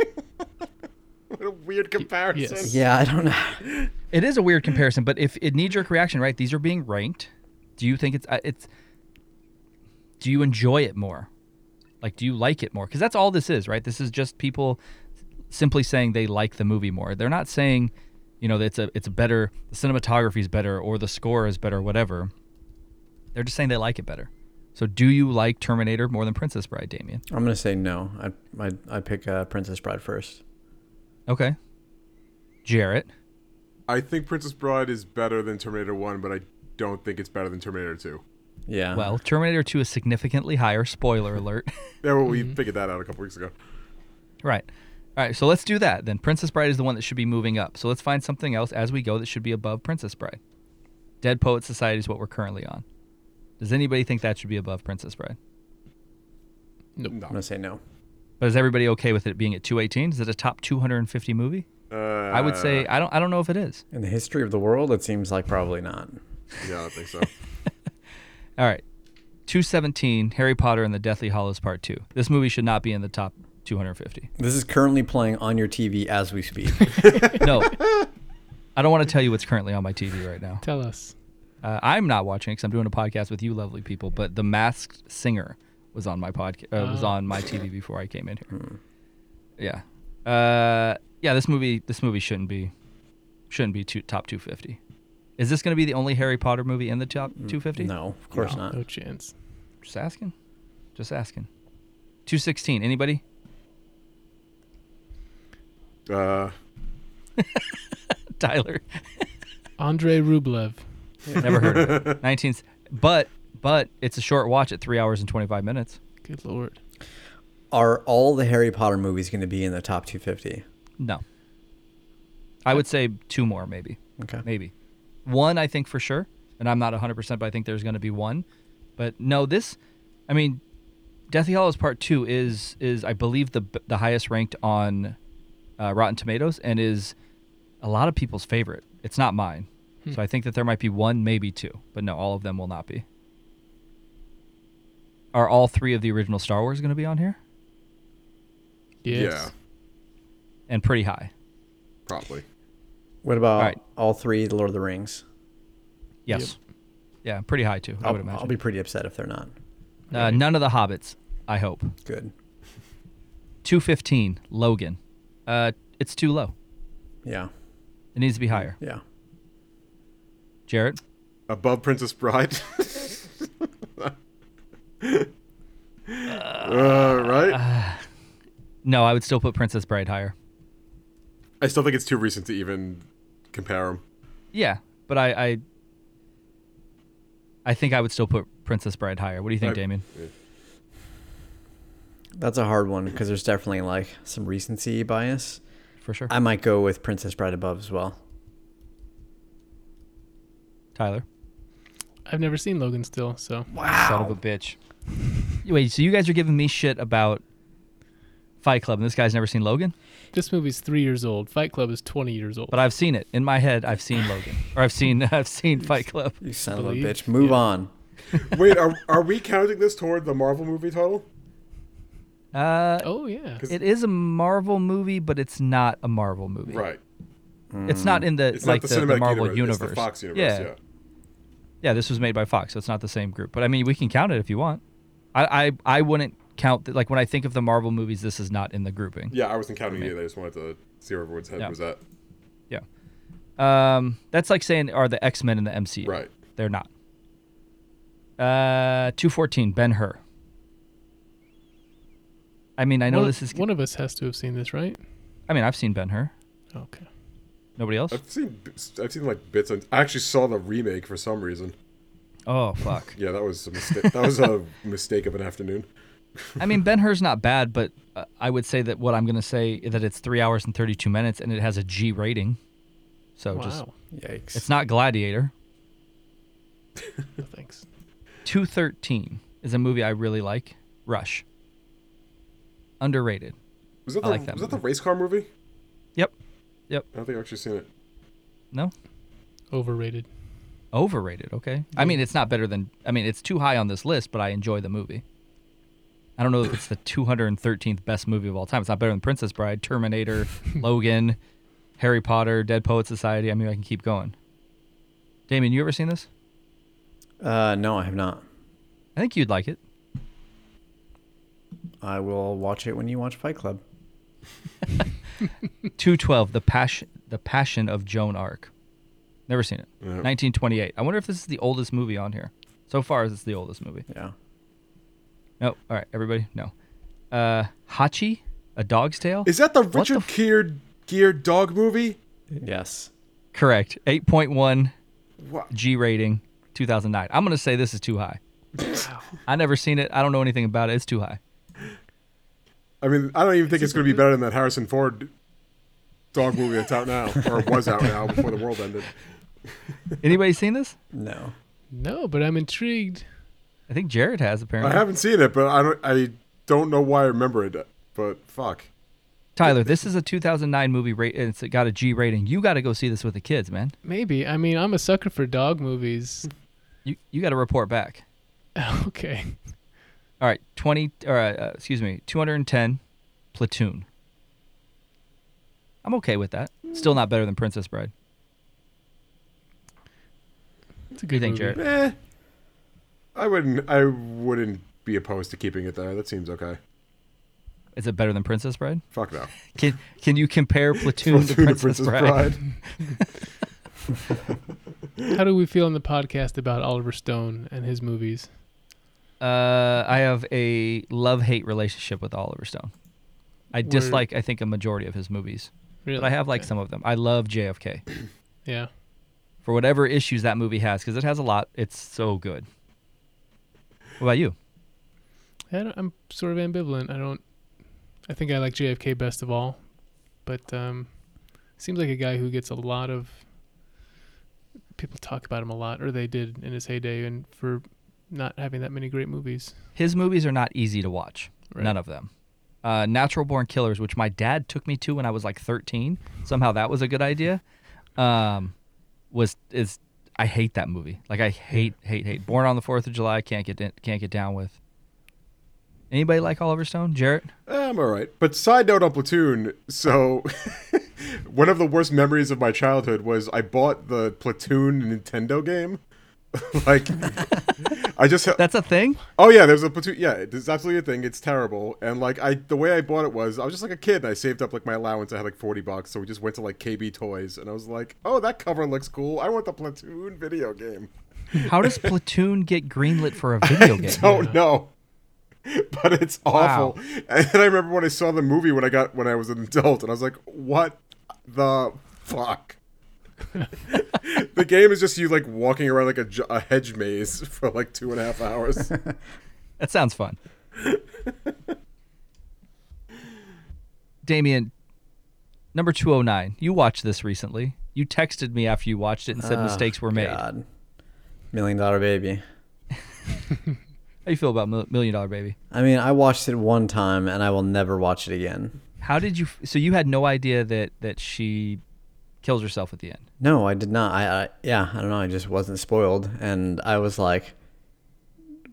[SPEAKER 1] What a weird comparison.
[SPEAKER 4] yes.
[SPEAKER 3] Yeah, I don't know. (laughs)
[SPEAKER 2] it is a weird comparison, but if it knee jerk reaction, right? These are being ranked. Do you think it's uh, it's? Do you enjoy it more? Like, do you like it more? Because that's all this is, right? This is just people simply saying they like the movie more. They're not saying, you know, that it's a it's a better the cinematography is better or the score is better, whatever. They're just saying they like it better. So, do you like Terminator more than Princess Bride, Damien?
[SPEAKER 3] I'm gonna say no. I I, I pick uh, Princess Bride first.
[SPEAKER 2] Okay, Jarrett.
[SPEAKER 1] I think Princess Bride is better than Terminator 1, but I don't think it's better than Terminator 2.
[SPEAKER 3] Yeah.
[SPEAKER 2] Well, Terminator Two is significantly higher. Spoiler alert.
[SPEAKER 1] Yeah, well,
[SPEAKER 2] Mm-hmm.
[SPEAKER 1] we figured that out a couple weeks ago.
[SPEAKER 2] Right. All right. So let's do that then. Princess Bride is the one that should be moving up. So let's find something else as we go that should be above Princess Bride. Dead Poet Society is what we're currently on. Does anybody think that should be above Princess Bride?
[SPEAKER 4] Nope.
[SPEAKER 3] I'm gonna say no.
[SPEAKER 2] But is everybody okay with it being at 218? Is it a top 250 movie?
[SPEAKER 1] Uh,
[SPEAKER 2] I would say I don't. I don't know if it is.
[SPEAKER 3] In the history of the world, it seems like probably not.
[SPEAKER 1] Yeah, I don't think so.
[SPEAKER 2] (laughs) All right. 217. Harry Potter and the Deathly Hollows Part Two. This movie should not be in the top 250.
[SPEAKER 3] This is currently playing on your TV as
[SPEAKER 2] (laughs)
[SPEAKER 3] we speak.
[SPEAKER 2] No. I don't want to tell you what's currently on my TV right now.
[SPEAKER 4] Tell us.
[SPEAKER 2] Uh, I'm not watching because I'm doing a podcast with you, lovely people. But The Masked Singer was on my podcast. Uh, was
[SPEAKER 4] Oh.
[SPEAKER 2] on my TV before I came in here. Yeah, uh, yeah. This movie, this movie shouldn't be, shouldn't be two, top 250. Is this going to be the only Harry Potter movie in the top 250?
[SPEAKER 3] Mm, No, of course
[SPEAKER 1] No.
[SPEAKER 3] not.
[SPEAKER 4] No chance.
[SPEAKER 2] Just asking. Just asking. 216. Anybody? (laughs)
[SPEAKER 1] Uh,
[SPEAKER 2] Tyler.
[SPEAKER 4] Andre Rublev.
[SPEAKER 2] Never heard of it. 19. But but it's a short watch at three hours and 25 minutes.
[SPEAKER 4] Good lord.
[SPEAKER 3] Are all the Harry Potter movies going to be in the top 250?
[SPEAKER 2] No. I would say two more, maybe.
[SPEAKER 3] Okay.
[SPEAKER 2] Maybe. One, I think for sure. And I'm not 100%, but I think there's going to be one. But no, this, I mean, Deathly Hallows Part 2 is, is I believe, the, the highest ranked on uh, Rotten Tomatoes and is a lot of people's favorite. It's not mine.
[SPEAKER 3] Hmm.
[SPEAKER 2] So I think that there might be one, maybe two. But no, all of them will not be. Are all three of the original Star Wars going to be on here?
[SPEAKER 4] Yes.
[SPEAKER 1] Yeah,
[SPEAKER 2] And pretty high.
[SPEAKER 1] probably.
[SPEAKER 3] What about
[SPEAKER 2] All right.
[SPEAKER 3] all three Lord of the Rings?
[SPEAKER 2] Yes. Yeah, pretty high too. I
[SPEAKER 3] I'll,
[SPEAKER 2] would imagine.
[SPEAKER 3] I'll be pretty upset if they're not.
[SPEAKER 2] uh, none of the Hobbits. I hope.
[SPEAKER 3] Good.
[SPEAKER 2] Two fifteen. Logan. Uh, it's too low.
[SPEAKER 3] Yeah.
[SPEAKER 2] It needs to be higher.
[SPEAKER 3] Yeah.
[SPEAKER 2] Jared.
[SPEAKER 1] Above Princess Bride. (laughs) Uh, right?
[SPEAKER 2] No, I would still put Princess Bride higher.
[SPEAKER 1] I still think it's too recent to even compare them.
[SPEAKER 2] Yeah, but I, I, I think I would still put Princess Bride higher. What do you think,
[SPEAKER 1] I-
[SPEAKER 2] Damien?
[SPEAKER 3] That's a hard one because there's definitely like some recency bias.
[SPEAKER 2] For sure.
[SPEAKER 3] I might go with Princess Bride above as well.
[SPEAKER 2] Tyler.
[SPEAKER 4] I've never seen Logan still, so
[SPEAKER 2] Son of a bitch. Wait, so you guys are giving me shit about Fight Club, and this guy's never seen Logan?
[SPEAKER 4] this movie's three years old. Fight Club is twenty years old.
[SPEAKER 2] But I've seen it in my head. I've seen Logan, or I've seen (laughs) I've seen Fight Club.
[SPEAKER 3] You son of a
[SPEAKER 4] Believe?
[SPEAKER 3] bitch. Move on.
[SPEAKER 1] Wait, are, are we counting this toward the Marvel movie total?
[SPEAKER 2] Uh,
[SPEAKER 4] oh yeah.
[SPEAKER 2] It is a Marvel movie, but it's not a Marvel movie.
[SPEAKER 1] Right.
[SPEAKER 2] It's not in the
[SPEAKER 1] It's
[SPEAKER 2] like
[SPEAKER 1] not
[SPEAKER 2] the,
[SPEAKER 1] the,
[SPEAKER 2] the
[SPEAKER 1] cinematic
[SPEAKER 2] Marvel
[SPEAKER 1] universe,
[SPEAKER 2] universe.
[SPEAKER 1] It's the Fox universe. Yeah.
[SPEAKER 2] yeah, Yeah, This was made by Fox, so it's not the same group. But I mean, we can count it if you want. I I, I wouldn't count that. Like when I think of the Marvel movies, this is not in the grouping.
[SPEAKER 1] Yeah, I wasn't counting it either. I just wanted to see where everyone's head
[SPEAKER 2] Yeah.
[SPEAKER 1] was at.
[SPEAKER 2] Yeah. Um, that's like saying are the X Men in the MCU?
[SPEAKER 1] Right.
[SPEAKER 2] They're not. Uh, two fourteen. Ben Hur. I mean, I know
[SPEAKER 4] one,
[SPEAKER 2] this is.
[SPEAKER 4] one of us has to have seen this, right?
[SPEAKER 2] I mean, I've seen Ben Hur.
[SPEAKER 4] Okay.
[SPEAKER 2] Nobody else?
[SPEAKER 1] I've seen bits- I've seen like bits on. I actually saw the remake for some reason.
[SPEAKER 2] Oh fuck.
[SPEAKER 1] Yeah, that was a mistake. that was
[SPEAKER 2] (laughs)
[SPEAKER 1] a mistake of an afternoon.
[SPEAKER 2] I mean, Ben Hur's not bad, but uh, I would say that what I'm going to say is that it's three hours and 32 minutes and it has a G rating. So
[SPEAKER 4] wow.
[SPEAKER 2] Oh, just,
[SPEAKER 3] Yikes.
[SPEAKER 2] it's not Gladiator.
[SPEAKER 4] No, thanks.
[SPEAKER 2] 213 is a movie I really like. Rush. Underrated.
[SPEAKER 1] Was that
[SPEAKER 2] I
[SPEAKER 1] the,
[SPEAKER 2] like that
[SPEAKER 1] was that the
[SPEAKER 2] movie.
[SPEAKER 1] race car movie?
[SPEAKER 2] Yep.
[SPEAKER 1] I don't think I've actually seen it.
[SPEAKER 2] No?
[SPEAKER 4] Overrated.
[SPEAKER 2] Overrated. Okay. I mean, it's not better than, I mean, it's too high on this list, but I enjoy the movie. I don't know if it's the 213th best movie of all time. It's not better than Princess Bride, Terminator, Logan, Harry Potter, Dead Poet Society. I mean, I can keep going. Damien, you ever seen this?
[SPEAKER 3] Uh, no, I have not.
[SPEAKER 2] I think you'd like it.
[SPEAKER 3] I will watch it when you watch Fight Club.
[SPEAKER 2] 212, The Passion The Passion of Joan Arc. Never seen it.
[SPEAKER 1] Yeah.
[SPEAKER 2] 1928. I wonder if this is the oldest movie on here. So far as it's the oldest movie.
[SPEAKER 3] Yeah.
[SPEAKER 2] No. All right, everybody. No. Uh Hachi, A Dog's Tale?
[SPEAKER 1] Is that the
[SPEAKER 2] the
[SPEAKER 1] Richard
[SPEAKER 2] f-
[SPEAKER 1] Gere Geared dog movie?
[SPEAKER 3] Yes.
[SPEAKER 2] Correct. 8.1
[SPEAKER 1] What?
[SPEAKER 2] G rating, 2009. I'm going to say this is too high. I never seen it. I don't know anything about it. It's too high.
[SPEAKER 1] I mean, I don't even think it's going to be better than that Harrison Ford dog movie that's out now, or was out now before the world ended.
[SPEAKER 2] Anybody seen this?
[SPEAKER 3] No.
[SPEAKER 4] No, but I'm intrigued.
[SPEAKER 2] I think Jared has
[SPEAKER 1] I
[SPEAKER 2] apparently.
[SPEAKER 1] haven't seen it, but I don't. I don't know why I remember it. But fuck.
[SPEAKER 2] Tyler, this is a 2009 movie rate and it's got a G rating. You got to go see this with the kids, man.
[SPEAKER 4] Maybe. I mean, I'm a sucker for dog movies. (laughs)
[SPEAKER 2] You you got to report back.
[SPEAKER 4] okay.
[SPEAKER 2] All right, twenty or uh, uh, excuse me, two hundred and ten, platoon. I'm okay with that. Still not better than Princess Bride.
[SPEAKER 4] It's a
[SPEAKER 2] do you
[SPEAKER 4] good
[SPEAKER 2] think,
[SPEAKER 4] movie.
[SPEAKER 2] Jarrett?
[SPEAKER 1] Eh, I wouldn't. I wouldn't be opposed to keeping it there. That seems okay.
[SPEAKER 2] Is it better than Princess Bride?
[SPEAKER 1] Fuck no.
[SPEAKER 2] Can Can you compare
[SPEAKER 1] (laughs)
[SPEAKER 2] Platoon to
[SPEAKER 1] Platoon
[SPEAKER 2] Princess, Bride?
[SPEAKER 4] How do we feel on the podcast about Oliver Stone and his movies?
[SPEAKER 2] Uh, I have a love hate relationship with Oliver Stone. I
[SPEAKER 4] Word.
[SPEAKER 2] dislike, I think, a majority of his movies,
[SPEAKER 4] Really?
[SPEAKER 2] but I have liked
[SPEAKER 4] Okay.
[SPEAKER 2] some of them. I love JFK
[SPEAKER 4] Yeah.
[SPEAKER 2] for whatever issues that movie has because it has a lot. It's so good. What about you?
[SPEAKER 4] I don't, I'm sort of ambivalent. I don't. I think I like JFK best of all, but um, seems like a guy who gets a lot of people talk about him a lot, or they did in his heyday, and for not having that many great movies.
[SPEAKER 2] His movies are not easy to watch.
[SPEAKER 4] Right.
[SPEAKER 2] None of them. Uh, Natural Born Killers, which my dad took me to when I was like 13. Somehow that was a good idea. Um, was is I hate that movie. Like I hate hate hate. Born on the Fourth of July. Can't get in- can't get down with. Anybody like Oliver Stone? Jarrett.
[SPEAKER 1] Eh, I'm all right. But side note on Platoon. So, (laughs) one of the worst memories of my childhood was I bought the Platoon Nintendo game. (laughs) like, I just
[SPEAKER 2] That's a thing.
[SPEAKER 1] Oh yeah, there's a platoon. Yeah, it's absolutely a thing. It's terrible. And like I, the way I bought it was, I was just like a kid, and I saved up like my allowance. I had like forty bucks, so we just went to like KB Toys, and I was like, oh, that cover looks cool. I want the platoon video game.
[SPEAKER 2] How does Platoon get greenlit for a video game?
[SPEAKER 1] (laughs) Don't know, but it's
[SPEAKER 2] Wow.
[SPEAKER 1] awful. And then I remember when I saw the movie when I got when I was an adult, and I was like, what the fuck. (laughs) the game is just you like walking around like a, ju- a hedge maze (laughs) for like two and a half
[SPEAKER 2] (laughs)
[SPEAKER 1] hours.
[SPEAKER 2] That sounds fun. Damien, number 209, you watched this recently. You texted me after you watched it and said
[SPEAKER 3] Ah,
[SPEAKER 2] mistakes were made. How
[SPEAKER 3] God. Million Dollar Baby.
[SPEAKER 2] you feel about Mil- Million Dollar Baby?
[SPEAKER 3] I mean, I watched it one time and I will never watch it again.
[SPEAKER 2] How did you? f- So you had no idea that that she kills herself at the end.
[SPEAKER 3] No, I did not. I, I yeah, I don't know. I just wasn't spoiled, and I was like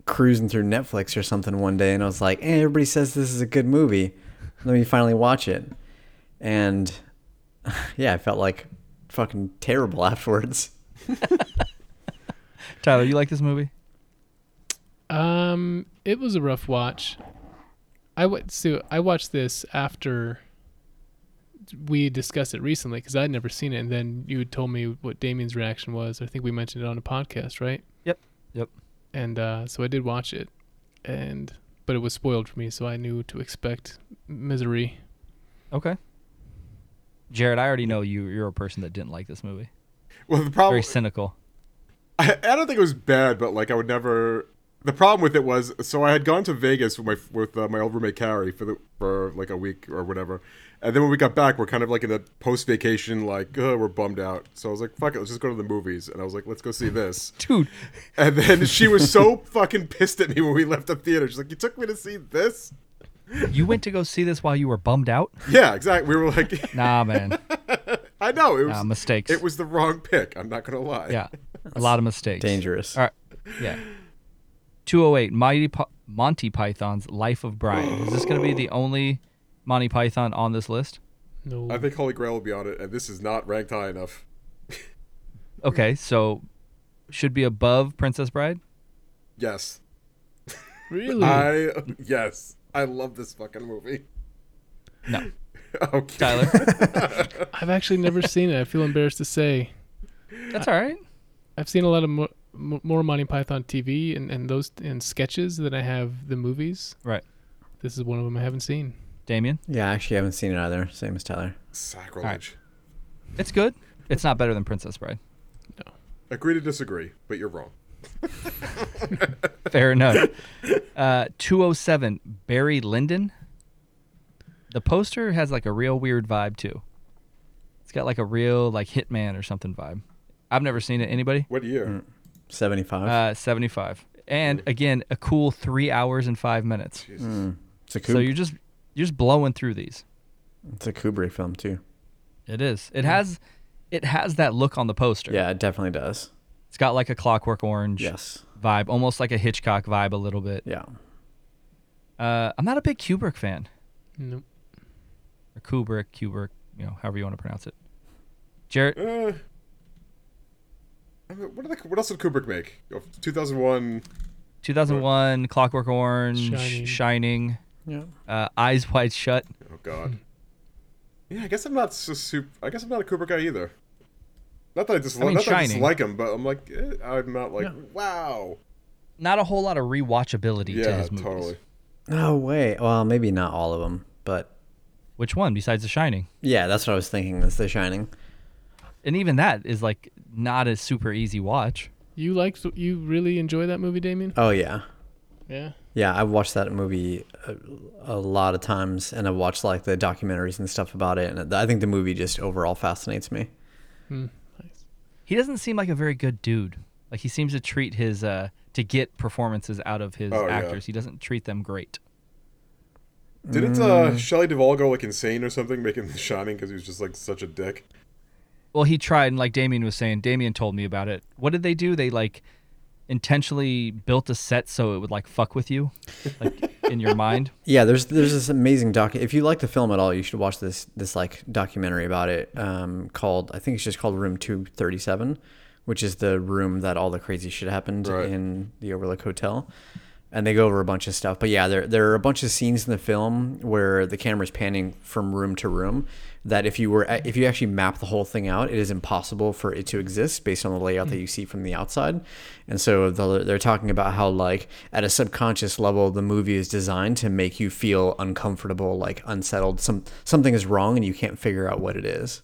[SPEAKER 3] cruising through Netflix or something one day, and I was like, "Hey, everybody says this is a good movie. Let me finally watch it." And (laughs) yeah, I felt like fucking terrible (laughs) afterwards.
[SPEAKER 2] Tyler, you like this movie?
[SPEAKER 4] Um, it was a rough watch. I went so I watched this after we discussed it recently because I'd never seen it, and then you had told me what Damien's reaction was. I think we mentioned it on a podcast, right?
[SPEAKER 2] Yep. Yep.
[SPEAKER 4] And uh, so I did watch it, and but it was spoiled for me, so I knew to expect misery.
[SPEAKER 2] Okay. Jared, I already know you. You're a person that didn't like this movie.
[SPEAKER 1] Well, the problem
[SPEAKER 3] Oh.
[SPEAKER 2] Very cynical.
[SPEAKER 1] I, I don't think it was bad, but like I would never. The problem with it was, so I had gone to Vegas with my with uh, my old roommate Carrie for the for like a week or whatever, and then when we got back, we're kind of like in a post vacation, like uh, we're bummed out. So I was like, "Fuck it, let's just go to the movies." And I was like, "Let's go see
[SPEAKER 2] (laughs)
[SPEAKER 1] this."
[SPEAKER 2] Dude,
[SPEAKER 1] And then she was so fucking pissed at me when we left the theater. She's like, "You took me to see this?"
[SPEAKER 2] you went to go see this while you were bummed out?
[SPEAKER 1] Yeah, exactly. We were like,
[SPEAKER 2] (laughs) Nah, man.
[SPEAKER 1] (laughs) "I know it was
[SPEAKER 2] Nah, mistakes.
[SPEAKER 1] it was the wrong pick." I'm not gonna lie.
[SPEAKER 2] yeah. A lot of mistakes.
[SPEAKER 3] Dangerous.
[SPEAKER 2] All right. Yeah. 208 Mighty Pi Monty Python's Life of Brian. Is this going to be the only Monty Python on this list?
[SPEAKER 4] No,
[SPEAKER 1] I think Holy Grail will be on it, and this is not ranked high enough.
[SPEAKER 2] Okay, so should be above Princess Bride?
[SPEAKER 1] Yes,
[SPEAKER 4] (laughs) really.
[SPEAKER 1] I yes, I love this fucking movie.
[SPEAKER 2] No.
[SPEAKER 1] (laughs) Okay. (laughs)
[SPEAKER 2] Tyler.
[SPEAKER 4] I've actually never seen it. I feel embarrassed to say.
[SPEAKER 2] That's all right.
[SPEAKER 4] I've seen a lot of more, more Monty Python TV and, and those and sketches than I have the movies.
[SPEAKER 2] Right.
[SPEAKER 4] This is one of them I haven't seen.
[SPEAKER 2] Damien.
[SPEAKER 3] Yeah, I actually haven't seen it either. Same as Tyler.
[SPEAKER 1] Sacrilege.
[SPEAKER 2] It's good. It's not better than Princess Bride.
[SPEAKER 1] Agree to disagree, but you're wrong.
[SPEAKER 2] Fair enough. Uh, 207 Barry Lyndon. The poster has like a real weird vibe too. It's got like a real like hitman or something vibe. I've never seen it. Anybody?
[SPEAKER 1] What year?
[SPEAKER 2] Mm.
[SPEAKER 3] Seventy-five.
[SPEAKER 2] Uh, 75. And again, a cool three hours and five minutes.
[SPEAKER 1] Jesus.
[SPEAKER 3] Hmm. it's a Kub-
[SPEAKER 2] So you're just you're just blowing through these.
[SPEAKER 3] it's a Kubrick film too.
[SPEAKER 2] It is. It has it has that look on the poster.
[SPEAKER 3] Yeah, it definitely does.
[SPEAKER 2] It's got like a clockwork orange
[SPEAKER 3] Yes.
[SPEAKER 2] vibe, almost like a Hitchcock vibe a little bit.
[SPEAKER 3] Yeah.
[SPEAKER 2] Uh, I'm not a big Kubrick fan.
[SPEAKER 4] Nope.
[SPEAKER 2] Or Kubrick, Kubrick, you know, however you want to pronounce it. Jarrett,
[SPEAKER 1] Eh, Uh, I mean, what, did they, what else did Kubrick make? Oh, Two thousand one.
[SPEAKER 2] 2001, Clockwork Orange,
[SPEAKER 4] Shining.
[SPEAKER 2] Shining,
[SPEAKER 3] Yeah.
[SPEAKER 2] uh, Eyes Wide Shut.
[SPEAKER 1] Oh God. Yeah, I guess I'm not so super. I guess I'm not a Kubrick guy either. Not that I dislike,
[SPEAKER 2] mean,
[SPEAKER 1] not that I
[SPEAKER 2] Shining.
[SPEAKER 1] dislike him, but I'm like, eh, I'm not like,
[SPEAKER 4] No.
[SPEAKER 1] wow.
[SPEAKER 2] Not a whole lot of rewatchability to
[SPEAKER 1] Yeah,
[SPEAKER 2] his movies. Mm.
[SPEAKER 1] totally.
[SPEAKER 3] No way. Well, maybe not all of them, but
[SPEAKER 2] Which one besides The Shining?
[SPEAKER 3] yeah, that's what I was thinking. Is The Shining?
[SPEAKER 2] And even that is like not a super easy watch.
[SPEAKER 4] You liked, you really enjoy that movie, Damien?
[SPEAKER 3] Oh yeah,
[SPEAKER 4] Yeah.
[SPEAKER 3] yeah. I've watched that movie a, a lot of times, and I've watched like the documentaries and stuff about it. And I think the movie just overall fascinates me.
[SPEAKER 4] Nice.
[SPEAKER 2] He doesn't seem like a very good dude. Like he seems to treat his uh to get performances out of his
[SPEAKER 1] Oh, yeah.
[SPEAKER 2] actors. He doesn't treat them great.
[SPEAKER 1] Didn't uh, Shelley Duvall go like insane or something making The Shining because he was just like such a dick?
[SPEAKER 2] Well, he tried, and like Damien was saying, Damien told me about it. What did they do? They like intentionally built a set so it would like fuck with you,
[SPEAKER 1] (laughs)
[SPEAKER 2] like in your mind.
[SPEAKER 3] Yeah, there's there's this amazing doc. If you like the film at all, you should watch this this like documentary about it. Um, called I think it's just called Room Two Thirty Seven, which is the room that all the crazy shit happened
[SPEAKER 1] Right.
[SPEAKER 3] in the Overlook Hotel. And they go over a bunch of stuff, but yeah, there there are a bunch of scenes in the film where the camera's panning from room to room. That if you were if you actually map the whole thing out, it is impossible for it to exist based on the layout that you see from the outside. And so the, they're talking about how like at a subconscious level, the movie is designed to make you feel uncomfortable, like unsettled. Some something is wrong, and you can't figure out what it is.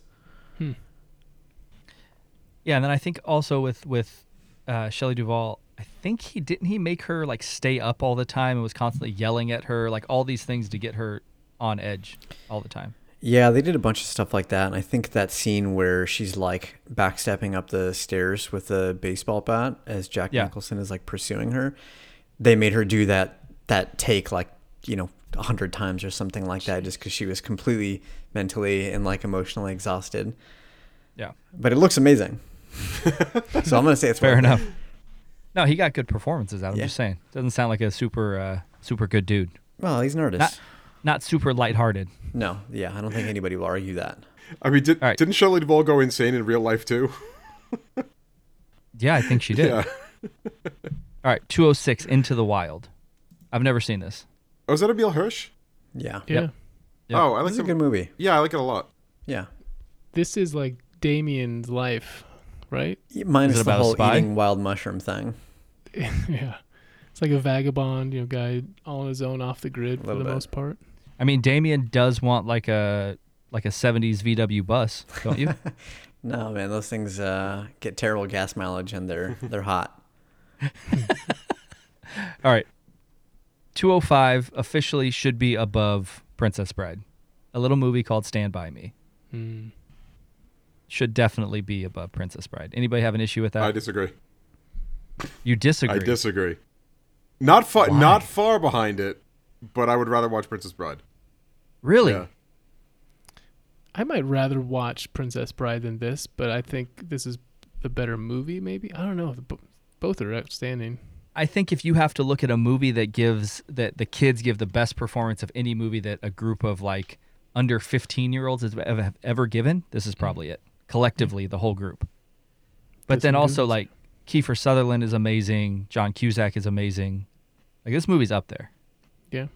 [SPEAKER 2] Yeah, and then I think also with with uh, Shelley Duvall, I think he didn't he make her like stay up all the time and was constantly yelling at her, like all these things to get her on edge all the time.
[SPEAKER 3] Yeah, they did a bunch of stuff like that, and I think that scene where she's like backstepping up the stairs with a baseball bat as Jack
[SPEAKER 2] Yeah.
[SPEAKER 3] Nicholson is like pursuing her, they made her do that that take like you know a hundred times or something like that, just because she was completely mentally and like emotionally exhausted.
[SPEAKER 2] Yeah,
[SPEAKER 3] But it
[SPEAKER 2] (laughs)
[SPEAKER 3] looks amazing, so I'm gonna say it's
[SPEAKER 2] fair
[SPEAKER 3] worth it.
[SPEAKER 2] enough. No, he got good performances out. I'm
[SPEAKER 3] Yeah.
[SPEAKER 2] just saying, doesn't sound like a super uh, super good dude.
[SPEAKER 3] Well, he's an artist.
[SPEAKER 2] Not not super lighthearted.
[SPEAKER 3] No, yeah, I don't think anybody will argue that.
[SPEAKER 1] I mean, did,
[SPEAKER 2] All right.
[SPEAKER 1] didn't Shelley Duvall go insane in real life too? (laughs)
[SPEAKER 2] Yeah, I think she did.
[SPEAKER 1] yeah.
[SPEAKER 2] All right, 206 Into the Wild. I've never seen this.
[SPEAKER 1] Oh, is that Emil Hirsch?
[SPEAKER 3] Yeah,
[SPEAKER 4] Yeah.
[SPEAKER 2] Yeah.
[SPEAKER 1] Oh, I like
[SPEAKER 3] it's a
[SPEAKER 1] him.
[SPEAKER 3] good movie.
[SPEAKER 1] Yeah, I like it a lot.
[SPEAKER 3] Yeah,
[SPEAKER 4] This is like Damien's life, right? (laughs)
[SPEAKER 3] E, minus the
[SPEAKER 2] about a
[SPEAKER 3] whole
[SPEAKER 2] spy?
[SPEAKER 3] eating wild mushroom thing.
[SPEAKER 4] yeah. It's like a vagabond, you know, guy all on his own, off the grid for the
[SPEAKER 3] Little bit.
[SPEAKER 4] most part.
[SPEAKER 2] I mean, Damien does want like a like a 70s VW bus, don't you?
[SPEAKER 3] No, man, those things uh, get terrible gas mileage
[SPEAKER 2] (laughs)
[SPEAKER 3] and they're they're hot.
[SPEAKER 2] All right. 205 officially should be above Princess Bride. A little movie called Stand by Me
[SPEAKER 4] Hmm.
[SPEAKER 2] should definitely be above Princess Bride. Anybody have an issue with that?
[SPEAKER 1] I disagree.
[SPEAKER 2] you disagree.
[SPEAKER 1] I disagree. Not far,
[SPEAKER 2] Why?
[SPEAKER 1] not far behind it, but I would rather watch Princess Bride.
[SPEAKER 2] really?
[SPEAKER 1] Yeah.
[SPEAKER 4] I might rather watch Princess Bride than this, but I think this is the better movie, maybe. I don't know. The bo- Both are outstanding.
[SPEAKER 2] I think if you have to look at a movie that gives that the kids give the best performance of any movie that a group of like under 15 year olds has ev- have ever given, this is probably it. Collectively, the whole group. But
[SPEAKER 4] This
[SPEAKER 2] then
[SPEAKER 4] one
[SPEAKER 2] also
[SPEAKER 4] does.
[SPEAKER 2] like Kiefer Sutherland is amazing, John Cusack is amazing. Like this movie's up there.
[SPEAKER 4] Yeah.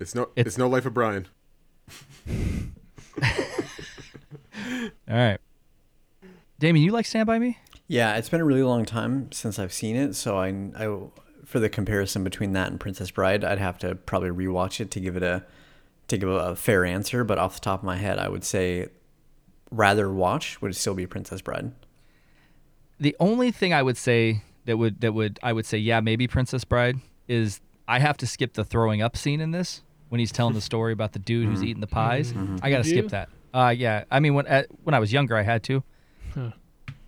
[SPEAKER 1] It's no, it's,
[SPEAKER 2] It's-
[SPEAKER 1] no Life of Brian.
[SPEAKER 2] All right. Damien, you like Stand by Me?
[SPEAKER 3] Yeah, it's been a really long time since I've seen it, so I, I for the comparison between that and Princess Bride, I'd have to probably rewatch it to give it a to give a fair answer. But off the top of my head, I would say rather watch would still be Princess Bride.
[SPEAKER 2] the only thing I would say that would that would I would say yeah maybe Princess Bride is I have to skip the throwing up scene in this when he's telling the story about the dude who's eating the pies. I got to
[SPEAKER 4] Did you?
[SPEAKER 2] skip that. Uh yeah, I mean when at, when I was younger I had to.
[SPEAKER 4] Huh.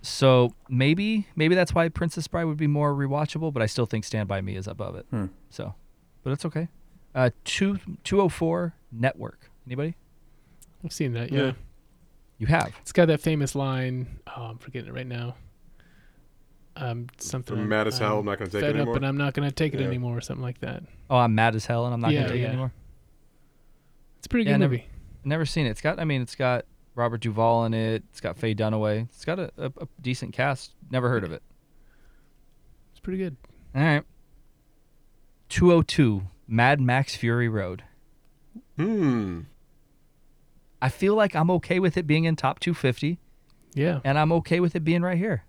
[SPEAKER 2] So maybe maybe that's why Princess Bride would be more rewatchable, but I still think Stand by Me is above it. So, but it's okay. Uh, two two oh four Network. Anybody?
[SPEAKER 4] I've seen that, yeah.
[SPEAKER 1] Yeah.
[SPEAKER 2] You have
[SPEAKER 4] It's got that famous line. Oh, I'm forgetting it right now. Um, something.
[SPEAKER 1] I'm mad as hell. I'm
[SPEAKER 4] um,
[SPEAKER 1] not going to take it
[SPEAKER 4] fed
[SPEAKER 1] anymore.
[SPEAKER 4] up and I'm not going to take it
[SPEAKER 1] Yeah.
[SPEAKER 4] anymore, or something like that.
[SPEAKER 2] oh I'm mad as hell and I'm not
[SPEAKER 4] Yeah,
[SPEAKER 2] gonna take
[SPEAKER 4] yeah.
[SPEAKER 2] it anymore.
[SPEAKER 4] It's a pretty
[SPEAKER 2] Yeah,
[SPEAKER 4] good
[SPEAKER 2] never-
[SPEAKER 4] movie.
[SPEAKER 2] Never seen it. It's got I mean it's got Robert Duvall in it. It's got Faye Dunaway. It's got a, a, a decent cast. Never heard of it.
[SPEAKER 4] It's pretty good.
[SPEAKER 2] All right. 202 Mad Max Fury Road.
[SPEAKER 1] Hmm.
[SPEAKER 2] I feel like I'm okay with it being in top 250,
[SPEAKER 4] Yeah.
[SPEAKER 2] and I'm okay with it being right here.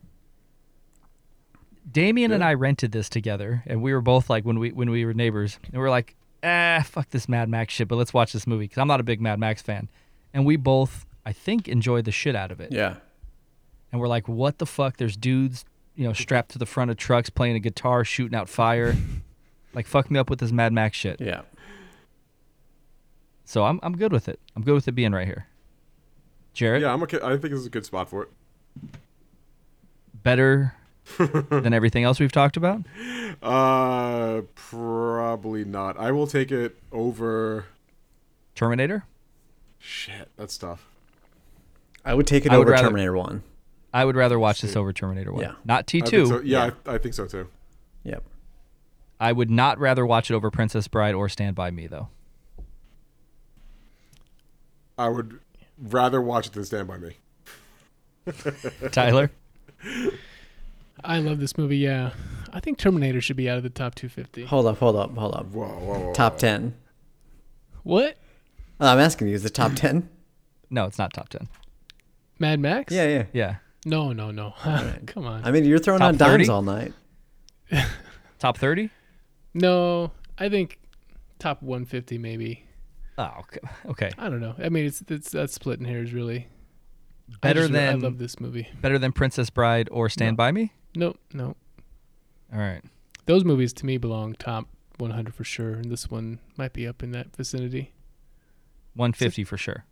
[SPEAKER 2] Damien and I rented this together, and we were both like, when we when we were neighbors, and we were like, ah, fuck this Mad Max shit, but let's watch this movie because I'm not a big Mad Max fan, and we both, I think, enjoyed the shit out of it.
[SPEAKER 3] Yeah.
[SPEAKER 2] and we're like, "What the fuck?" There's dudes, you know, strapped to the front of trucks playing a guitar, shooting out fire. like, fuck me up with this Mad Max shit.
[SPEAKER 3] Yeah.
[SPEAKER 2] So I'm I'm good with it. I'm good with it being right here. Jared,
[SPEAKER 1] Yeah, I'm okay. I think this is a good spot for it. (laughs)
[SPEAKER 2] better than everything else we've talked about.
[SPEAKER 1] Uh, probably not. I will take it over.
[SPEAKER 2] Terminator.
[SPEAKER 1] Shit, that's tough.
[SPEAKER 3] I would take it
[SPEAKER 2] I would
[SPEAKER 3] over
[SPEAKER 2] rather-
[SPEAKER 3] Terminator 1.
[SPEAKER 2] I would rather watch this over Terminator One.
[SPEAKER 3] Yeah.
[SPEAKER 2] Not T
[SPEAKER 1] I
[SPEAKER 2] two.
[SPEAKER 1] think so- Yeah, I, I think so too.
[SPEAKER 3] Yep.
[SPEAKER 2] I would not rather watch it over Princess Bride or Stand by
[SPEAKER 1] (laughs)
[SPEAKER 2] Me though.
[SPEAKER 1] I would rather watch it than Stand by Me.
[SPEAKER 2] Tyler.
[SPEAKER 4] I love this movie. Yeah. I think Terminator should be out of the top 250.
[SPEAKER 3] Hold up, hold up, hold up.
[SPEAKER 1] Whoa, whoa, whoa.
[SPEAKER 3] Top 10.
[SPEAKER 4] What?
[SPEAKER 3] Oh, I'm asking you, is it top
[SPEAKER 2] (laughs)
[SPEAKER 3] 10?
[SPEAKER 2] No, it's not top ten.
[SPEAKER 4] Mad Max?
[SPEAKER 3] Yeah, yeah.
[SPEAKER 2] Yeah.
[SPEAKER 4] No, no, no. (laughs) Come on.
[SPEAKER 3] I mean, you're throwing
[SPEAKER 2] Top
[SPEAKER 3] out dimes
[SPEAKER 2] 30?
[SPEAKER 3] all night.
[SPEAKER 2] Top thirty?
[SPEAKER 4] No, I think top 150 maybe.
[SPEAKER 2] Oh, okay. okay.
[SPEAKER 4] I don't know. I mean, it's it's that splitting hairs really. I
[SPEAKER 2] Better
[SPEAKER 4] just- I
[SPEAKER 2] than-
[SPEAKER 4] love this movie.
[SPEAKER 2] Better than Princess Bride or Stand by Me?
[SPEAKER 4] No, no.
[SPEAKER 2] All right.
[SPEAKER 4] Those movies to me belong top 100 for sure, and this one might be up in that vicinity.
[SPEAKER 2] One fifty for sure.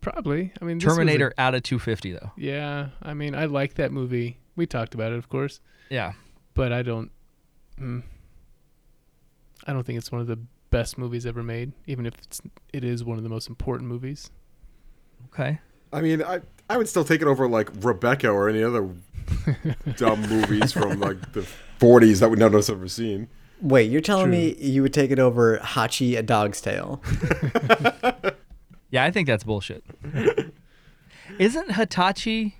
[SPEAKER 4] Probably. I mean, this was a-
[SPEAKER 2] Terminator out of 250 though.
[SPEAKER 4] yeah. I mean, I like that movie. We talked about it, of course,
[SPEAKER 2] Yeah.
[SPEAKER 4] but I don't. Mm, I don't think it's one of the best movies ever made, even if it's it is one of the most
[SPEAKER 1] (laughs)
[SPEAKER 4] important movies.
[SPEAKER 2] Okay.
[SPEAKER 1] I mean, I I would still take it over like Rebecca or any
[SPEAKER 2] (laughs)
[SPEAKER 1] other dumb movies from like the 40s that we none of us have ever seen.
[SPEAKER 3] Wait, you're telling me you would take it over Hachi, a dog's tail?
[SPEAKER 2] Yeah, I think that's bullshit. Isn't Hitachi?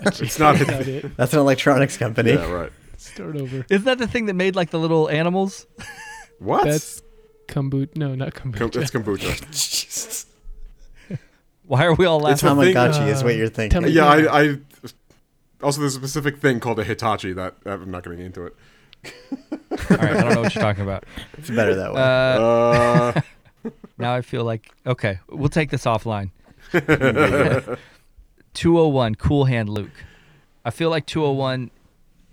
[SPEAKER 1] It's not.
[SPEAKER 4] That's (laughs) about it.
[SPEAKER 3] That's an electronics company. (laughs)
[SPEAKER 1] yeah, right.
[SPEAKER 4] Start over.
[SPEAKER 2] Isn't that the thing that made like the little animals?
[SPEAKER 1] What?
[SPEAKER 4] That's kombucha. No, not kombucha.
[SPEAKER 1] Com- that's
[SPEAKER 2] (laughs)
[SPEAKER 1] kombucha.
[SPEAKER 3] Jesus.
[SPEAKER 2] Why are we all laughing?
[SPEAKER 3] (laughs)
[SPEAKER 1] It's- I think-
[SPEAKER 3] Tamagotchi
[SPEAKER 4] Uh,
[SPEAKER 3] is what you're thinking.
[SPEAKER 4] Tama-
[SPEAKER 1] yeah, I, I. Also, there's a specific thing called a Hitachi that I'm not getting into it.
[SPEAKER 2] all right, I don't know what you're talking about.
[SPEAKER 3] It's better that way.
[SPEAKER 2] Uh, (laughs)
[SPEAKER 1] Uh,
[SPEAKER 2] now I feel like okay, we'll take this offline. (laughs) 201 Cool Hand Luke. I feel like 201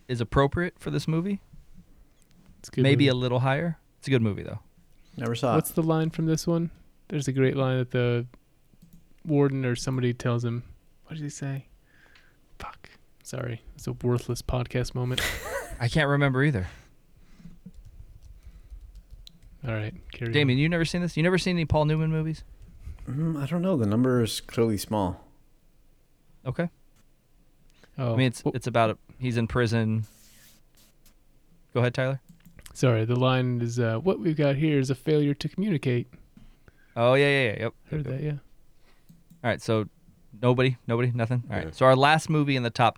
[SPEAKER 2] is appropriate for this movie.
[SPEAKER 4] It's a good
[SPEAKER 2] Maybe
[SPEAKER 4] movie.
[SPEAKER 2] a little higher. It's a good movie though.
[SPEAKER 3] Never saw
[SPEAKER 4] What's
[SPEAKER 3] it.
[SPEAKER 4] the line from this one? There's a great line that the warden or somebody tells him. What did he say? Fuck. Sorry. It's a worthless podcast moment.
[SPEAKER 2] I can't remember either.
[SPEAKER 4] All right. Carry on.
[SPEAKER 2] Damien, you never seen this? You never seen any Paul Newman movies?
[SPEAKER 3] Mm, I don't know. The number is clearly small.
[SPEAKER 2] Okay.
[SPEAKER 4] Oh,
[SPEAKER 2] I mean, it's
[SPEAKER 4] w-
[SPEAKER 2] it's about a, he's in prison. Go ahead, Tyler.
[SPEAKER 4] sorry. The line is uh, what we've got here is a failure to communicate.
[SPEAKER 2] Oh yeah, yeah, yeah. Yep.
[SPEAKER 4] Heard that? Yeah.
[SPEAKER 2] All right. So nobody, nobody, nothing. All right.
[SPEAKER 1] Yeah.
[SPEAKER 2] So our last movie in the top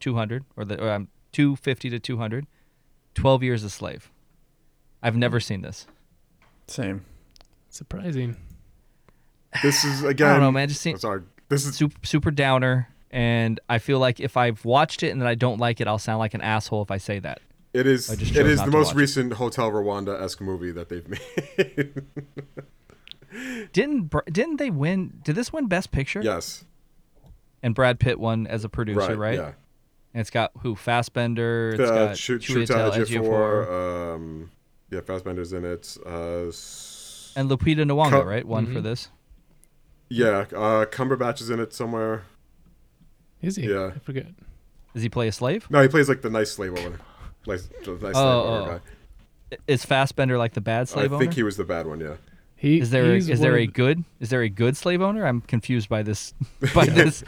[SPEAKER 2] 200 or the or, um, 250 to 200, 12 Years a Slave. I've
[SPEAKER 4] Hmm.
[SPEAKER 2] never seen this.
[SPEAKER 3] Same.
[SPEAKER 4] Surprising.
[SPEAKER 1] this is
[SPEAKER 2] I
[SPEAKER 1] again.
[SPEAKER 2] don't know, man. It Just
[SPEAKER 1] I'm
[SPEAKER 2] seems
[SPEAKER 1] sorry. This is
[SPEAKER 2] super, super downer, and I feel like if I've watched it and then I don't like it, I'll sound like an asshole if I say that.
[SPEAKER 1] it is
[SPEAKER 2] I just
[SPEAKER 1] it
[SPEAKER 2] chose
[SPEAKER 1] is
[SPEAKER 2] not
[SPEAKER 1] the
[SPEAKER 2] to
[SPEAKER 1] most
[SPEAKER 2] watch it.
[SPEAKER 1] recent Hotel Rwanda esque movie that they've (laughs) made.
[SPEAKER 2] Didn't Br- didn't they win? Did this win Best Picture?
[SPEAKER 1] yes.
[SPEAKER 2] And Brad Pitt won as a producer,
[SPEAKER 1] Right.
[SPEAKER 2] right?
[SPEAKER 1] Yeah.
[SPEAKER 2] And it's got who? Fassbender. It's
[SPEAKER 1] uh,
[SPEAKER 2] got
[SPEAKER 1] shoot, shoot
[SPEAKER 2] Chiwetel Ejiofor.
[SPEAKER 1] Ejiofor. Um, yeah, Fassbender's in it. Uh, s-
[SPEAKER 2] and Lupita Nyong'o,
[SPEAKER 1] Co-
[SPEAKER 2] right? One for
[SPEAKER 4] Mhm.
[SPEAKER 2] this.
[SPEAKER 1] yeah, uh, Cumberbatch is in it somewhere.
[SPEAKER 4] Is he?
[SPEAKER 1] Yeah.
[SPEAKER 4] I forget.
[SPEAKER 2] Does he play a slave?
[SPEAKER 1] No, he plays like the nice slave owner. Like, the nice slave
[SPEAKER 2] Oh,
[SPEAKER 1] owner
[SPEAKER 2] oh. Is Fassbender like the bad
[SPEAKER 1] guy. I
[SPEAKER 2] slave
[SPEAKER 1] think
[SPEAKER 2] owner?
[SPEAKER 1] he was the bad one. Yeah.
[SPEAKER 4] He
[SPEAKER 2] is there a,
[SPEAKER 4] he's
[SPEAKER 2] is there
[SPEAKER 4] one
[SPEAKER 2] a
[SPEAKER 4] of the-
[SPEAKER 2] good is there a good slave owner? I'm confused
[SPEAKER 1] (laughs)
[SPEAKER 2] by this (laughs) by this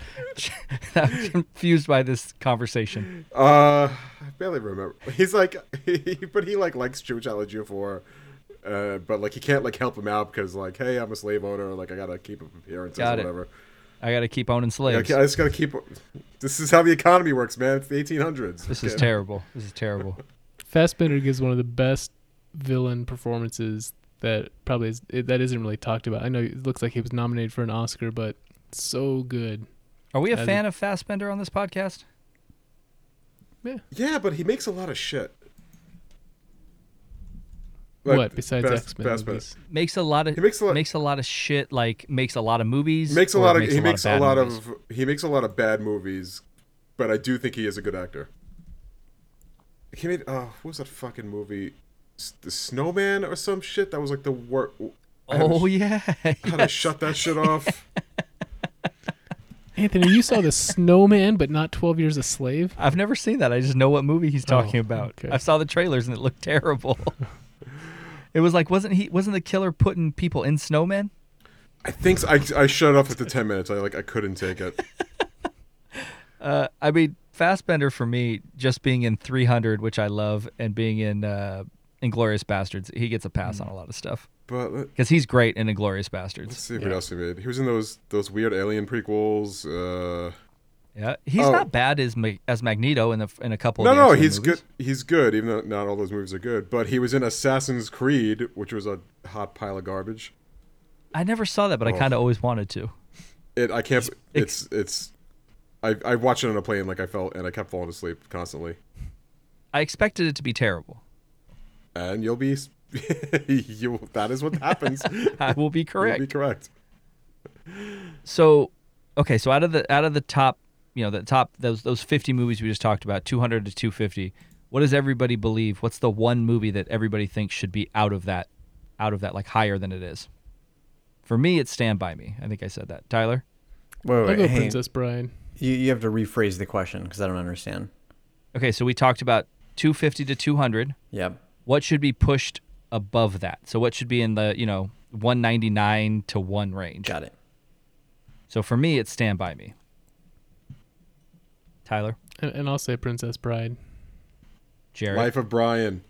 [SPEAKER 2] I'm confused by this conversation.
[SPEAKER 1] (laughs) Uh, I barely remember. He's like, he, but he like likes Chiwetel Ejiofor, Uh, but like he can't like help him out because like hey I'm a slave owner like I gotta keep up appearances
[SPEAKER 2] Got
[SPEAKER 1] or
[SPEAKER 2] it.
[SPEAKER 1] whatever.
[SPEAKER 2] I got to keep owning
[SPEAKER 1] I,
[SPEAKER 2] slaves.
[SPEAKER 1] ca- I just gotta keep. This is how the economy works, man. It's the 1800s.
[SPEAKER 2] This is
[SPEAKER 1] Okay.
[SPEAKER 2] terrible. This is terrible.
[SPEAKER 4] Fassbender gives one of the best villain performances that probably is it, that isn't really talked about. I know it looks like he was nominated for an Oscar, but so good.
[SPEAKER 2] Are we a
[SPEAKER 4] As-
[SPEAKER 2] fan of Fassbender on this podcast?
[SPEAKER 1] Yeah, but he makes a lot of shit.
[SPEAKER 4] what besides
[SPEAKER 1] best-
[SPEAKER 4] X Men
[SPEAKER 1] best bet.
[SPEAKER 4] movies?
[SPEAKER 2] Makes a lot of
[SPEAKER 1] He makes a lot-
[SPEAKER 2] makes a lot of shit. Like makes a lot of movies.
[SPEAKER 1] He makes a
[SPEAKER 2] or
[SPEAKER 1] lot of he makes
[SPEAKER 2] bad
[SPEAKER 1] a lot
[SPEAKER 2] movies.
[SPEAKER 1] of he makes a lot of bad movies, but I do think he is a good actor. He made oh what was that fucking movie, S- The Snowman or some shit that was like the worst.
[SPEAKER 2] Oh yeah. (laughs)
[SPEAKER 1] how to
[SPEAKER 2] yes.
[SPEAKER 1] shut that shit off?
[SPEAKER 4] Anthony, you saw the Snowman, but not Twelve Years a Slave.
[SPEAKER 2] I've never seen that. I just know what movie he's talking
[SPEAKER 4] Oh,
[SPEAKER 2] about.
[SPEAKER 4] okay.
[SPEAKER 2] I saw the trailers and it looked terrible. it was like wasn't he wasn't the killer putting people in snowmen?
[SPEAKER 1] I think so. I I shut it off after ten minutes. I like I couldn't take it.
[SPEAKER 2] Uh, I mean, Fassbender for me, just being in 300, which I love, and being in uh, Inglorious Bastards, he gets a pass
[SPEAKER 4] Mm.
[SPEAKER 2] on a lot of stuff
[SPEAKER 1] But let-
[SPEAKER 2] because he's great in Inglorious
[SPEAKER 1] let's
[SPEAKER 2] Bastards.
[SPEAKER 1] see what else he made. He was in those those weird Alien prequels. Uh,
[SPEAKER 2] Yeah, he's
[SPEAKER 1] Oh.
[SPEAKER 2] not bad as Ma- as Magneto in the in a couple.
[SPEAKER 1] no,
[SPEAKER 2] of the
[SPEAKER 1] no,
[SPEAKER 2] X-Men
[SPEAKER 1] he's
[SPEAKER 2] movies.
[SPEAKER 1] good. He's good, even though not all those movies are good. But he was in Assassin's Creed, which was a hot pile of garbage.
[SPEAKER 2] I never saw that, but I
[SPEAKER 1] Oh.
[SPEAKER 2] kind of always wanted to.
[SPEAKER 1] It I can't.
[SPEAKER 2] It's-
[SPEAKER 1] It's it's. I I watched it on a plane like I felt, and I kept falling asleep constantly.
[SPEAKER 2] I expected it to be terrible.
[SPEAKER 1] And you'll be, (laughs) you that is
[SPEAKER 2] (laughs)
[SPEAKER 1] what happens.
[SPEAKER 2] I will be
[SPEAKER 1] (laughs)
[SPEAKER 2] correct.
[SPEAKER 1] You'll be correct.
[SPEAKER 2] so okay so out of the out of the top you know the top those those 50 movies we just talked about 200 to 250 what does everybody believe what's the one movie that everybody thinks should be out of that out of that like higher than it is for me it's stand by me i think i said that tyler
[SPEAKER 3] Wait,
[SPEAKER 4] I'll
[SPEAKER 3] wait,
[SPEAKER 4] go
[SPEAKER 3] hey,
[SPEAKER 4] Princess Bride.
[SPEAKER 3] you, you have to rephrase the question because I don't understand.
[SPEAKER 2] okay so we talked about 250 to 200
[SPEAKER 3] Yep.
[SPEAKER 2] what should be pushed above that so what should be in the you know 199 to 1 range
[SPEAKER 3] Got it.
[SPEAKER 2] so for me it's stand by me tyler
[SPEAKER 4] And, and I'll say Princess Bride.
[SPEAKER 2] jared
[SPEAKER 1] Life of Brian.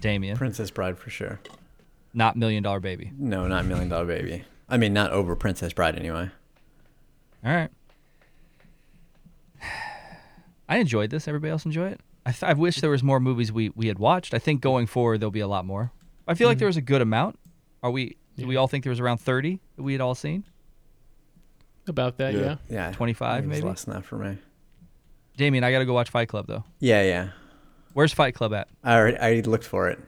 [SPEAKER 2] damien
[SPEAKER 3] Princess Bride for sure.
[SPEAKER 2] not million dollar baby
[SPEAKER 3] No, not Million Dollar Baby. I mean, not over Princess Bride anyway.
[SPEAKER 2] All right. (sighs) I enjoyed this. Everybody else enjoy it? I, th- I wish there was more movies we, we had watched. I think going forward there'll be a lot more. I feel
[SPEAKER 1] Mm-hmm.
[SPEAKER 2] like there was a good amount. Are we? Do we all think there was around thirty that we had all seen?
[SPEAKER 4] About that,
[SPEAKER 1] Yeah.
[SPEAKER 4] yeah.
[SPEAKER 3] Yeah. I think
[SPEAKER 2] 25
[SPEAKER 3] it was
[SPEAKER 2] maybe?
[SPEAKER 3] Less than that for me.
[SPEAKER 2] Damien, I gotta go watch Fight Club though.
[SPEAKER 3] Yeah, yeah.
[SPEAKER 2] Where's Fight Club at?
[SPEAKER 3] I already, I already looked for it.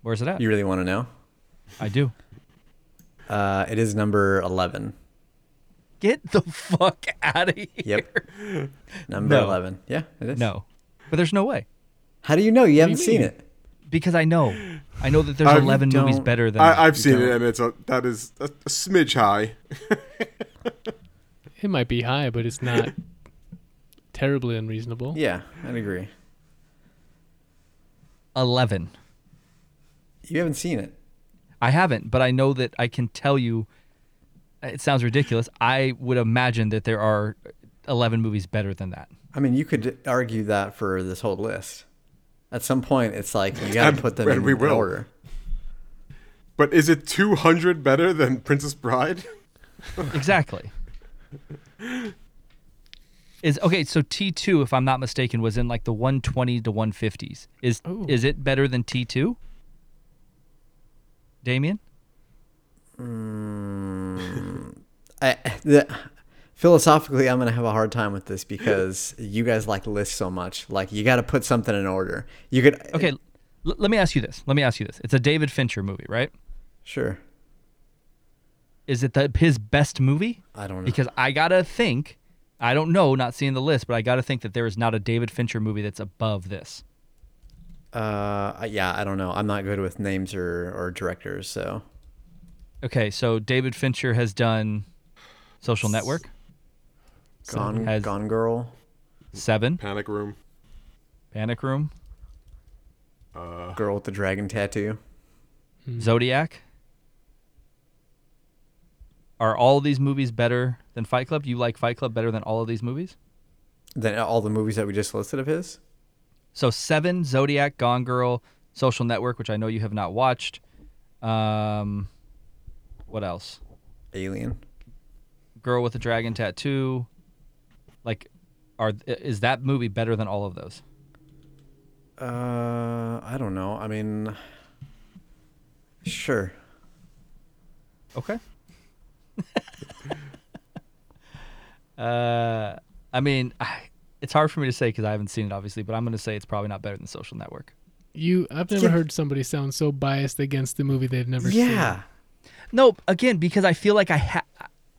[SPEAKER 2] Where's it at?
[SPEAKER 3] You really want to know?
[SPEAKER 2] I do.
[SPEAKER 3] Uh, it is number 11.
[SPEAKER 2] Get the fuck out of here.
[SPEAKER 3] Yep. Number
[SPEAKER 2] No.
[SPEAKER 3] 11. Yeah, it is.
[SPEAKER 2] No, but there's no way
[SPEAKER 3] How do you know? You haven't
[SPEAKER 4] you
[SPEAKER 3] seen
[SPEAKER 4] mean?
[SPEAKER 3] it.
[SPEAKER 2] because I know. I know that there's
[SPEAKER 1] I
[SPEAKER 2] eleven movies
[SPEAKER 3] don't-
[SPEAKER 2] better than.
[SPEAKER 1] I, I've seen it,
[SPEAKER 3] don't-
[SPEAKER 1] and it's a that is a, a smidge high.
[SPEAKER 4] It might be high, but it's not terribly unreasonable.
[SPEAKER 3] Yeah, I'd agree.
[SPEAKER 2] eleven.
[SPEAKER 3] You haven't seen it.
[SPEAKER 2] I haven't, but I know that I can tell you. uh, It sounds ridiculous. I would imagine that there are eleven movies better than that.
[SPEAKER 3] I mean, you could argue that for this whole list. At some point, it's like you got to put them
[SPEAKER 1] And
[SPEAKER 3] in
[SPEAKER 1] we will.
[SPEAKER 3] order.
[SPEAKER 1] But is it 200 better than Princess Bride? (laughs)
[SPEAKER 2] Exactly. Is okay. So T two, if I'm not mistaken, was in like the 120 to 150s. Is
[SPEAKER 4] Ooh.
[SPEAKER 2] is it better than T two? Damien,
[SPEAKER 3] I, the, philosophically, I'm gonna have a hard time with this because you guys like lists so much. Like you got to put something in order. You could
[SPEAKER 2] okay. l- let me ask you this. Let me ask you this. It's a David Fincher movie, right?
[SPEAKER 3] sure.
[SPEAKER 2] Is it the, his best movie?
[SPEAKER 3] I don't know.
[SPEAKER 2] because I gotta think. I don't know, not seeing the list, but I gotta think that there is not a David Fincher movie that's above this.
[SPEAKER 3] uh, yeah, I don't know. I'm not good with names or or directors, so
[SPEAKER 2] Okay, so David Fincher has done Social Network,
[SPEAKER 3] Gone
[SPEAKER 2] Has-
[SPEAKER 3] Gone Girl,
[SPEAKER 2] Seven,
[SPEAKER 1] Panic Room.
[SPEAKER 2] Panic Room,
[SPEAKER 1] Uh,
[SPEAKER 3] Girl with the Dragon Tattoo.
[SPEAKER 2] Zodiac. Are all these movies better than Fight Club? Do you like Fight Club better than all of these movies?
[SPEAKER 3] Then all the movies that we just listed of his.
[SPEAKER 2] So Seven, Zodiac, Gone Girl, Social Network, which I know you have not watched. Um, what else?
[SPEAKER 3] Alien.
[SPEAKER 2] Girl with a Dragon Tattoo. Like, are is that movie better than all of those?
[SPEAKER 3] Uh, I don't know. I mean, sure.
[SPEAKER 2] Okay. (laughs) uh, I mean, I, it's hard for me to say because I haven't seen it, obviously, but I'm going to say it's probably not better than Social Network.
[SPEAKER 4] You, I've never
[SPEAKER 3] Yeah.
[SPEAKER 4] heard somebody sound so biased against the movie they've never seen.
[SPEAKER 3] Yeah.
[SPEAKER 2] No, again, because I feel like I ha-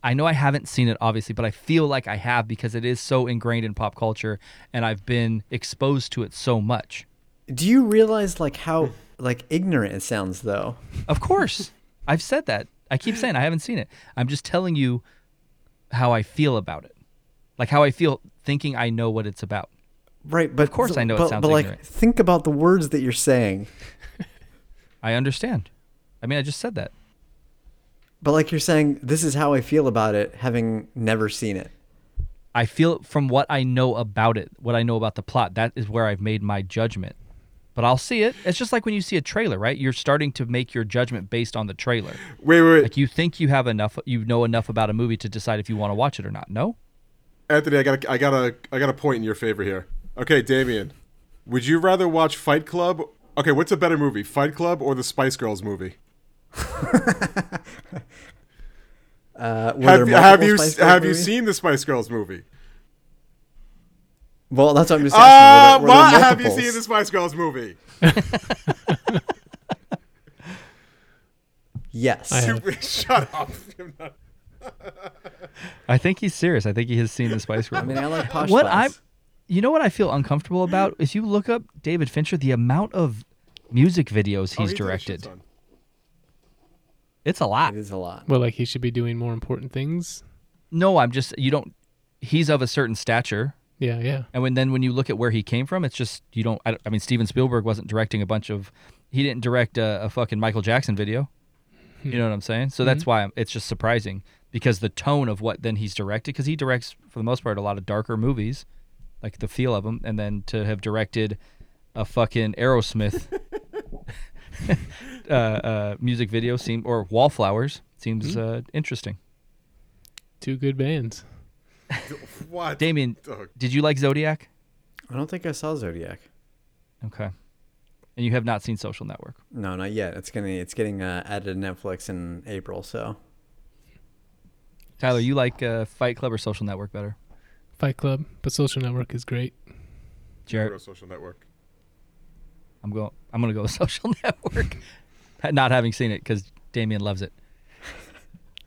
[SPEAKER 2] I know I haven't seen it, obviously, but I feel like I have because it is so ingrained in pop culture and I've been exposed to it so much.
[SPEAKER 3] Do you realize like (laughs) how like ignorant it sounds though?
[SPEAKER 2] Of (laughs) course. I've said that. I keep saying I haven't seen it. I'm just telling you how I feel about it. Like how I feel thinking I know what it's about.
[SPEAKER 3] Right, but of
[SPEAKER 2] course I know it
[SPEAKER 3] but,
[SPEAKER 2] sounds
[SPEAKER 3] but like
[SPEAKER 2] ignorant.
[SPEAKER 3] think about the words that you're saying.
[SPEAKER 2] I understand. I mean, I just said that.
[SPEAKER 3] But like you're saying this is how I feel about it having never seen it.
[SPEAKER 2] I feel from what I know about it, what I know about the plot, that is where I've made my judgment. But I'll see it. It's just like when you see a trailer, right? You're starting to make your judgment based on the trailer.
[SPEAKER 1] Wait, wait, wait.
[SPEAKER 2] Like you think you have enough, you know enough about a movie to decide if you want to watch it or not. No?
[SPEAKER 1] Anthony, I got, a, I got a, I got a point in your favor here. Okay, Damien, would you rather watch Fight Club? Okay, what's a better movie, Fight Club or the Spice Girls movie?
[SPEAKER 3] Uh, were
[SPEAKER 1] Have, have
[SPEAKER 3] there multiple
[SPEAKER 1] you
[SPEAKER 3] Spice Girls
[SPEAKER 1] have you
[SPEAKER 3] movies?
[SPEAKER 1] seen the Spice Girls movie?
[SPEAKER 3] Well, that's what I'm just
[SPEAKER 1] Uh,
[SPEAKER 3] asking. were there- were
[SPEAKER 1] what
[SPEAKER 3] there
[SPEAKER 1] have you
[SPEAKER 3] multiples?
[SPEAKER 1] seen the Spice Girls movie?
[SPEAKER 3] Yes.
[SPEAKER 4] I
[SPEAKER 1] (laughs)
[SPEAKER 4] have.
[SPEAKER 1] Shut up. I'm not-
[SPEAKER 2] I think he's serious. I think he has seen the Spice Girls.
[SPEAKER 3] I mean, I like posh
[SPEAKER 2] what
[SPEAKER 3] Spice.
[SPEAKER 2] I'm, you know what I feel uncomfortable about is you look up David Fincher, the amount of music videos
[SPEAKER 1] Oh, he did a
[SPEAKER 2] he's
[SPEAKER 1] shit
[SPEAKER 2] directed.
[SPEAKER 1] ton.
[SPEAKER 2] It's a lot.
[SPEAKER 3] It is a lot.
[SPEAKER 4] Well, like he should be doing more important things.
[SPEAKER 2] No, I'm just you don't. He's of a certain stature,
[SPEAKER 4] Yeah, yeah.
[SPEAKER 2] and when then when you look at where he came from, it's just you don't. I, don't- I mean, Steven Spielberg wasn't directing a bunch of. He didn't direct a, a fucking Michael Jackson video. You know what I'm saying? So that's why I'm, it's just surprising because the tone of what then he's directed because he directs for the most part a lot of darker movies, like the feel of them, and then to have directed a fucking Aerosmith (laughs) uh, uh, music video seem or Wallflowers seems uh, interesting.
[SPEAKER 4] Two good bands.
[SPEAKER 1] What?
[SPEAKER 2] Damien,
[SPEAKER 1] Oh,
[SPEAKER 2] did you like Zodiac?
[SPEAKER 3] I don't think I saw Zodiac.
[SPEAKER 2] Okay. And you have not seen Social Network.
[SPEAKER 3] No, not yet. It's gonna. It's getting uh, added to Netflix in April. So
[SPEAKER 2] Tyler, you like uh, Fight Club or Social Network better?
[SPEAKER 4] Fight Club, but Social Network is great.
[SPEAKER 2] Jared,
[SPEAKER 1] Social Network.
[SPEAKER 2] I'm going. I'm going to go (laughs) with Social Network, not having seen it because Damien loves it.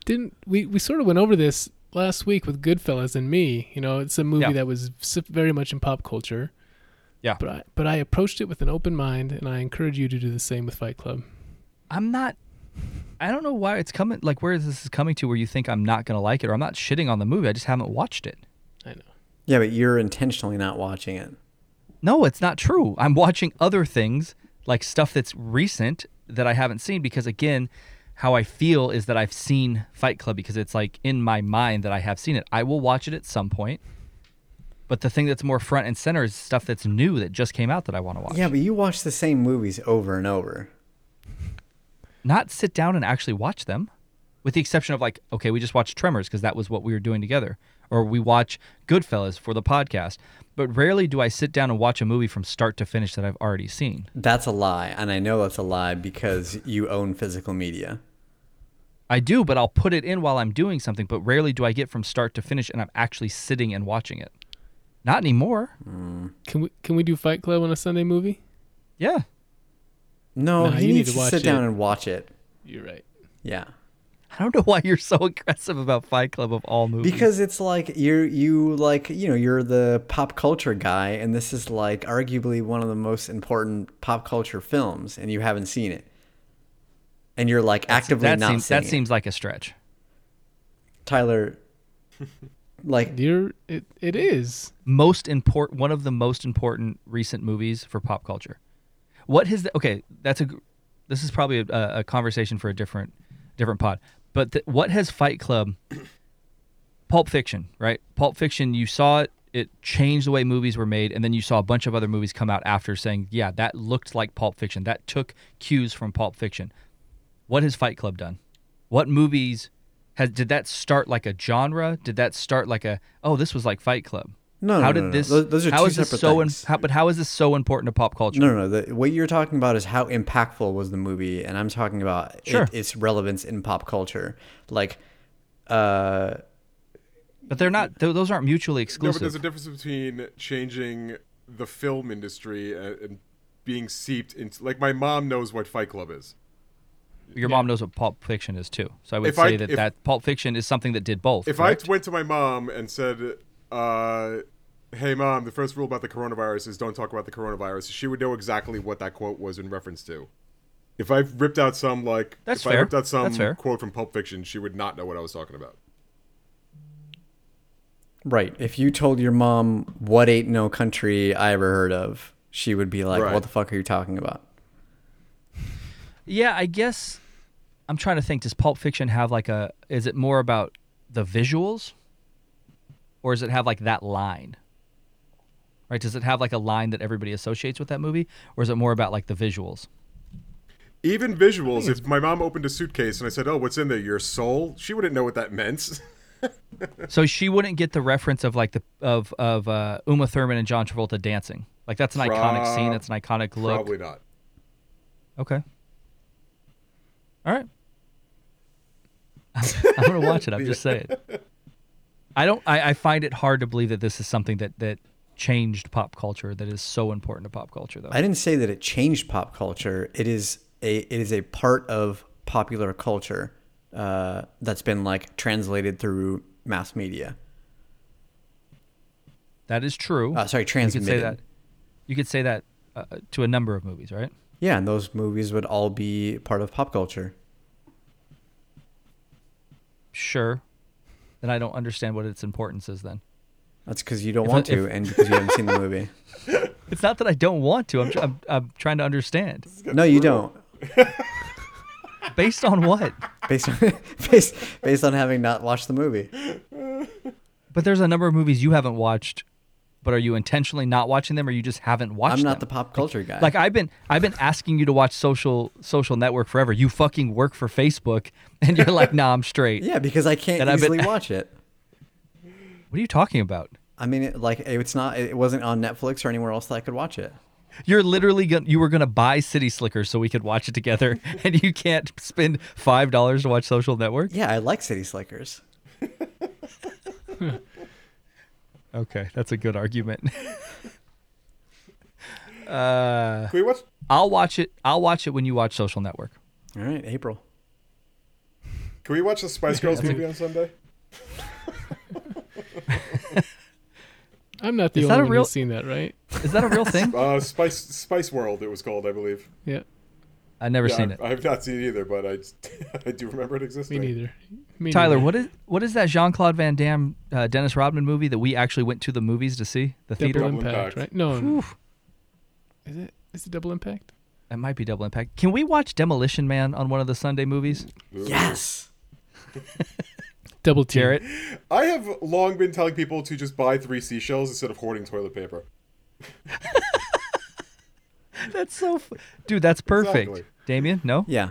[SPEAKER 4] Didn't we? We sort of went over this last week with Goodfellas and me. You know, it's a movie
[SPEAKER 2] Yeah.
[SPEAKER 4] that was s- very much in pop culture.
[SPEAKER 2] Yeah.
[SPEAKER 4] But I, but I approached it with an open mind, and I encourage you to do the same with Fight Club.
[SPEAKER 2] I'm not. I don't know why it's coming. Like where this is coming to, where you think I'm not going to like it, or I'm not shitting on the movie. I just haven't watched it.
[SPEAKER 4] I know.
[SPEAKER 3] yeah, but you're intentionally not watching it.
[SPEAKER 2] No, it's not true. I'm watching other things, like stuff that's recent that I haven't seen because again, how I feel is that I've seen Fight Club because it's like in my mind that I have seen it. I will watch it at some point. But the thing that's more front and center is stuff that's new that just came out that I want to watch.
[SPEAKER 3] Yeah, but you watch the same movies over and over.
[SPEAKER 2] Not sit down and actually watch them. With the exception of like, okay, we just watched Tremors because that was what we were doing together. Or we watch Goodfellas for the podcast. But rarely do I sit down and watch a movie from start to finish that I've already seen.
[SPEAKER 3] That's a lie, and I know that's a lie because you own physical media.
[SPEAKER 2] I do, but I'll put it in while I'm doing something, but rarely do I get from start to finish and I'm actually sitting and watching it. Not anymore.
[SPEAKER 4] Can we can we do Fight Club on a Sunday movie?
[SPEAKER 2] Yeah.
[SPEAKER 3] No,
[SPEAKER 4] No,
[SPEAKER 3] he
[SPEAKER 4] you need
[SPEAKER 3] needs
[SPEAKER 4] to
[SPEAKER 3] to,
[SPEAKER 4] watch
[SPEAKER 3] sit down
[SPEAKER 4] it.
[SPEAKER 3] and watch it.
[SPEAKER 4] You're right.
[SPEAKER 3] Yeah,
[SPEAKER 2] I don't know why you're so aggressive about Fight Club of all movies.
[SPEAKER 3] because it's like you you like you know you're the pop culture guy, and this is like arguably one of the most important pop culture films, and you haven't seen it, and you're like actively
[SPEAKER 2] that
[SPEAKER 3] not
[SPEAKER 2] seems
[SPEAKER 3] seeing
[SPEAKER 2] that
[SPEAKER 3] it.
[SPEAKER 2] seems like a stretch. (laughs)
[SPEAKER 3] Tyler. Like
[SPEAKER 4] You're it. It is.
[SPEAKER 2] Most important one of the most important recent movies for pop culture. What has the, okay, that's a gr- this is probably a, a conversation for a different different pod. (coughs) But th- what has Fight Club Pulp Fiction, right? Pulp Fiction, you saw it, it changed the way movies were made and then you saw a bunch of other movies come out after saying yeah that looked like pulp fiction that took cues from pulp fiction what has fight club done what movies has did that start like a genre did that start like a oh this was like fight club
[SPEAKER 3] No,
[SPEAKER 2] how
[SPEAKER 3] no,
[SPEAKER 2] did
[SPEAKER 3] no, no.
[SPEAKER 2] this
[SPEAKER 3] Those- those are
[SPEAKER 2] how
[SPEAKER 3] two
[SPEAKER 2] is this
[SPEAKER 3] separate
[SPEAKER 2] so
[SPEAKER 3] things.
[SPEAKER 2] how, but how is this so important to pop culture
[SPEAKER 3] No, no, no. The, what you're talking about is how impactful was the movie, and I'm talking about it-
[SPEAKER 2] Sure.
[SPEAKER 3] its relevance in pop culture. Like, uh,
[SPEAKER 2] but they're not th- those aren't mutually
[SPEAKER 1] No, but
[SPEAKER 2] exclusive
[SPEAKER 1] there's a difference between changing the film industry and, and being seeped into. Like my mom knows what Fight Club is.
[SPEAKER 2] your mom knows what pulp fiction is too so i would
[SPEAKER 1] If
[SPEAKER 2] say
[SPEAKER 1] I-
[SPEAKER 2] that
[SPEAKER 1] if-
[SPEAKER 2] that pulp fiction is something that did both
[SPEAKER 1] If
[SPEAKER 2] correct?
[SPEAKER 1] I went to my mom and said, uh, "Hey, mom, the first rule about the coronavirus is don't talk about the coronavirus," she would know exactly what that quote was in reference to. If I ripped out some like,
[SPEAKER 2] That's
[SPEAKER 1] if I
[SPEAKER 2] fair.
[SPEAKER 1] ripped out some
[SPEAKER 2] That's fair.
[SPEAKER 1] quote from Pulp Fiction, she would not know what I was talking about.
[SPEAKER 3] right. If you told your mom what ain't no country I ever heard of, she would be like,
[SPEAKER 1] Right.
[SPEAKER 3] "What the fuck are you talking about?"
[SPEAKER 2] Yeah, I guess I'm trying to think. Does Pulp Fiction have like a? Is it more about the visuals, or does it have like that line? Right? Does it have like a line that everybody associates with that movie, or is it more about like
[SPEAKER 1] (laughs)
[SPEAKER 2] the visuals?
[SPEAKER 1] Even
[SPEAKER 2] Hmm.
[SPEAKER 1] visuals. If my mom opened a suitcase and I said, "Oh, what's in there? Your soul," she wouldn't know what that meant. (laughs)
[SPEAKER 2] So she wouldn't get the reference of like the of of uh, Uma Thurman and John Travolta dancing. Like that's an iconic scene.
[SPEAKER 1] Prob-
[SPEAKER 2] That's an iconic look.
[SPEAKER 1] Probably
[SPEAKER 2] (laughs)
[SPEAKER 1] not.
[SPEAKER 2] Okay. All right. (laughs) I'm gonna watch it. I'm just saying. (laughs) I don't. I, I find it hard to believe that this is something that that changed pop culture. That is so important to pop culture, though.
[SPEAKER 3] I didn't say that it changed pop culture. It is a it is a part of popular culture uh, that's been like transslated through mass media.
[SPEAKER 2] that is true.
[SPEAKER 3] Uh, sorry,
[SPEAKER 2] you could
[SPEAKER 3] transmitted.
[SPEAKER 2] say that. You could say that uh, to a number of movies, right?
[SPEAKER 3] Yeah, and those movies would all be part of pop culture.
[SPEAKER 2] Sure. Then I don't understand what its importance is. Then
[SPEAKER 3] That's because you don't
[SPEAKER 2] If I-
[SPEAKER 3] want to,
[SPEAKER 2] if-
[SPEAKER 3] and because you haven't seen
[SPEAKER 2] (laughs)
[SPEAKER 3] the movie.
[SPEAKER 2] it's not that I don't want to. I'm tr- I'm, I'm trying to understand.
[SPEAKER 3] No, you don't.
[SPEAKER 2] Based on what?
[SPEAKER 3] Based on (laughs) based based on having not watched the movie.
[SPEAKER 2] But there's a number of movies you haven't watched. But are you intentionally not watching them, or you just haven't watched?
[SPEAKER 3] I'm not
[SPEAKER 2] them?
[SPEAKER 3] the pop culture guy.
[SPEAKER 2] Like I've been I've been asking you to watch social social network forever. You fucking work for Facebook (laughs) and you're like, nah, I'm
[SPEAKER 3] (laughs)
[SPEAKER 2] straight.
[SPEAKER 3] yeah, because I can't
[SPEAKER 2] And I've been- (laughs)
[SPEAKER 3] easily watch it.
[SPEAKER 2] What are you talking about?
[SPEAKER 3] I mean, it, like it's not. It wasn't on Netflix or anywhere else that I could watch it.
[SPEAKER 2] You're literally gonna you were gonna buy City Slickers so we could watch it
[SPEAKER 3] (laughs)
[SPEAKER 2] together and you can't spend five dollars to watch social network?
[SPEAKER 3] Yeah, I like City Slickers.
[SPEAKER 2] Okay, that's a good argument. (laughs) uh
[SPEAKER 1] Can we watch?
[SPEAKER 2] I'll watch it I'll watch it when you watch social network.
[SPEAKER 3] All right, April.
[SPEAKER 1] Can we watch the Spice
[SPEAKER 2] (laughs)
[SPEAKER 1] Girls movie on Sunday?
[SPEAKER 4] I'm not the
[SPEAKER 2] Is that
[SPEAKER 4] only
[SPEAKER 2] a
[SPEAKER 4] one
[SPEAKER 2] real-
[SPEAKER 4] who's seen that, right?
[SPEAKER 2] Is that a real
[SPEAKER 3] (laughs)
[SPEAKER 2] thing?
[SPEAKER 1] Uh, Spice Spice World, it was called, I believe.
[SPEAKER 4] Yeah,
[SPEAKER 2] I've never
[SPEAKER 1] Yeah,
[SPEAKER 2] seen
[SPEAKER 1] I've,
[SPEAKER 2] it.
[SPEAKER 1] I've not seen it either, but I (laughs) I do remember it
[SPEAKER 4] me
[SPEAKER 1] existing.
[SPEAKER 4] neither. Me
[SPEAKER 2] Tyler,
[SPEAKER 4] neither.
[SPEAKER 2] what is what is that Jean Claude Van Damme, uh, Dennis Rodman movie that we actually went to the movies to see the
[SPEAKER 4] double
[SPEAKER 2] theater?
[SPEAKER 4] impact,
[SPEAKER 1] Impact.
[SPEAKER 4] right? No, no.
[SPEAKER 2] Whew.
[SPEAKER 4] is it is it double impact?
[SPEAKER 2] That might be Double Impact. Can we watch Demolition Man on one of the Sunday movies?
[SPEAKER 3] Yes.
[SPEAKER 4] Double team. (laughs)
[SPEAKER 2] Jarrett,
[SPEAKER 1] I have long been telling people to just buy three seashells instead of hoarding toilet paper.
[SPEAKER 2] that's so, f- dude, that's perfect.
[SPEAKER 1] Exactly.
[SPEAKER 2] Damien, no,
[SPEAKER 3] Yeah.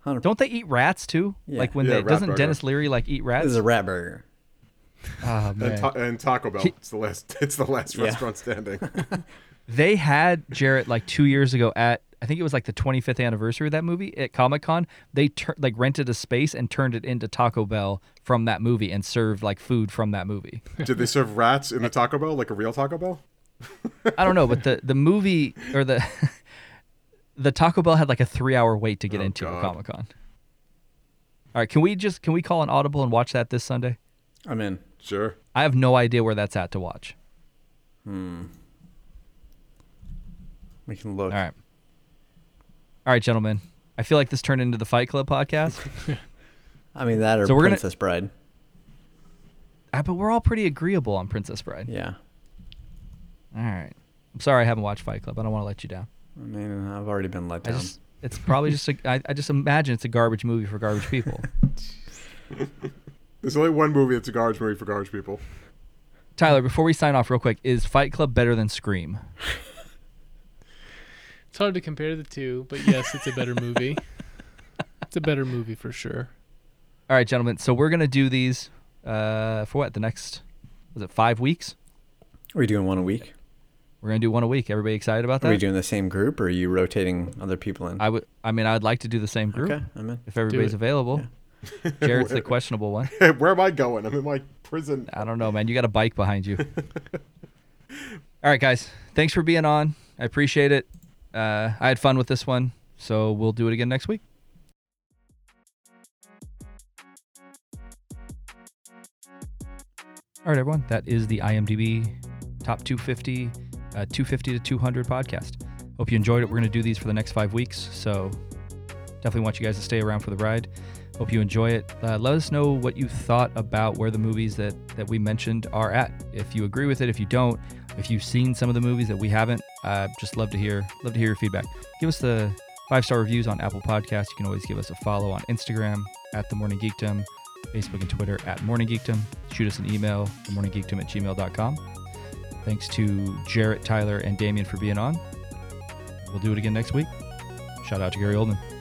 [SPEAKER 3] Hundred.
[SPEAKER 2] don't they eat rats too?
[SPEAKER 3] Yeah.
[SPEAKER 2] Like when
[SPEAKER 1] Yeah,
[SPEAKER 2] they
[SPEAKER 1] rat
[SPEAKER 2] doesn't
[SPEAKER 1] burger.
[SPEAKER 2] Dennis Leary like eat
[SPEAKER 3] This
[SPEAKER 2] rats?
[SPEAKER 3] is a rat burger.
[SPEAKER 2] oh,
[SPEAKER 1] And,
[SPEAKER 2] man.
[SPEAKER 1] ta- and Taco Bell. It's the last. (laughs) It's the last
[SPEAKER 3] Yeah.
[SPEAKER 1] restaurant
[SPEAKER 2] (laughs)
[SPEAKER 1] standing.
[SPEAKER 2] they had Jarrett like two years ago at I think it was like the 25th anniversary of that movie at Comic Con. They tur- like rented a space and turned it into Taco Bell from that movie and served like food from that movie.
[SPEAKER 1] Did they serve rats in the Taco Bell like a real Taco Bell?
[SPEAKER 2] I don't know, but the the movie or the (laughs) the Taco Bell had like a three hour wait to get
[SPEAKER 1] Oh,
[SPEAKER 2] into a
[SPEAKER 1] God.
[SPEAKER 2] Comic Con. All right, can we just can we call an audible and watch that this Sunday?
[SPEAKER 3] I'm in.
[SPEAKER 1] Sure.
[SPEAKER 2] I have no idea where that's at to watch.
[SPEAKER 3] We can look.
[SPEAKER 2] All right, all right, gentlemen. I feel like this turned into the Fight Club podcast,
[SPEAKER 1] (laughs)
[SPEAKER 3] I mean that or
[SPEAKER 2] So we're gonna-
[SPEAKER 3] Princess Bride.
[SPEAKER 2] Ah, but we're all pretty agreeable on Princess Bride.
[SPEAKER 3] Yeah.
[SPEAKER 2] All right, I'm sorry I haven't watched Fight Club. I don't want to let you down.
[SPEAKER 3] I mean, I've already been let
[SPEAKER 2] I
[SPEAKER 3] down.
[SPEAKER 1] Um.
[SPEAKER 2] just it's probably just a, I, I just imagine it's a garbage movie for garbage
[SPEAKER 1] (laughs)
[SPEAKER 2] people.
[SPEAKER 1] There's only one movie that's a garbage movie for garbage people.
[SPEAKER 2] Tyler, before we sign off real quick, is Fight Club better than Scream?
[SPEAKER 4] It's hard to compare the two, but yes, it's a better
[SPEAKER 2] (laughs)
[SPEAKER 4] movie. it's a better movie for sure.
[SPEAKER 2] All right, gentlemen. So we're gonna do these uh, for what the next? Was it five weeks?
[SPEAKER 3] Are we doing one a week?
[SPEAKER 2] We're gonna do one a week. Everybody excited about
[SPEAKER 3] Are we
[SPEAKER 2] that?
[SPEAKER 3] doing the same group, or are you rotating other people in?
[SPEAKER 2] I would. I mean, I'd like to do the same group
[SPEAKER 3] okay, I'm in.
[SPEAKER 2] if everybody's
[SPEAKER 4] it.
[SPEAKER 2] available.
[SPEAKER 3] (laughs)
[SPEAKER 1] (laughs)
[SPEAKER 2] Jared's the questionable one.
[SPEAKER 1] Where am I going? I'm in my prison.
[SPEAKER 2] I don't know, man. You got a bike behind you. All right, guys. Thanks for being on. I appreciate it. Uh, I had fun with this one, so we'll do it again next week. All right, everyone. That is the IMDb Top 250, uh, 250 to 200 podcast. Hope you enjoyed it. We're going to do these for the next five weeks, so definitely want you guys to stay around for the ride. Hope you enjoy it. Uh, let us know what you thought about where the movies that that we mentioned are at. If you agree with it, if you don't, if you've seen some of the movies that we haven't, uh, just love to hear love to hear your feedback. Give us the five star reviews on Apple Podcasts. You can always give us a follow on Instagram at the Morning Geekdom, Facebook and Twitter at Morning Geekdom. Shoot us an email, the Morning Geekdom at gmail.com. Thanks to Jarrett, Tyler, and Damien for being on. We'll do it again next week. Shout out to Gary Oldman.